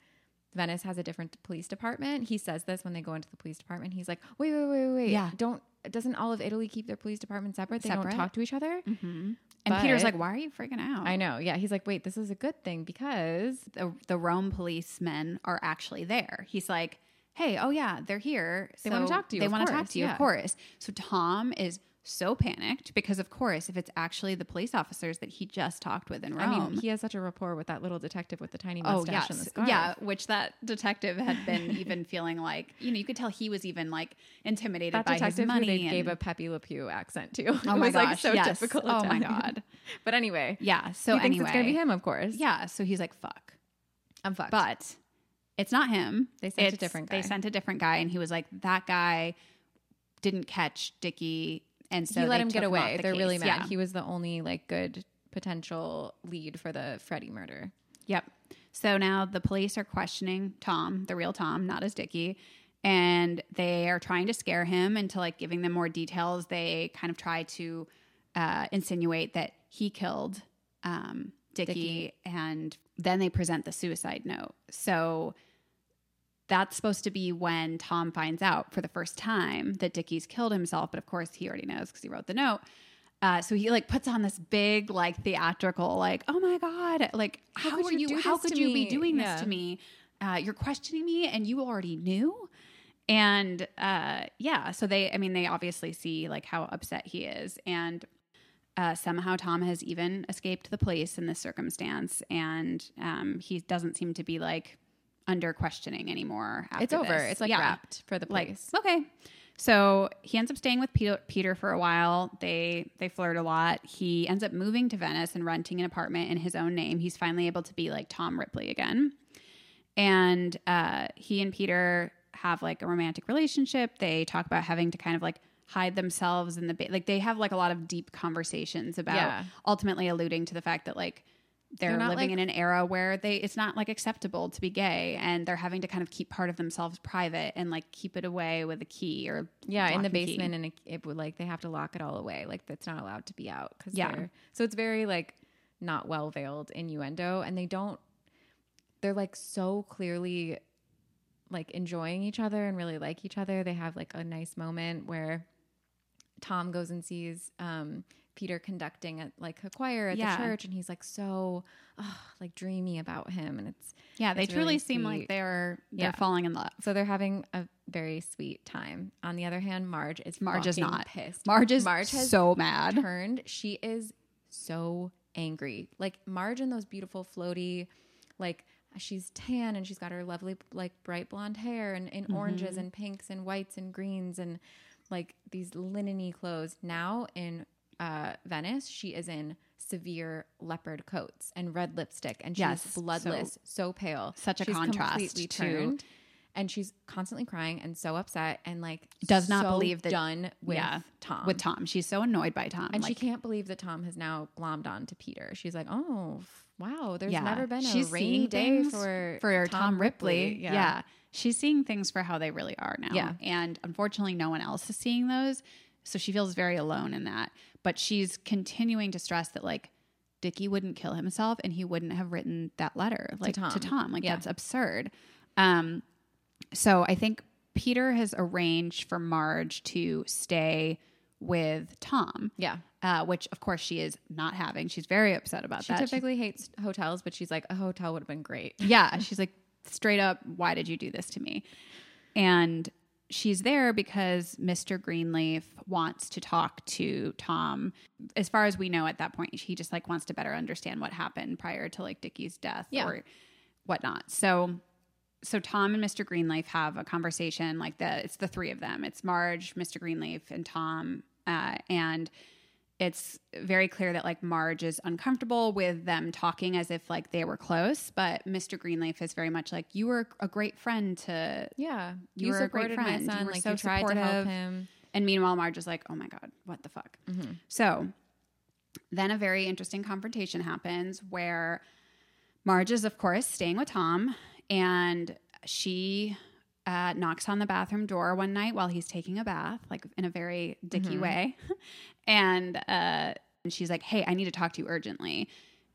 Speaker 1: Venice has a different police department. He says this when they go into the police department. He's like, wait, wait, wait, wait, wait.
Speaker 2: Yeah.
Speaker 1: Don't, doesn't all of Italy keep their police department separate? They
Speaker 2: Separate.
Speaker 1: don't talk to each other?
Speaker 2: Mhm. And Peter's
Speaker 1: But-
Speaker 2: like, why are you freaking out?
Speaker 1: I know. Yeah. He's like, wait, this is a good thing because
Speaker 2: the, the Rome policemen are actually there. He's like, hey, oh yeah, they're here.
Speaker 1: They wanna
Speaker 2: So
Speaker 1: talk to you,
Speaker 2: They
Speaker 1: of
Speaker 2: want to talk
Speaker 1: course,
Speaker 2: to you,
Speaker 1: yeah.
Speaker 2: of course. So Tom is so panicked because, of course, if it's actually the police officers that he just talked with in Rome.
Speaker 1: I mean, he has such a rapport with that little detective with the tiny mustache
Speaker 2: Oh yes,
Speaker 1: and the scarf.
Speaker 2: yeah. Which that detective had been even [laughs] feeling like you know you could tell he was even like intimidated
Speaker 1: that
Speaker 2: by
Speaker 1: detective
Speaker 2: his money.
Speaker 1: who they
Speaker 2: and-
Speaker 1: gave a Pepe Le Pew accent to. [laughs]
Speaker 2: oh
Speaker 1: it
Speaker 2: my
Speaker 1: was
Speaker 2: gosh,
Speaker 1: like so
Speaker 2: yes.
Speaker 1: difficult.
Speaker 2: Oh my
Speaker 1: Italian.
Speaker 2: god,
Speaker 1: [laughs] But anyway,
Speaker 2: yeah. So
Speaker 1: he thinks
Speaker 2: anyway,
Speaker 1: it's gonna be him, of course.
Speaker 2: yeah. So he's like, fuck.
Speaker 1: I'm fucked.
Speaker 2: But it's not him.
Speaker 1: They sent a
Speaker 2: It's-
Speaker 1: different
Speaker 2: They
Speaker 1: guy.
Speaker 2: sent a different guy, and he was like, that guy didn't catch Dickie, and so
Speaker 1: he let
Speaker 2: they
Speaker 1: him
Speaker 2: took
Speaker 1: get
Speaker 2: off
Speaker 1: away.
Speaker 2: the
Speaker 1: They're really
Speaker 2: case.
Speaker 1: mad.
Speaker 2: Yeah.
Speaker 1: He was the only like good potential lead for the Freddy murder.
Speaker 2: Yep. So now the police are questioning Tom, the real Tom, not as Dickie, and they are trying to scare him into like giving them more details. They kind of try to uh, insinuate that he killed um, Dickie,
Speaker 1: Dickie.
Speaker 2: and then they present the suicide note. So that's supposed to be when Tom finds out for the first time that Dickie's killed himself, but of course he already knows because he wrote the note. Uh, so he like puts on this big like theatrical like oh my god like how,
Speaker 1: could
Speaker 2: are
Speaker 1: you
Speaker 2: you,
Speaker 1: do
Speaker 2: how
Speaker 1: this
Speaker 2: could
Speaker 1: to
Speaker 2: you be
Speaker 1: me?"
Speaker 2: doing
Speaker 1: Yeah.
Speaker 2: this to me uh, you're questioning me and you already knew and uh, yeah so they I mean they obviously see like how upset he is and uh, somehow Tom has even escaped the police in this circumstance and um, he doesn't seem to be like under questioning anymore after
Speaker 1: it's over.
Speaker 2: this.
Speaker 1: It's like
Speaker 2: Yeah
Speaker 1: wrapped for the
Speaker 2: like
Speaker 1: police.
Speaker 2: okay so he ends up staying with peter, peter for a while they they flirt a lot he ends up moving to venice and renting an apartment in his own name he's finally able to be like tom ripley again and uh, he and peter have like a romantic relationship they talk about having to kind of like hide themselves in the ba- like they have like a lot of deep conversations about
Speaker 1: Yeah.
Speaker 2: ultimately alluding to the fact that like they're,
Speaker 1: They're not,
Speaker 2: living
Speaker 1: like,
Speaker 2: in an era where they it's not like acceptable to be gay and they're having to kind of keep part of themselves private and like keep it away with a key or
Speaker 1: yeah, in the
Speaker 2: lock and key.
Speaker 1: basement, and it, it would like they have to lock it all away. Like that's not allowed to be out. Cause
Speaker 2: Yeah.
Speaker 1: they're- so it's very like not well veiled innuendo, and they don't. They're like so clearly like enjoying each other and really like each other. They have like a nice moment where Tom goes and sees um, Peter conducting at like a choir at
Speaker 2: Yeah.
Speaker 1: the church, and he's like so oh, like dreamy about him, and it's
Speaker 2: Yeah, they
Speaker 1: It's
Speaker 2: truly
Speaker 1: really
Speaker 2: seem like
Speaker 1: sweet.
Speaker 2: they're they're
Speaker 1: Yeah.
Speaker 2: falling in love.
Speaker 1: so they're having a very sweet time. On the other hand, Marge is
Speaker 2: Marge is
Speaker 1: fucking
Speaker 2: not.
Speaker 1: pissed.
Speaker 2: Marge is
Speaker 1: Marge has
Speaker 2: so mad.
Speaker 1: turned. She is so angry. Like Marge in those beautiful floaty, like she's tan and she's got her lovely like bright blonde hair and,
Speaker 2: Mm-hmm.
Speaker 1: and oranges and pinks and whites and greens and like these lineny clothes. Now in uh, Venice, she is in severe leopard coats and red lipstick and she's
Speaker 2: Yes, so-
Speaker 1: bloodless, so, pale.
Speaker 2: such a
Speaker 1: She's
Speaker 2: contrast
Speaker 1: completely
Speaker 2: to-
Speaker 1: turned. And she's constantly crying and so upset and like
Speaker 2: Does not
Speaker 1: so
Speaker 2: believe that-
Speaker 1: done with
Speaker 2: yeah,
Speaker 1: Tom
Speaker 2: with Tom. She's so annoyed by Tom.
Speaker 1: and she
Speaker 2: like,
Speaker 1: can't believe that Tom has now glommed on to Peter. She's like, "Oh, f- wow, there's
Speaker 2: yeah.
Speaker 1: never been a
Speaker 2: She's
Speaker 1: rainy
Speaker 2: seeing
Speaker 1: day
Speaker 2: things
Speaker 1: for
Speaker 2: for Tom, Ripley.
Speaker 1: Yeah.
Speaker 2: Yeah. she's seeing things for how they really are now.
Speaker 1: Yeah.
Speaker 2: and unfortunately, no one else is seeing those, so she feels very alone in that. But she's continuing to stress that like Dickie wouldn't kill himself, and he wouldn't have written that letter like to Tom.
Speaker 1: Tom.
Speaker 2: Like
Speaker 1: Yeah.
Speaker 2: that's absurd. Um, so I think Peter has arranged for Marge to stay with Tom.
Speaker 1: Yeah.
Speaker 2: Uh, which of course she is not having. She's very upset about
Speaker 1: She
Speaker 2: that. She's-
Speaker 1: typically hates hotels, but she's like, a hotel would have been
Speaker 2: [laughs]
Speaker 1: great.
Speaker 2: yeah, she's like, straight up, why did you do this to me? And she's there because Mr. Greenleaf wants to talk to Tom. As far as we know at that point, he just like wants to better understand what happened prior to like Dickie's death
Speaker 1: Yeah.
Speaker 2: or whatnot. So so Tom and Mr. Greenleaf have a conversation like the it's the three of them. It's Marge, Mr. Greenleaf, and Tom. Uh, and it's very clear that like Marge is uncomfortable with them talking as if like they were close, but Mr. Greenleaf is very much like you were a great friend to
Speaker 1: Yeah,
Speaker 2: You were a great friend. You
Speaker 1: my son.
Speaker 2: were
Speaker 1: like
Speaker 2: so
Speaker 1: you tried to help
Speaker 2: supportive.
Speaker 1: him. Mm-hmm.
Speaker 2: and meanwhile Marge is like, "Oh my god, what the fuck?" So then a very interesting confrontation happens where Marge is, of course, staying with Tom, and she uh, knocks on the bathroom door one night while he's taking a bath, like in a very dicky
Speaker 1: Mm-hmm.
Speaker 2: way. [laughs] and, uh, and she's like, Hey, I need to talk to you urgently.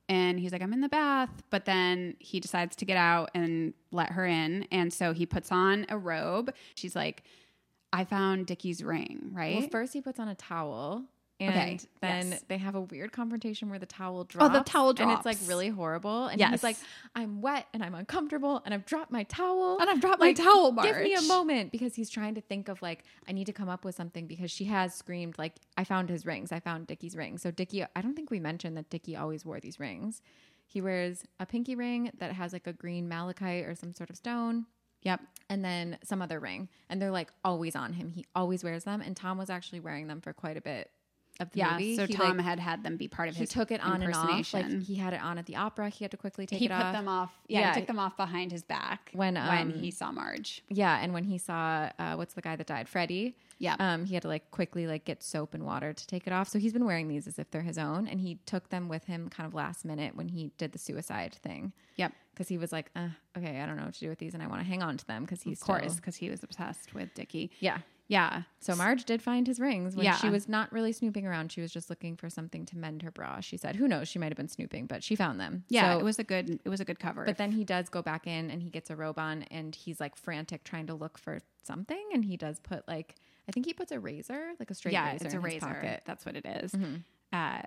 Speaker 2: And he's like, I'm in the bath. But then he decides to get out and let her in. And so he puts on a robe. She's like, I found Dickie's ring, right?
Speaker 1: Well, first he puts on a towel. And
Speaker 2: Okay,
Speaker 1: then
Speaker 2: yes.
Speaker 1: they have a weird confrontation where the towel
Speaker 2: Oh,
Speaker 1: drops.
Speaker 2: the towel
Speaker 1: And it's like
Speaker 2: drops.
Speaker 1: really horrible. And
Speaker 2: Yes.
Speaker 1: he's like, I'm wet and I'm uncomfortable and I've dropped my towel.
Speaker 2: and I've dropped
Speaker 1: Like,
Speaker 2: my towel, Marge.
Speaker 1: Give me a moment because he's trying to think of like I need to come up with something because she has screamed like I found his rings. I found Dickie's rings. So Dickie, I don't think we mentioned that Dickie always wore these rings. He wears a pinky ring that has like a green malachite or some sort of stone
Speaker 2: Yep.
Speaker 1: and then some other ring and they're like always on him. He always wears them and Tom was actually wearing them for quite a bit of the
Speaker 2: Yeah.
Speaker 1: movie.
Speaker 2: So
Speaker 1: he,
Speaker 2: Tom
Speaker 1: like,
Speaker 2: had had them be part of
Speaker 1: he
Speaker 2: his
Speaker 1: took it on and off. Like
Speaker 2: impersonation.
Speaker 1: he had it on at the opera. He had to quickly take
Speaker 2: he
Speaker 1: it
Speaker 2: put
Speaker 1: off.
Speaker 2: them off. Yeah,
Speaker 1: Yeah.
Speaker 2: he took them off behind his back
Speaker 1: When, um,
Speaker 2: when he saw Marge.
Speaker 1: Yeah, and when he saw uh, what's the guy that died, Freddie.
Speaker 2: Yeah.
Speaker 1: um, he had to like quickly like get soap and water to take it off. So he's been wearing these as if they're his own, and he took them with him kind of last minute when he did the suicide thing
Speaker 2: Yep,
Speaker 1: because he was like, uh, okay, I don't know what to do with these, and I want to hang on to them because he's
Speaker 2: of course,
Speaker 1: still-
Speaker 2: because he was obsessed with Dickie.
Speaker 1: yeah.
Speaker 2: Yeah,
Speaker 1: So Marge did find his rings when
Speaker 2: Yeah.
Speaker 1: she was not really snooping around. She was just looking for something to mend her bra. She said, "Who knows? She might have been snooping, but she found them."
Speaker 2: yeah,
Speaker 1: So
Speaker 2: it was a good, it was a good cover.
Speaker 1: But then he does go back in and he gets a robe on and he's like frantic trying to look for something. And he does put like, I think he puts a razor, like a straight
Speaker 2: yeah,
Speaker 1: razor
Speaker 2: it's a
Speaker 1: in his
Speaker 2: razor.
Speaker 1: pocket. Mm-hmm.
Speaker 2: That's what it is. Uh,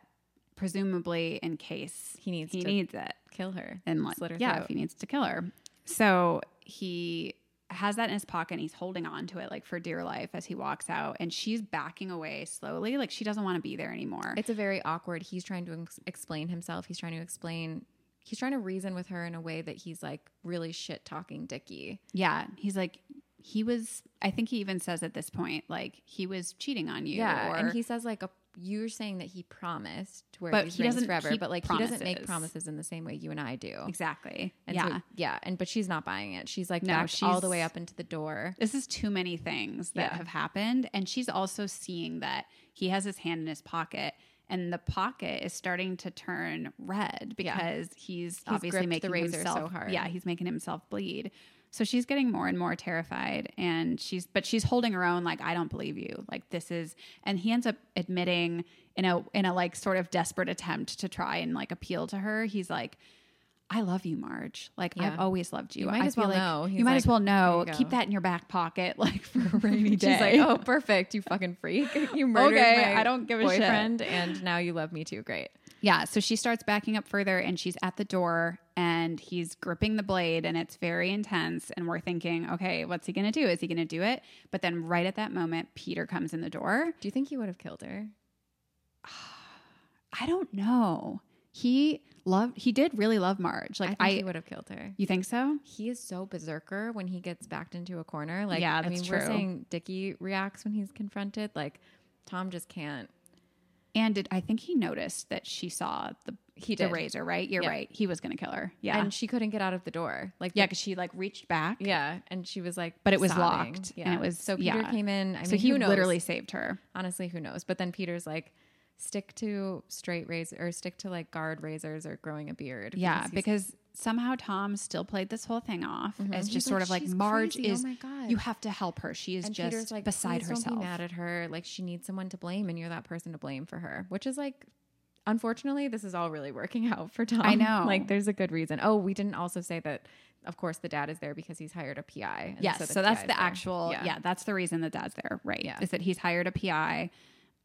Speaker 2: presumably, in case
Speaker 1: He needs
Speaker 2: he
Speaker 1: to
Speaker 2: needs it.
Speaker 1: kill her
Speaker 2: and like,
Speaker 1: slit her
Speaker 2: yeah, if
Speaker 1: throat.
Speaker 2: he needs to kill her. So he has that in his pocket and he's holding on to it like for dear life as he walks out and she's backing away slowly like she doesn't want to be there anymore.
Speaker 1: It's a very awkward. He's trying to ex- explain himself. He's trying to explain. He's trying to reason with her in a way that he's like really shit talking Dickie.
Speaker 2: yeah, he's like he was I think he even says at this point like he was cheating on you
Speaker 1: Yeah,
Speaker 2: or
Speaker 1: and he says like a. You're saying that he promised to wear
Speaker 2: But
Speaker 1: these
Speaker 2: he
Speaker 1: rings
Speaker 2: doesn't
Speaker 1: forever,
Speaker 2: keep
Speaker 1: but like he doesn't make
Speaker 2: promises.
Speaker 1: promises in the same way you and I do.
Speaker 2: exactly.
Speaker 1: And
Speaker 2: yeah.
Speaker 1: so, yeah, and but she's not buying it. She's like
Speaker 2: No,
Speaker 1: backed all the
Speaker 2: she's-
Speaker 1: way up into the door.
Speaker 2: this is too many things that
Speaker 1: Yeah.
Speaker 2: have happened and she's also seeing that he has his hand in his pocket and the pocket is starting to turn red because he's, obviously
Speaker 1: gripped the
Speaker 2: making
Speaker 1: razor
Speaker 2: himself
Speaker 1: so hard.
Speaker 2: yeah he's making himself bleed so she's getting more and more terrified and she's but she's holding her own like i don't believe you like this is and he ends up admitting in a in a like sort of desperate attempt to try and like appeal to her he's like I love you, Marge. Like
Speaker 1: Yeah.
Speaker 2: I've always loved you.
Speaker 1: You might
Speaker 2: I
Speaker 1: as
Speaker 2: feel
Speaker 1: well
Speaker 2: like-
Speaker 1: know."
Speaker 2: You
Speaker 1: He's
Speaker 2: might
Speaker 1: like,
Speaker 2: as well know.
Speaker 1: "There you
Speaker 2: Keep
Speaker 1: go."
Speaker 2: that in your back pocket, [laughs] like for
Speaker 1: [laughs]
Speaker 2: a rainy day.
Speaker 1: She's like, oh, perfect, you fucking freak. [laughs] You murdered
Speaker 2: Okay,
Speaker 1: my
Speaker 2: I don't give a shit."
Speaker 1: boyfriend, and now you love me too. Great.
Speaker 2: Yeah, so she starts backing up further and she's at the door and he's gripping the blade and it's very intense. And we're thinking, okay, what's he gonna do? Is he gonna do it? But then right at that moment, Peter comes in the door.
Speaker 1: Do you think you would have killed her?
Speaker 2: I don't know. He loved, he did really love Marge.
Speaker 1: I
Speaker 2: Like,
Speaker 1: think
Speaker 2: I,
Speaker 1: he would have killed her.
Speaker 2: you think so?
Speaker 1: He is so berserker when he gets backed into a corner. Like,
Speaker 2: Yeah,
Speaker 1: I
Speaker 2: that's
Speaker 1: mean, we're
Speaker 2: true.
Speaker 1: saying Dickie reacts when he's confronted. Like, Tom just can't.
Speaker 2: And did, I think he noticed that she saw the,
Speaker 1: He
Speaker 2: the
Speaker 1: did.
Speaker 2: razor, right? You're
Speaker 1: Yeah.
Speaker 2: right. He was gonna kill her. Yeah.
Speaker 1: And she couldn't get out of the door. Like,
Speaker 2: yeah, because she like reached back.
Speaker 1: the- yeah. And she was like,
Speaker 2: But it was
Speaker 1: sobbing.
Speaker 2: locked,
Speaker 1: Yeah.
Speaker 2: and it was-
Speaker 1: so Peter
Speaker 2: yeah.
Speaker 1: came in. I mean,
Speaker 2: so he
Speaker 1: who knows?
Speaker 2: literally saved her.
Speaker 1: honestly, who knows? But then Peter's like, stick to straight razor or stick to like guard razors or growing a beard.
Speaker 2: Yeah,
Speaker 1: he's-
Speaker 2: because somehow Tom still played this whole thing off as
Speaker 1: Mm-hmm. He's
Speaker 2: just
Speaker 1: like,
Speaker 2: sort of like
Speaker 1: "She's
Speaker 2: Marge
Speaker 1: crazy. Oh
Speaker 2: is.
Speaker 1: my God."
Speaker 2: You have to help her. She is
Speaker 1: and
Speaker 2: just
Speaker 1: Peter's like
Speaker 2: beside
Speaker 1: "Please
Speaker 2: herself.
Speaker 1: Don't be mad at her. Like she needs someone to blame, and you're that person to blame for her, which is like. Unfortunately, this is all really working out for Tom. [laughs]
Speaker 2: I know.
Speaker 1: Like, there's a good reason. Oh, we didn't also say that, of course, the dad is there because he's hired a PI. and
Speaker 2: yes, so, that's
Speaker 1: PI is
Speaker 2: the
Speaker 1: there.
Speaker 2: actual. Yeah. that's the reason that Dad's there, right?
Speaker 1: Yeah.
Speaker 2: Is that he's hired a PI.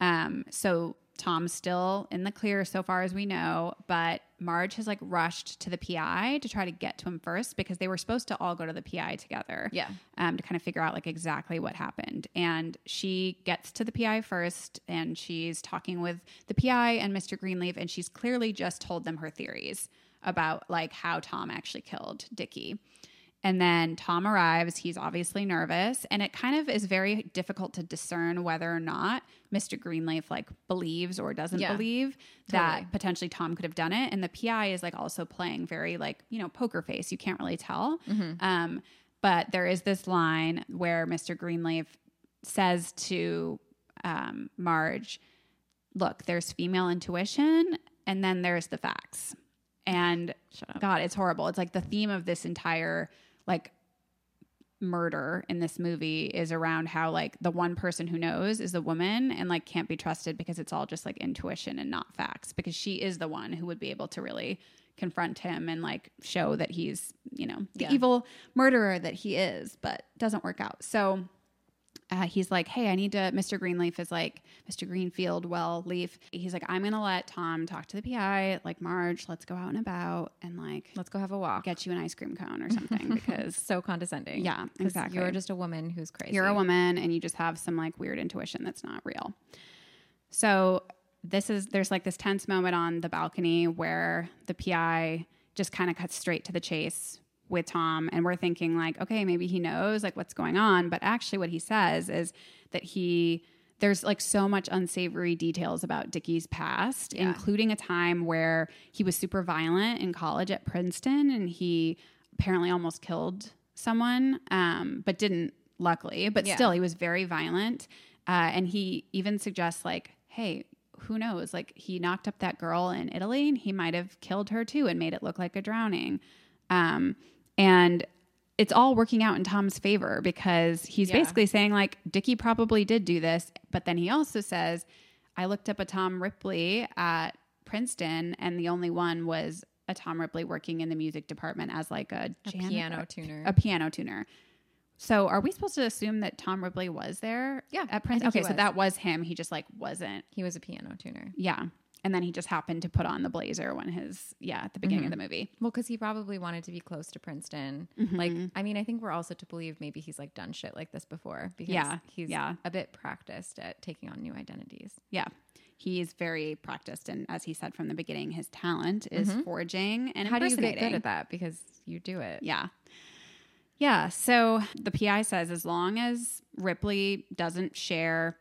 Speaker 2: Um, so Tom's still in the clear so far as we know, but Marge has like rushed to the PI to try to get to him first because they were supposed to all go to the PI together.
Speaker 1: Yeah.
Speaker 2: um, to kind of figure out like exactly what happened. And she gets to the PI first and she's talking with the PI and Mr. Greenleaf, and she's clearly just told them her theories about like how Tom actually killed Dickie. And then Tom arrives. He's obviously nervous, and it kind of is very difficult to discern whether or not Mr. Greenleaf like believes or doesn't
Speaker 1: Yeah.
Speaker 2: believe that
Speaker 1: Totally.
Speaker 2: potentially Tom could have done it. And the PI is like also playing very like, you know, poker face. You can't really tell. Um, but there is this line where Mr. Greenleaf says to um, Marge, look, there's female intuition and then there's the facts. And
Speaker 1: Shut up.
Speaker 2: God, it's horrible. It's like the theme of this entire like murder in this movie is around how like the one person who knows is the woman and like can't be trusted because it's all just like intuition and not facts because she is the one who would be able to really confront him and like show that he's, you know, the
Speaker 1: Yeah.
Speaker 2: evil murderer that he is, but doesn't work out. So uh, he's like, hey, I need to. Mr. Greenleaf is like, Mr. Greenfield, well, Leaf. He's like, I'm going to let Tom talk to the PI, like, Marge, let's go out and about and like
Speaker 1: Let's go have a walk.
Speaker 2: get you an ice cream cone or something because
Speaker 1: so condescending.
Speaker 2: Yeah,
Speaker 1: 'Cause
Speaker 2: exactly.
Speaker 1: You're just a woman who's crazy.
Speaker 2: you're a woman and you just have some like weird intuition that's not real. So this is there's like this tense moment on the balcony where the PI just kind of cuts straight to the chase with Tom and we're thinking like okay maybe he knows like what's going on but actually what he says is that he there's like so much unsavory details about Dickie's past including a time where he was super violent in college at Princeton and he apparently almost killed someone um but didn't luckily but
Speaker 1: Yeah.
Speaker 2: still he was very violent uh, and he even suggests like hey who knows like he knocked up that girl in italy and he might have killed her too and made it look like a drowning um, and it's all working out in tom's favor because he's
Speaker 1: Yeah.
Speaker 2: basically saying like dickie probably did do this but then he also says i looked up a tom ripley at princeton and the only one was a tom ripley working in the music department as like a,
Speaker 1: A
Speaker 2: janitor-
Speaker 1: piano tuner.
Speaker 2: a piano tuner. So are we supposed to assume that Tom Ripley was there?
Speaker 1: Yeah, I
Speaker 2: At Prince?
Speaker 1: think he
Speaker 2: Okay, so
Speaker 1: was.
Speaker 2: that was him. He just like wasn't.
Speaker 1: he was a piano tuner.
Speaker 2: Yeah. And then he just happened to put on the blazer when his yeah, at the beginning
Speaker 1: Mm-hmm.
Speaker 2: of the movie.
Speaker 1: Well, because he probably wanted to be close to Princeton. Like,
Speaker 2: Mm-hmm.
Speaker 1: I mean, I think we're also to believe maybe he's like done shit like this before because
Speaker 2: Yeah,
Speaker 1: he's
Speaker 2: yeah.
Speaker 1: a bit practiced at taking on new identities.
Speaker 2: Yeah. He is very practiced and as he said from the beginning, his talent is forging and
Speaker 1: Mm-hmm. How do you get good
Speaker 2: impersonating.
Speaker 1: at that? Because you do it.
Speaker 2: Yeah. Yeah. So the PI says as long as Ripley doesn't share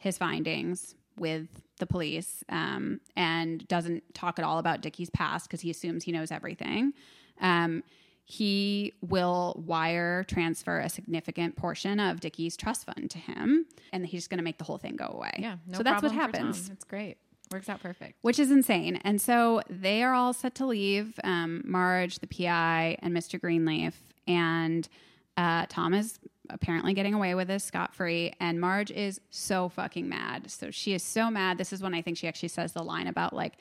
Speaker 2: his findings with the police um, and doesn't talk at all about Dickie's past because he assumes he knows everything, um, he will wire transfer a significant portion of Dickie's trust fund to him and he's going to make the whole thing go away.
Speaker 1: Yeah. No
Speaker 2: so that's what
Speaker 1: problem for
Speaker 2: happens
Speaker 1: Tom. It's great. Works out perfect.
Speaker 2: which is insane. And so they are all set to leave um, Marge, the PI, and Mr. Greenleaf. And uh, Tom is apparently getting away with this scot free. And Marge is so fucking mad. So she is so mad. This is when I think she actually says the line about, like,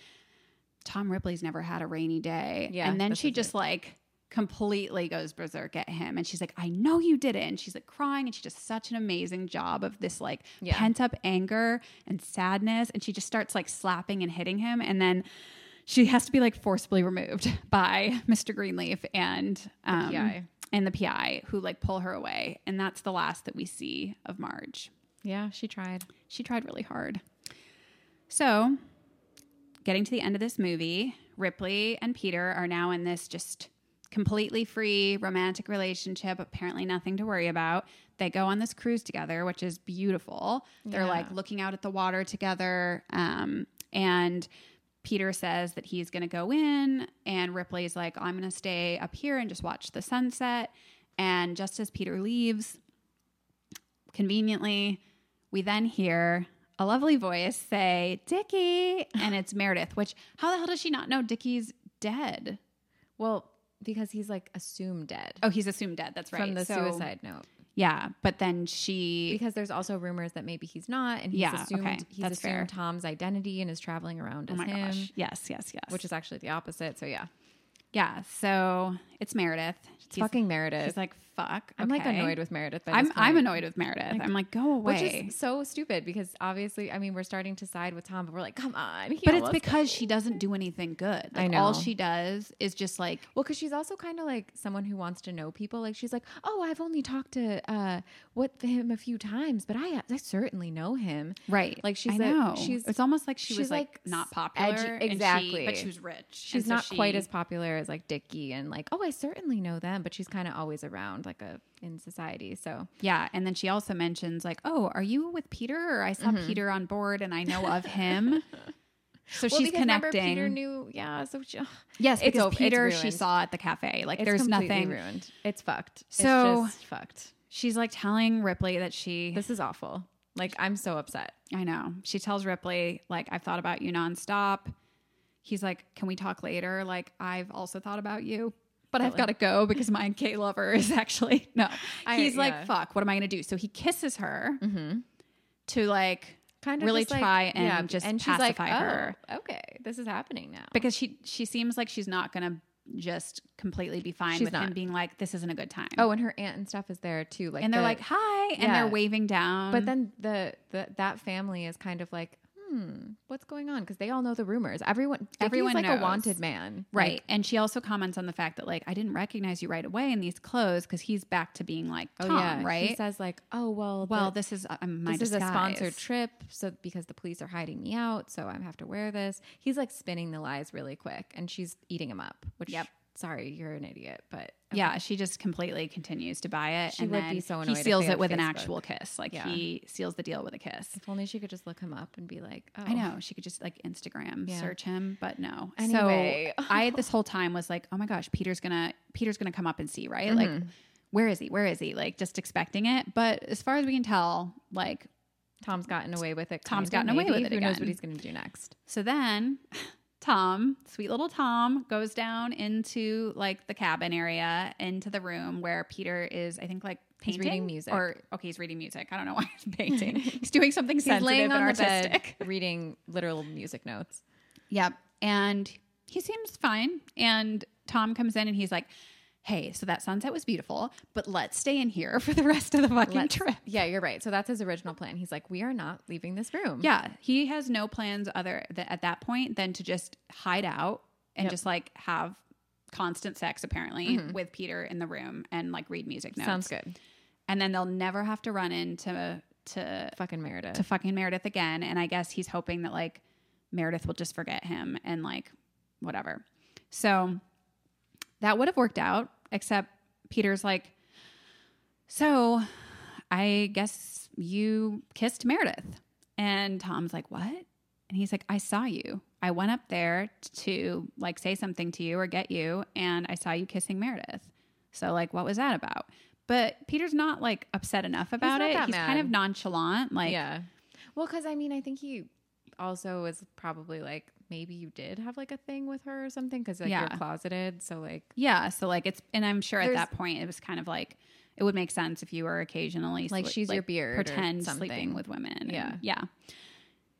Speaker 2: Tom Ripley's never had a rainy day.
Speaker 1: Yeah,
Speaker 2: and then
Speaker 1: this
Speaker 2: she
Speaker 1: is
Speaker 2: just
Speaker 1: it.
Speaker 2: like completely goes berserk at him. And she's like, I know you did it. And she's like crying. And she does such an amazing job of this like
Speaker 1: Yeah.
Speaker 2: pent up anger and sadness. And she just starts like slapping and hitting him. And then she has to be like forcibly removed [laughs] by Mr. Greenleaf and um,
Speaker 1: PI.
Speaker 2: and the PI who like pull her away. And that's the last that we see of Marge.
Speaker 1: Yeah, she tried.
Speaker 2: She tried really hard. So, getting to the end of this movie, Ripley and Peter are now in this just completely free romantic relationship, apparently nothing to worry about. They go on this cruise together, which is beautiful. They're
Speaker 1: Yeah.
Speaker 2: like looking out at the water together. Um, and Peter says that he's going to go in, and Ripley's like, I'm going to stay up here and just watch the sunset. And just as Peter leaves, conveniently, we then hear a lovely voice say, Dickie, and it's Meredith, which how the hell does she not know Dickie's dead?
Speaker 1: Well, because he's like assumed dead
Speaker 2: Oh, he's assumed dead. That's right.
Speaker 1: from the
Speaker 2: So-
Speaker 1: suicide note.
Speaker 2: Yeah. But then she,
Speaker 1: Because there's also rumors that maybe he's not, and he's
Speaker 2: Yeah,
Speaker 1: assumed
Speaker 2: okay,
Speaker 1: he's
Speaker 2: that's
Speaker 1: assumed
Speaker 2: fair.
Speaker 1: Tom's identity and is traveling around
Speaker 2: oh
Speaker 1: as
Speaker 2: my
Speaker 1: him,
Speaker 2: gosh. Yes, yes, yes.
Speaker 1: which is actually the opposite. So yeah,
Speaker 2: yeah. So it's Meredith.
Speaker 1: it's fucking Meredith.
Speaker 2: He's like, fuck.
Speaker 1: I'm like
Speaker 2: okay.
Speaker 1: annoyed with Meredith. By
Speaker 2: I'm,
Speaker 1: this
Speaker 2: I'm
Speaker 1: point.
Speaker 2: annoyed with Meredith. I'm like, go away.
Speaker 1: Which is so stupid because obviously, I mean, we're starting to side with Tom, but we're like, come on. he
Speaker 2: but it's
Speaker 1: almost-
Speaker 2: because she doesn't do anything good.
Speaker 1: I
Speaker 2: Like, All
Speaker 1: know.
Speaker 2: she does is just like,
Speaker 1: well, because she's also kind of like someone who wants to know people. Like she's like, oh, I've only talked to uh, what him a few times, but I I certainly know him.
Speaker 2: right.
Speaker 1: Like, she's
Speaker 2: I
Speaker 1: a-
Speaker 2: know.
Speaker 1: she's-
Speaker 2: it's almost like she
Speaker 1: she's
Speaker 2: was like,
Speaker 1: like
Speaker 2: not
Speaker 1: s-
Speaker 2: popular.
Speaker 1: edgy-
Speaker 2: and she-
Speaker 1: exactly.
Speaker 2: but she was rich.
Speaker 1: She's
Speaker 2: And so
Speaker 1: not quite
Speaker 2: she-
Speaker 1: as popular as like Dickie and like, oh, I certainly know them, but she's kind of always around like a in society. So
Speaker 2: Yeah, and then she also mentions like, "Oh, are you with Peter? Or I saw
Speaker 1: Mm-hmm.
Speaker 2: Peter on board, and I know of
Speaker 1: [laughs]
Speaker 2: him." so
Speaker 1: Well,
Speaker 2: she's
Speaker 1: because remember,
Speaker 2: connecting.
Speaker 1: Peter knew, yeah. So she, ugh,
Speaker 2: yes,
Speaker 1: It's
Speaker 2: because
Speaker 1: over. It's
Speaker 2: Peter she
Speaker 1: ruined.
Speaker 2: saw at the cafe. Like,
Speaker 1: it's
Speaker 2: there's
Speaker 1: completely
Speaker 2: nothing.
Speaker 1: ruined. It's fucked.
Speaker 2: So-
Speaker 1: it's just fucked.
Speaker 2: She's like telling Ripley that she.
Speaker 1: This is awful. Like I'm so upset.
Speaker 2: I know. She tells Ripley like, "I've thought about you nonstop." He's like, "Can we talk later?" Like, I've also thought about you. But I've
Speaker 1: Really?
Speaker 2: got to go because my [laughs] K lover is actually [laughs] no.
Speaker 1: I-
Speaker 2: He's like,
Speaker 1: yeah.
Speaker 2: "Fuck, what am I going to do?" So he kisses her
Speaker 1: Mm-hmm.
Speaker 2: to like
Speaker 1: Kind
Speaker 2: Really
Speaker 1: just, like-
Speaker 2: try and just pacify
Speaker 1: oh,
Speaker 2: her.
Speaker 1: Okay, this is happening now.
Speaker 2: because she she seems like she's not gonna just completely be fine
Speaker 1: She's
Speaker 2: with him
Speaker 1: not.
Speaker 2: being like this isn't a good time
Speaker 1: oh, and her aunt and stuff is there too. Like
Speaker 2: and they're
Speaker 1: the-
Speaker 2: like "Hmm." hi and
Speaker 1: Yeah.
Speaker 2: they're waving down
Speaker 1: but then the, the that family is kind of like, hmm, what's going on? Because they all know the rumors. Everyone, Dicky's
Speaker 2: Everyone
Speaker 1: like
Speaker 2: knows.
Speaker 1: a wanted man,
Speaker 2: right
Speaker 1: Like,
Speaker 2: and she also comments on the fact that like i didn't recognize you right away in these clothes because he's back to being like
Speaker 1: oh
Speaker 2: tom
Speaker 1: yeah,
Speaker 2: right
Speaker 1: He says like, oh well,
Speaker 2: well
Speaker 1: the-
Speaker 2: this is I'm my
Speaker 1: this is a
Speaker 2: disguise."
Speaker 1: sponsored trip, so because the police are hiding me out, so I have to wear this. He's like spinning the lies really quick, and she's eating him up. Which,
Speaker 2: Yep.
Speaker 1: sorry, you're an idiot, but
Speaker 2: yeah she just completely continues to buy it
Speaker 1: She
Speaker 2: and
Speaker 1: would
Speaker 2: then
Speaker 1: be so
Speaker 2: he
Speaker 1: annoyed if
Speaker 2: seals
Speaker 1: they
Speaker 2: it
Speaker 1: had
Speaker 2: with an
Speaker 1: Facebook.
Speaker 2: actual kiss like
Speaker 1: Yeah.
Speaker 2: he seals the deal with a kiss
Speaker 1: If only she could just look him up and be like, oh.
Speaker 2: I know she could just like Instagram
Speaker 1: Yeah.
Speaker 2: search him, but no.
Speaker 1: "Oh, Anyway.
Speaker 2: So I this whole time was like, oh my gosh, Peter's gonna Peter's gonna come up and see, right? Like,
Speaker 1: Mm-hmm.
Speaker 2: where is he? Where is he? Like, just expecting it. But as far as we can tell, like,
Speaker 1: [laughs] Tom's gotten away with it.
Speaker 2: Tom's
Speaker 1: kinda,
Speaker 2: gotten away
Speaker 1: maybe.
Speaker 2: with it
Speaker 1: Who knows
Speaker 2: again.
Speaker 1: what he's going to do next?
Speaker 2: so then [laughs] Tom, sweet little Tom, goes down into like the cabin area, into the room where Peter is. I think like.
Speaker 1: He's
Speaker 2: Painting
Speaker 1: reading music.
Speaker 2: or okay, he's reading music. I don't know [laughs] why
Speaker 1: [laughs]
Speaker 2: he's painting. he's doing something
Speaker 1: He's
Speaker 2: sensitive
Speaker 1: laying on
Speaker 2: and
Speaker 1: the
Speaker 2: artistic. [laughs]
Speaker 1: bed reading literal music notes.
Speaker 2: Yep. And he seems fine. And Tom comes in and he's like, Hey, so that sunset was beautiful, but let's stay in here [laughs] for the rest of the fucking
Speaker 1: Let's-
Speaker 2: trip.
Speaker 1: Yeah, you're right. So that's his original plan. He's like, we are not leaving this room.
Speaker 2: Yeah. He has no plans other th- at that point than to just hide out
Speaker 1: Yep.
Speaker 2: and
Speaker 1: Mm-hmm.
Speaker 2: just like have constant sex apparently with Peter in the room and like read music notes.
Speaker 1: sounds good.
Speaker 2: And then they'll never have to run into to
Speaker 1: Fucking Meredith.
Speaker 2: to fucking Meredith again. And I guess he's hoping that like Meredith will just forget him and like whatever. So that would have worked out, except Peter's like, So I guess you kissed Meredith. And Tom's like, What? And he's like, I saw you. I went up there to like say something to you or get you, and I saw you kissing Meredith. So, like, what was that about? But Peter's not like upset enough about
Speaker 1: not
Speaker 2: it.
Speaker 1: that
Speaker 2: He's kind
Speaker 1: mad.
Speaker 2: of nonchalant. Like,
Speaker 1: yeah. Well, because I mean, I think he also was probably like, maybe you did have like a thing with her or something because like
Speaker 2: Yeah.
Speaker 1: you're closeted. So like,
Speaker 2: Yeah. So like it's and I'm sure
Speaker 1: There's-
Speaker 2: at that point it was kind of like it would make sense if you were occasionally
Speaker 1: Like,
Speaker 2: sli-
Speaker 1: she's your beard or
Speaker 2: pretend
Speaker 1: something.
Speaker 2: sleeping with women. and-
Speaker 1: Yeah.
Speaker 2: yeah.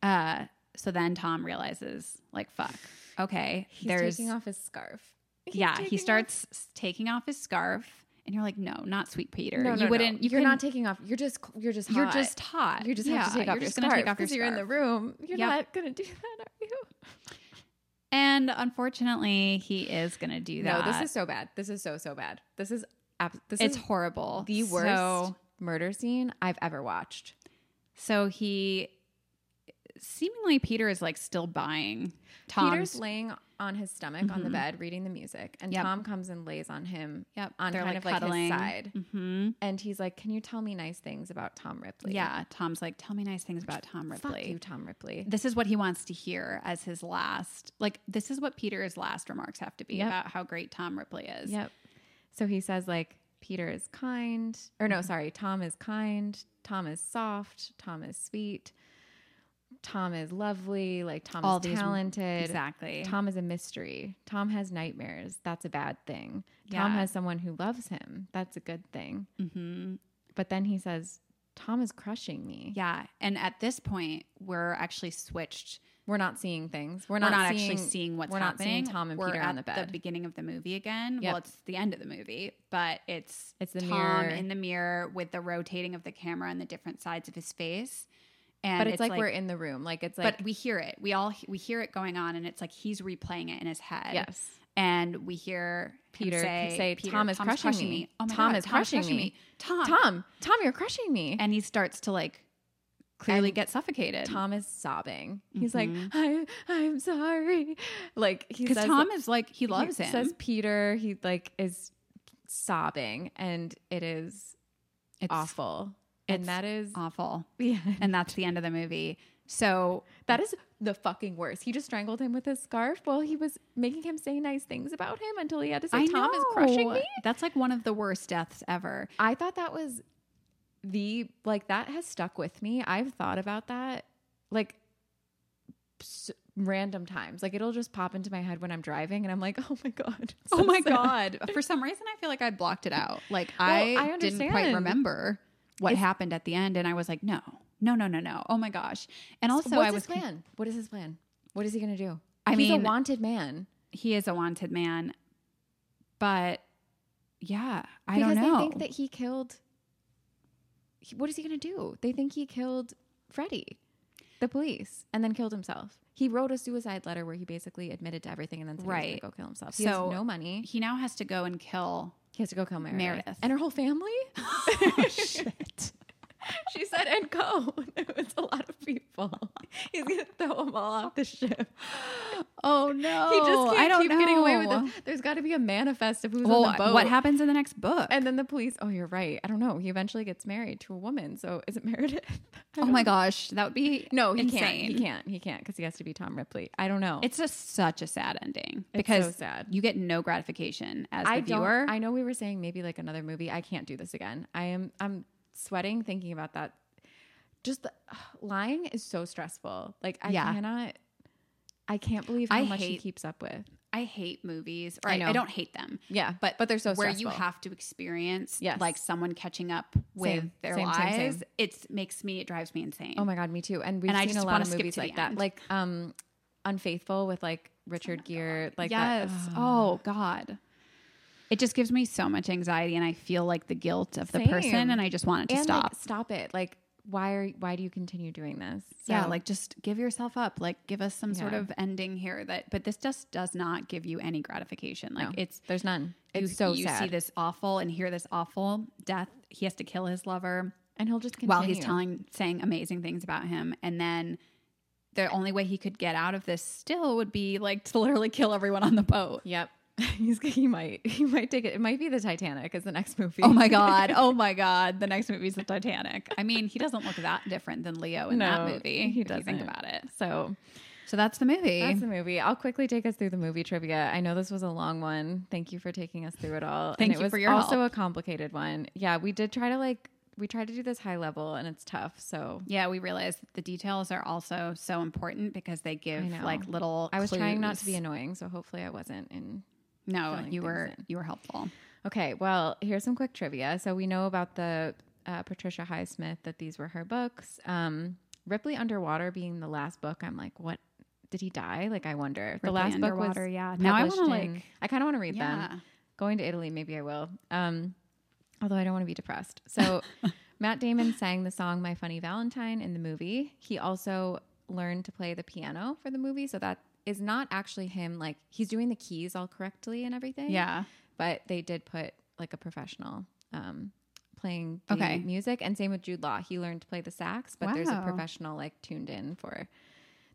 Speaker 2: Uh so then Tom realizes, like, fuck, okay,
Speaker 1: He's
Speaker 2: there's
Speaker 1: taking off his scarf. [laughs] He's
Speaker 2: yeah,
Speaker 1: taking
Speaker 2: he
Speaker 1: off-
Speaker 2: starts s- taking off his scarf, and you're like, no, not sweet Peter.
Speaker 1: No, no,
Speaker 2: you
Speaker 1: no.
Speaker 2: wouldn't. You
Speaker 1: you're not
Speaker 2: couldn't-
Speaker 1: taking off. You're just. c- You're just.
Speaker 2: You're
Speaker 1: hot.
Speaker 2: just hot.
Speaker 1: You just
Speaker 2: yeah,
Speaker 1: have to take off
Speaker 2: You're
Speaker 1: your
Speaker 2: just
Speaker 1: scarf
Speaker 2: gonna take off your
Speaker 1: because you're in the
Speaker 2: scarf.
Speaker 1: room. You're
Speaker 2: Yep.
Speaker 1: not gonna do [laughs] that, are you?
Speaker 2: And unfortunately, he is gonna do
Speaker 1: No,
Speaker 2: that.
Speaker 1: this is so bad. This is so so bad. This is ab- this
Speaker 2: it's
Speaker 1: is
Speaker 2: horrible.
Speaker 1: the worst
Speaker 2: So,
Speaker 1: murder scene I've ever watched.
Speaker 2: so he seemingly Peter is like still buying Tom's.
Speaker 1: Peter's laying on his stomach on the
Speaker 2: Mhm.
Speaker 1: bed reading the music, and
Speaker 2: Yep.
Speaker 1: Tom comes and lays on him,
Speaker 2: yep,
Speaker 1: on
Speaker 2: they're
Speaker 1: kind
Speaker 2: like
Speaker 1: of like his
Speaker 2: cuddling.
Speaker 1: side.
Speaker 2: hmm
Speaker 1: and he's like, "Can you tell me nice things about Tom Ripley?"
Speaker 2: Yeah, Tom's like, tell me nice things about Tom Ripley.
Speaker 1: fuck you, Tom Ripley.
Speaker 2: this is what he wants to hear as his last like this is what peter's last remarks have to be
Speaker 1: Yep.
Speaker 2: about how great tom ripley is
Speaker 1: Yep. So he says like, "Peter is kind," or
Speaker 2: Mm-hmm.
Speaker 1: no, sorry, Tom is kind. Tom is soft. Tom is sweet. Tom is lovely. Like Tom
Speaker 2: All
Speaker 1: is
Speaker 2: these-
Speaker 1: talented.
Speaker 2: exactly
Speaker 1: Tom is a mystery. Tom has nightmares. That's a bad thing. Tom
Speaker 2: Yeah.
Speaker 1: has someone who loves him. That's a good thing.
Speaker 2: hmm
Speaker 1: But then he says, Tom is crushing me.
Speaker 2: yeah and at this point we're actually switched
Speaker 1: We're not seeing things. We're
Speaker 2: we're
Speaker 1: not,
Speaker 2: not, actually seeing what's
Speaker 1: we're not
Speaker 2: happening
Speaker 1: seeing Tom and
Speaker 2: we're
Speaker 1: Peter
Speaker 2: at
Speaker 1: on the bed.
Speaker 2: beginning of the movie again
Speaker 1: Yep.
Speaker 2: well it's the end of the movie but it's
Speaker 1: It's the
Speaker 2: tom
Speaker 1: mirror.
Speaker 2: in the mirror with the rotating of the camera and the different sides of his face and
Speaker 1: but it's, like, we're in the room. Like it's like
Speaker 2: but we hear it we all we hear it going on and it's like he's replaying it in his head
Speaker 1: yes.
Speaker 2: and we hear
Speaker 1: Peter
Speaker 2: him say,
Speaker 1: say,
Speaker 2: Peter,
Speaker 1: "Tom is
Speaker 2: Tom's
Speaker 1: crushing me.
Speaker 2: Oh my
Speaker 1: Tom
Speaker 2: God,
Speaker 1: is
Speaker 2: Tom's
Speaker 1: crushing me.
Speaker 2: Tom.
Speaker 1: Tom, Tom, you're crushing me.
Speaker 2: And he starts to like clearly
Speaker 1: And
Speaker 2: get suffocated.
Speaker 1: Tom is sobbing. He's
Speaker 2: Mhm.
Speaker 1: like, I, I'm sorry. Like he
Speaker 2: because
Speaker 1: says,
Speaker 2: Tom is like he loves
Speaker 1: he
Speaker 2: him.
Speaker 1: Says Peter. He like is sobbing, and it is
Speaker 2: it's
Speaker 1: awful.
Speaker 2: it's
Speaker 1: and that is
Speaker 2: awful.
Speaker 1: [laughs] yeah,
Speaker 2: And that's the end of the movie. So
Speaker 1: that is the fucking worst. He just strangled him with his scarf while he was making him say nice things about him until he had to say,
Speaker 2: I
Speaker 1: "Tom
Speaker 2: know.
Speaker 1: is crushing me."
Speaker 2: That's like one of the worst deaths ever.
Speaker 1: I thought that was the like that has stuck with me. I've thought about that like s- random times. Like it'll just pop into my head when I'm driving, and I'm like, [laughs] oh my god,
Speaker 2: oh my
Speaker 1: So sad.
Speaker 2: god! For some reason, I feel like I blocked it out. Like
Speaker 1: Well,
Speaker 2: I,
Speaker 1: I
Speaker 2: didn't quite
Speaker 1: understand.
Speaker 2: remember what
Speaker 1: It's-
Speaker 2: happened at the end, and I was like, no, no, no, no, no. Oh my gosh! And also,
Speaker 1: what's
Speaker 2: I was
Speaker 1: his plan? what is his plan? What is he gonna do?
Speaker 2: I
Speaker 1: He's
Speaker 2: mean-
Speaker 1: a wanted man.
Speaker 2: he is a wanted man, but yeah, I
Speaker 1: because
Speaker 2: don't know.
Speaker 1: they think that he killed. he- what is he gonna do? They think he killed Freddie, the police, and then killed himself. He wrote a suicide letter where he basically admitted to everything and then said he was
Speaker 2: Right.
Speaker 1: gonna go kill himself. he has
Speaker 2: So-
Speaker 1: no money.
Speaker 2: he now has to go and [laughs] kill.
Speaker 1: He has to go kill Meredith.
Speaker 2: Meredith.
Speaker 1: And her whole [laughs] family?
Speaker 2: shit!
Speaker 1: She said, and go. [laughs] it's a lot of people. [laughs] He's going to throw them all off the ship.
Speaker 2: Oh no!
Speaker 1: he just can't
Speaker 2: I don't
Speaker 1: keep
Speaker 2: know.
Speaker 1: getting away with this. There's got to be a manifest of who's
Speaker 2: Well,
Speaker 1: on the boat.
Speaker 2: what happens in the next book?
Speaker 1: And then the police, oh, you're right. I don't know. He eventually gets married to a woman. So is it [laughs] Meredith? I
Speaker 2: oh
Speaker 1: don't-
Speaker 2: my gosh, that would be
Speaker 1: No, he
Speaker 2: insane.
Speaker 1: can't. He can't. He can't because he has to be Tom Ripley. I don't know.
Speaker 2: It's just such a sad ending
Speaker 1: It's
Speaker 2: because
Speaker 1: so sad.
Speaker 2: you get no gratification as
Speaker 1: I
Speaker 2: the viewer.
Speaker 1: don't. I know we were saying maybe like another movie. I can't do this again. I am. I'm sweating thinking about that. Just the, [sighs] lying is so stressful. Like I
Speaker 2: Yeah.
Speaker 1: cannot. I can't believe how
Speaker 2: I
Speaker 1: much he
Speaker 2: hate-
Speaker 1: keeps up with.
Speaker 2: I hate movies, or
Speaker 1: I
Speaker 2: I, I
Speaker 1: know.
Speaker 2: don't hate them.
Speaker 1: Yeah,
Speaker 2: but-
Speaker 1: but they're so
Speaker 2: where
Speaker 1: stressful.
Speaker 2: you have to experience
Speaker 1: Yes.
Speaker 2: like someone catching up with
Speaker 1: Same,
Speaker 2: their
Speaker 1: same, same,
Speaker 2: lives,
Speaker 1: same.
Speaker 2: it makes me it drives me insane.
Speaker 1: Oh my god, me too. And we've
Speaker 2: And I
Speaker 1: seen
Speaker 2: just
Speaker 1: a lot
Speaker 2: wanna
Speaker 1: of
Speaker 2: skip
Speaker 1: movies
Speaker 2: to the
Speaker 1: like that,
Speaker 2: end.
Speaker 1: like um, Unfaithful with like Richard Gere, like
Speaker 2: yes.
Speaker 1: that. Ah. Ugh.
Speaker 2: Oh God. It just gives me so much anxiety, and I feel like the guilt of the person,
Speaker 1: Same.
Speaker 2: and I just want it to
Speaker 1: and
Speaker 2: stop.
Speaker 1: like stop it. Like why are why do you continue doing this?
Speaker 2: yeah,
Speaker 1: So-
Speaker 2: like just give yourself up. Like give us some sort
Speaker 1: Yeah.
Speaker 2: of ending here. That, but this just does not give you any gratification. Like
Speaker 1: No.
Speaker 2: it's
Speaker 1: there's none. It's
Speaker 2: you,
Speaker 1: so
Speaker 2: you
Speaker 1: sad.
Speaker 2: see this awful and hear this awful death. He has to kill his lover.
Speaker 1: and he'll just continue
Speaker 2: while he's telling saying amazing things about him and then the only way he could get out of this still would be like to literally kill everyone on the boat
Speaker 1: Yep. [laughs] He's he might [laughs] he might take it. It might be the Titanic is the next movie.
Speaker 2: oh my god oh my god the next movie's the titanic i mean he doesn't look that different than leo in that
Speaker 1: No, he
Speaker 2: movie if you think
Speaker 1: doesn't.
Speaker 2: about it
Speaker 1: [laughs] so
Speaker 2: so that's the movie
Speaker 1: that's the movie. I'll quickly take us through the movie trivia. I know this was a long one. Thank you for taking us through it all.
Speaker 2: Thank
Speaker 1: and it
Speaker 2: you
Speaker 1: was
Speaker 2: for your
Speaker 1: also
Speaker 2: help.
Speaker 1: a complicated one. Yeah, we did try to like we tried to do this high level and it's tough. So
Speaker 2: yeah we realized that the details are also so important because they give
Speaker 1: know.
Speaker 2: like little
Speaker 1: I was trying not
Speaker 2: clues.
Speaker 1: to be annoying, so hopefully I wasn't in
Speaker 2: no
Speaker 1: filling
Speaker 2: you were
Speaker 1: things in.
Speaker 2: you were helpful
Speaker 1: Okay, well, here's some quick trivia. So we know about the uh, Patricia Highsmith that these were her books. Um, Ripley Underwater being the last book, I'm like, what did he die? Like, I wonder. the
Speaker 2: Ripley
Speaker 1: last book
Speaker 2: Underwater,
Speaker 1: was
Speaker 2: yeah. Now I
Speaker 1: published
Speaker 2: wanna,
Speaker 1: in-
Speaker 2: like-
Speaker 1: I kind of want to read them.
Speaker 2: Yeah.
Speaker 1: Going to Italy, maybe I will. Um, although I don't want to be depressed.
Speaker 2: [laughs]
Speaker 1: So Matt Damon sang the song "My Funny Valentine" in the movie. He also learned to play the piano for the movie, so that is not actually him. Like he's doing the keys all correctly and everything.
Speaker 2: Yeah.
Speaker 1: but they did put like a professional um, playing the
Speaker 2: Okay.
Speaker 1: music. And same with Jude Law, he learned to play the sax, but there's a
Speaker 2: Wow.
Speaker 1: professional like tuned in for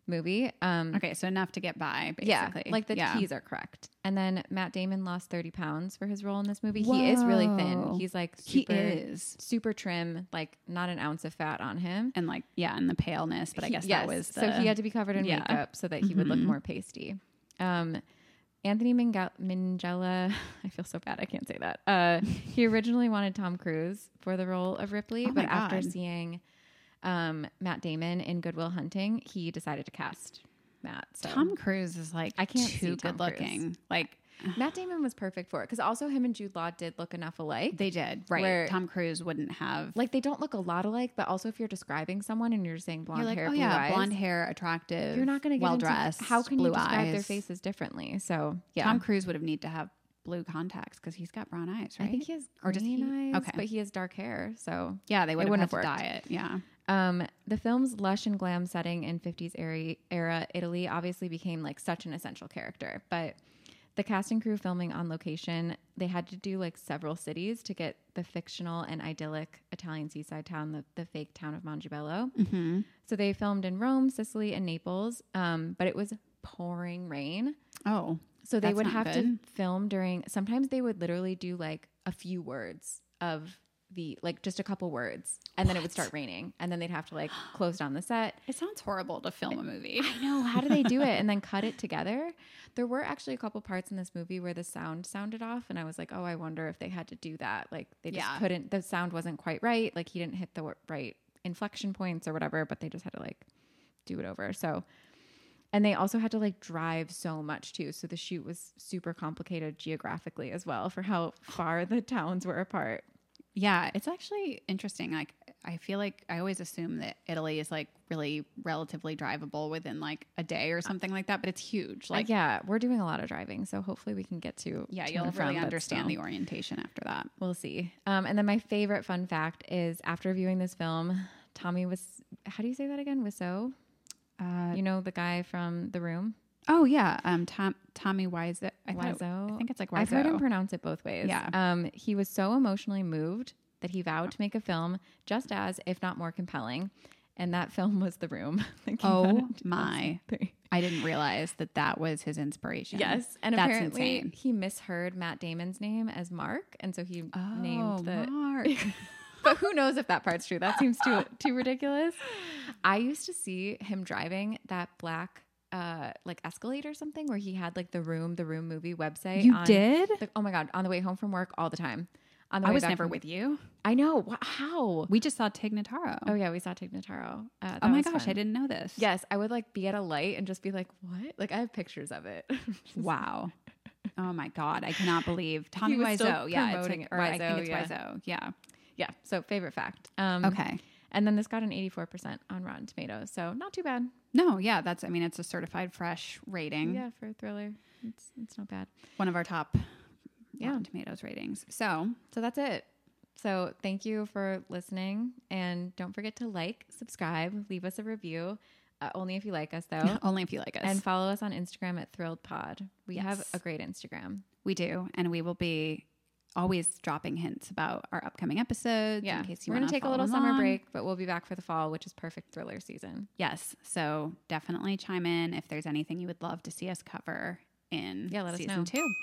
Speaker 1: movie. Um,
Speaker 2: Okay. So enough to get by,
Speaker 1: yeah,
Speaker 2: basically.
Speaker 1: like the
Speaker 2: yeah.
Speaker 1: keys are correct. And then Matt Damon lost 30 pounds for his role in this movie. He is really thin.
Speaker 2: Whoa.
Speaker 1: He's like
Speaker 2: He
Speaker 1: super,
Speaker 2: is.
Speaker 1: super trim, like not an ounce of fat on him.
Speaker 2: And like, yeah, and the paleness, but I
Speaker 1: He-
Speaker 2: guess that was the.
Speaker 1: so he had to be covered in
Speaker 2: yeah.
Speaker 1: makeup so that he would look
Speaker 2: Mhm.
Speaker 1: more pasty. Um, Anthony Minga- Mingella, [laughs] I feel so bad I can't say that. Uh, he originally wanted Tom Cruise for the role of Ripley,
Speaker 2: Oh my
Speaker 1: but after
Speaker 2: God.
Speaker 1: seeing um, Matt Damon in Goodwill Hunting, he decided to cast Matt. So
Speaker 2: Tom Cruise is like
Speaker 1: I can't see
Speaker 2: too
Speaker 1: Tom
Speaker 2: good
Speaker 1: Cruise.
Speaker 2: looking. Like
Speaker 1: [sighs] Matt Damon was perfect for it because also him and Jude Law did look enough alike.
Speaker 2: they did, right?
Speaker 1: Where-
Speaker 2: Tom Cruise wouldn't have
Speaker 1: like they don't look a lot alike, but also if you're describing someone and you're saying blonde
Speaker 2: you're like,
Speaker 1: hair,
Speaker 2: oh
Speaker 1: blue
Speaker 2: yeah,
Speaker 1: eyes,
Speaker 2: blonde hair, attractive.
Speaker 1: you're not going to get
Speaker 2: well
Speaker 1: into-
Speaker 2: dressed.
Speaker 1: How can
Speaker 2: blue
Speaker 1: you describe
Speaker 2: eyes.
Speaker 1: their faces differently? So yeah,
Speaker 2: Tom Cruise would have need to have blue contacts because he's got brown eyes, right?
Speaker 1: I think he has green
Speaker 2: Or does
Speaker 1: eyes,
Speaker 2: he- okay.
Speaker 1: but he has dark hair. So,
Speaker 2: yeah, they would have
Speaker 1: wouldn't
Speaker 2: had to
Speaker 1: have
Speaker 2: diet. Yeah,
Speaker 1: um, the film's lush and glam setting in 50s era, era Italy obviously became like such an essential character. But the cast and crew filming on location, they had to do like several cities to get the fictional and idyllic Italian seaside town, the, the fake town of Montebello.
Speaker 2: mm-hmm.
Speaker 1: So they filmed in Rome, Sicily, and Naples, um, but it was pouring rain.
Speaker 2: Oh,
Speaker 1: So they
Speaker 2: That's
Speaker 1: would
Speaker 2: not
Speaker 1: have
Speaker 2: good.
Speaker 1: to film during. Sometimes they would literally do like a few words of the like just a couple words, and then it would start raining, and then they'd have to like close down the set.
Speaker 2: it sounds horrible to film a movie.
Speaker 1: I know.
Speaker 2: [laughs]
Speaker 1: How do they do it? And then cut it together. There were actually a couple parts in this movie where the sound sounded off, and I was like, oh, I wonder if they had to do that. Like they just
Speaker 2: Yeah.
Speaker 1: couldn't. The sound wasn't quite right. Like he didn't hit the right inflection points or whatever, but they just had to like do it over. So, and they also had to like drive so much too. So the shoot was super complicated geographically as well for how far the towns were apart.
Speaker 2: Yeah, it's actually interesting. Like, I feel like I always assume that Italy is like really relatively drivable within like a day or something like that, but it's huge.
Speaker 1: Like,
Speaker 2: Like,
Speaker 1: yeah, we're doing a lot of driving. So hopefully we can get to,
Speaker 2: yeah,
Speaker 1: to
Speaker 2: you'll
Speaker 1: and from,
Speaker 2: really
Speaker 1: but
Speaker 2: understand
Speaker 1: still.
Speaker 2: the orientation after that.
Speaker 1: We'll see. Um, and then my favorite fun fact is after viewing this film, Tommy was how do you say that again? Wiseau?
Speaker 2: Uh,
Speaker 1: You know the guy from The Room?
Speaker 2: oh yeah, um, Tom Tommy Wiseau. I, thought it-
Speaker 1: Wiseau.
Speaker 2: I think it's like Wiseau.
Speaker 1: I've heard him [laughs] pronounce it both ways.
Speaker 2: Yeah.
Speaker 1: Um, he was so emotionally moved that he vowed to make a film just as, if not more compelling. And that film was The Room. [laughs] that came out
Speaker 2: oh
Speaker 1: in
Speaker 2: [laughs] my!
Speaker 1: 2003.
Speaker 2: I didn't realize that that was his inspiration.
Speaker 1: Yes. And
Speaker 2: That's
Speaker 1: apparently
Speaker 2: insane.
Speaker 1: he misheard Matt Damon's name as Mark. And so he
Speaker 2: Oh,
Speaker 1: named the [laughs]
Speaker 2: Mark.
Speaker 1: but who knows if that part's true? That seems too too ridiculous. I used to see him driving that black uh like Escalade or something where he had like the room the room movie website.
Speaker 2: you
Speaker 1: on
Speaker 2: did.
Speaker 1: The, oh my god! On the way home from work all the time. On the
Speaker 2: I
Speaker 1: way
Speaker 2: was
Speaker 1: back
Speaker 2: never
Speaker 1: from-
Speaker 2: with you.
Speaker 1: I know. Wha- How?
Speaker 2: We just saw Tignataro.
Speaker 1: Oh yeah, we saw Tignataro. Uh, that
Speaker 2: oh my
Speaker 1: was
Speaker 2: gosh,
Speaker 1: fun.
Speaker 2: I didn't know this.
Speaker 1: Yes, I would like be at a light and just be like, "What?" Like I have pictures of it. [laughs]
Speaker 2: Wow. Oh my God, I
Speaker 1: [laughs]
Speaker 2: cannot believe Tommy
Speaker 1: was still
Speaker 2: Wiseau. Yeah, it's
Speaker 1: promoting
Speaker 2: like,
Speaker 1: it.
Speaker 2: or I
Speaker 1: Wiseau,
Speaker 2: think it's
Speaker 1: yeah.
Speaker 2: Wiseau. Yeah.
Speaker 1: yeah. So favorite fact. Um,
Speaker 2: Okay.
Speaker 1: And then this got an eighty-four percent on Rotten Tomatoes, so not too bad.
Speaker 2: No, yeah, that's. I mean, it's a certified fresh rating.
Speaker 1: Yeah, for a thriller, it's it's not bad.
Speaker 2: One of our top
Speaker 1: Yeah.
Speaker 2: Rotten Tomatoes ratings. So
Speaker 1: So that's it. So thank you for listening. And don't forget to like, subscribe, leave us a review. Uh, only if you like
Speaker 2: [laughs]
Speaker 1: us, though.
Speaker 2: only if you like us,
Speaker 1: and follow us on Instagram at Thrilled Pod. We have
Speaker 2: Yes.
Speaker 1: a great Instagram.
Speaker 2: we do, and we will be always dropping hints about our upcoming episodes.
Speaker 1: Yeah.
Speaker 2: in case you
Speaker 1: We're going
Speaker 2: wanna
Speaker 1: to take a
Speaker 2: follow
Speaker 1: little summer
Speaker 2: along.
Speaker 1: break, but we'll be back for the fall, which is perfect thriller season.
Speaker 2: Yes, so definitely chime in if there's anything you would love to see us cover in
Speaker 1: Yeah, let us
Speaker 2: season
Speaker 1: know.
Speaker 2: two.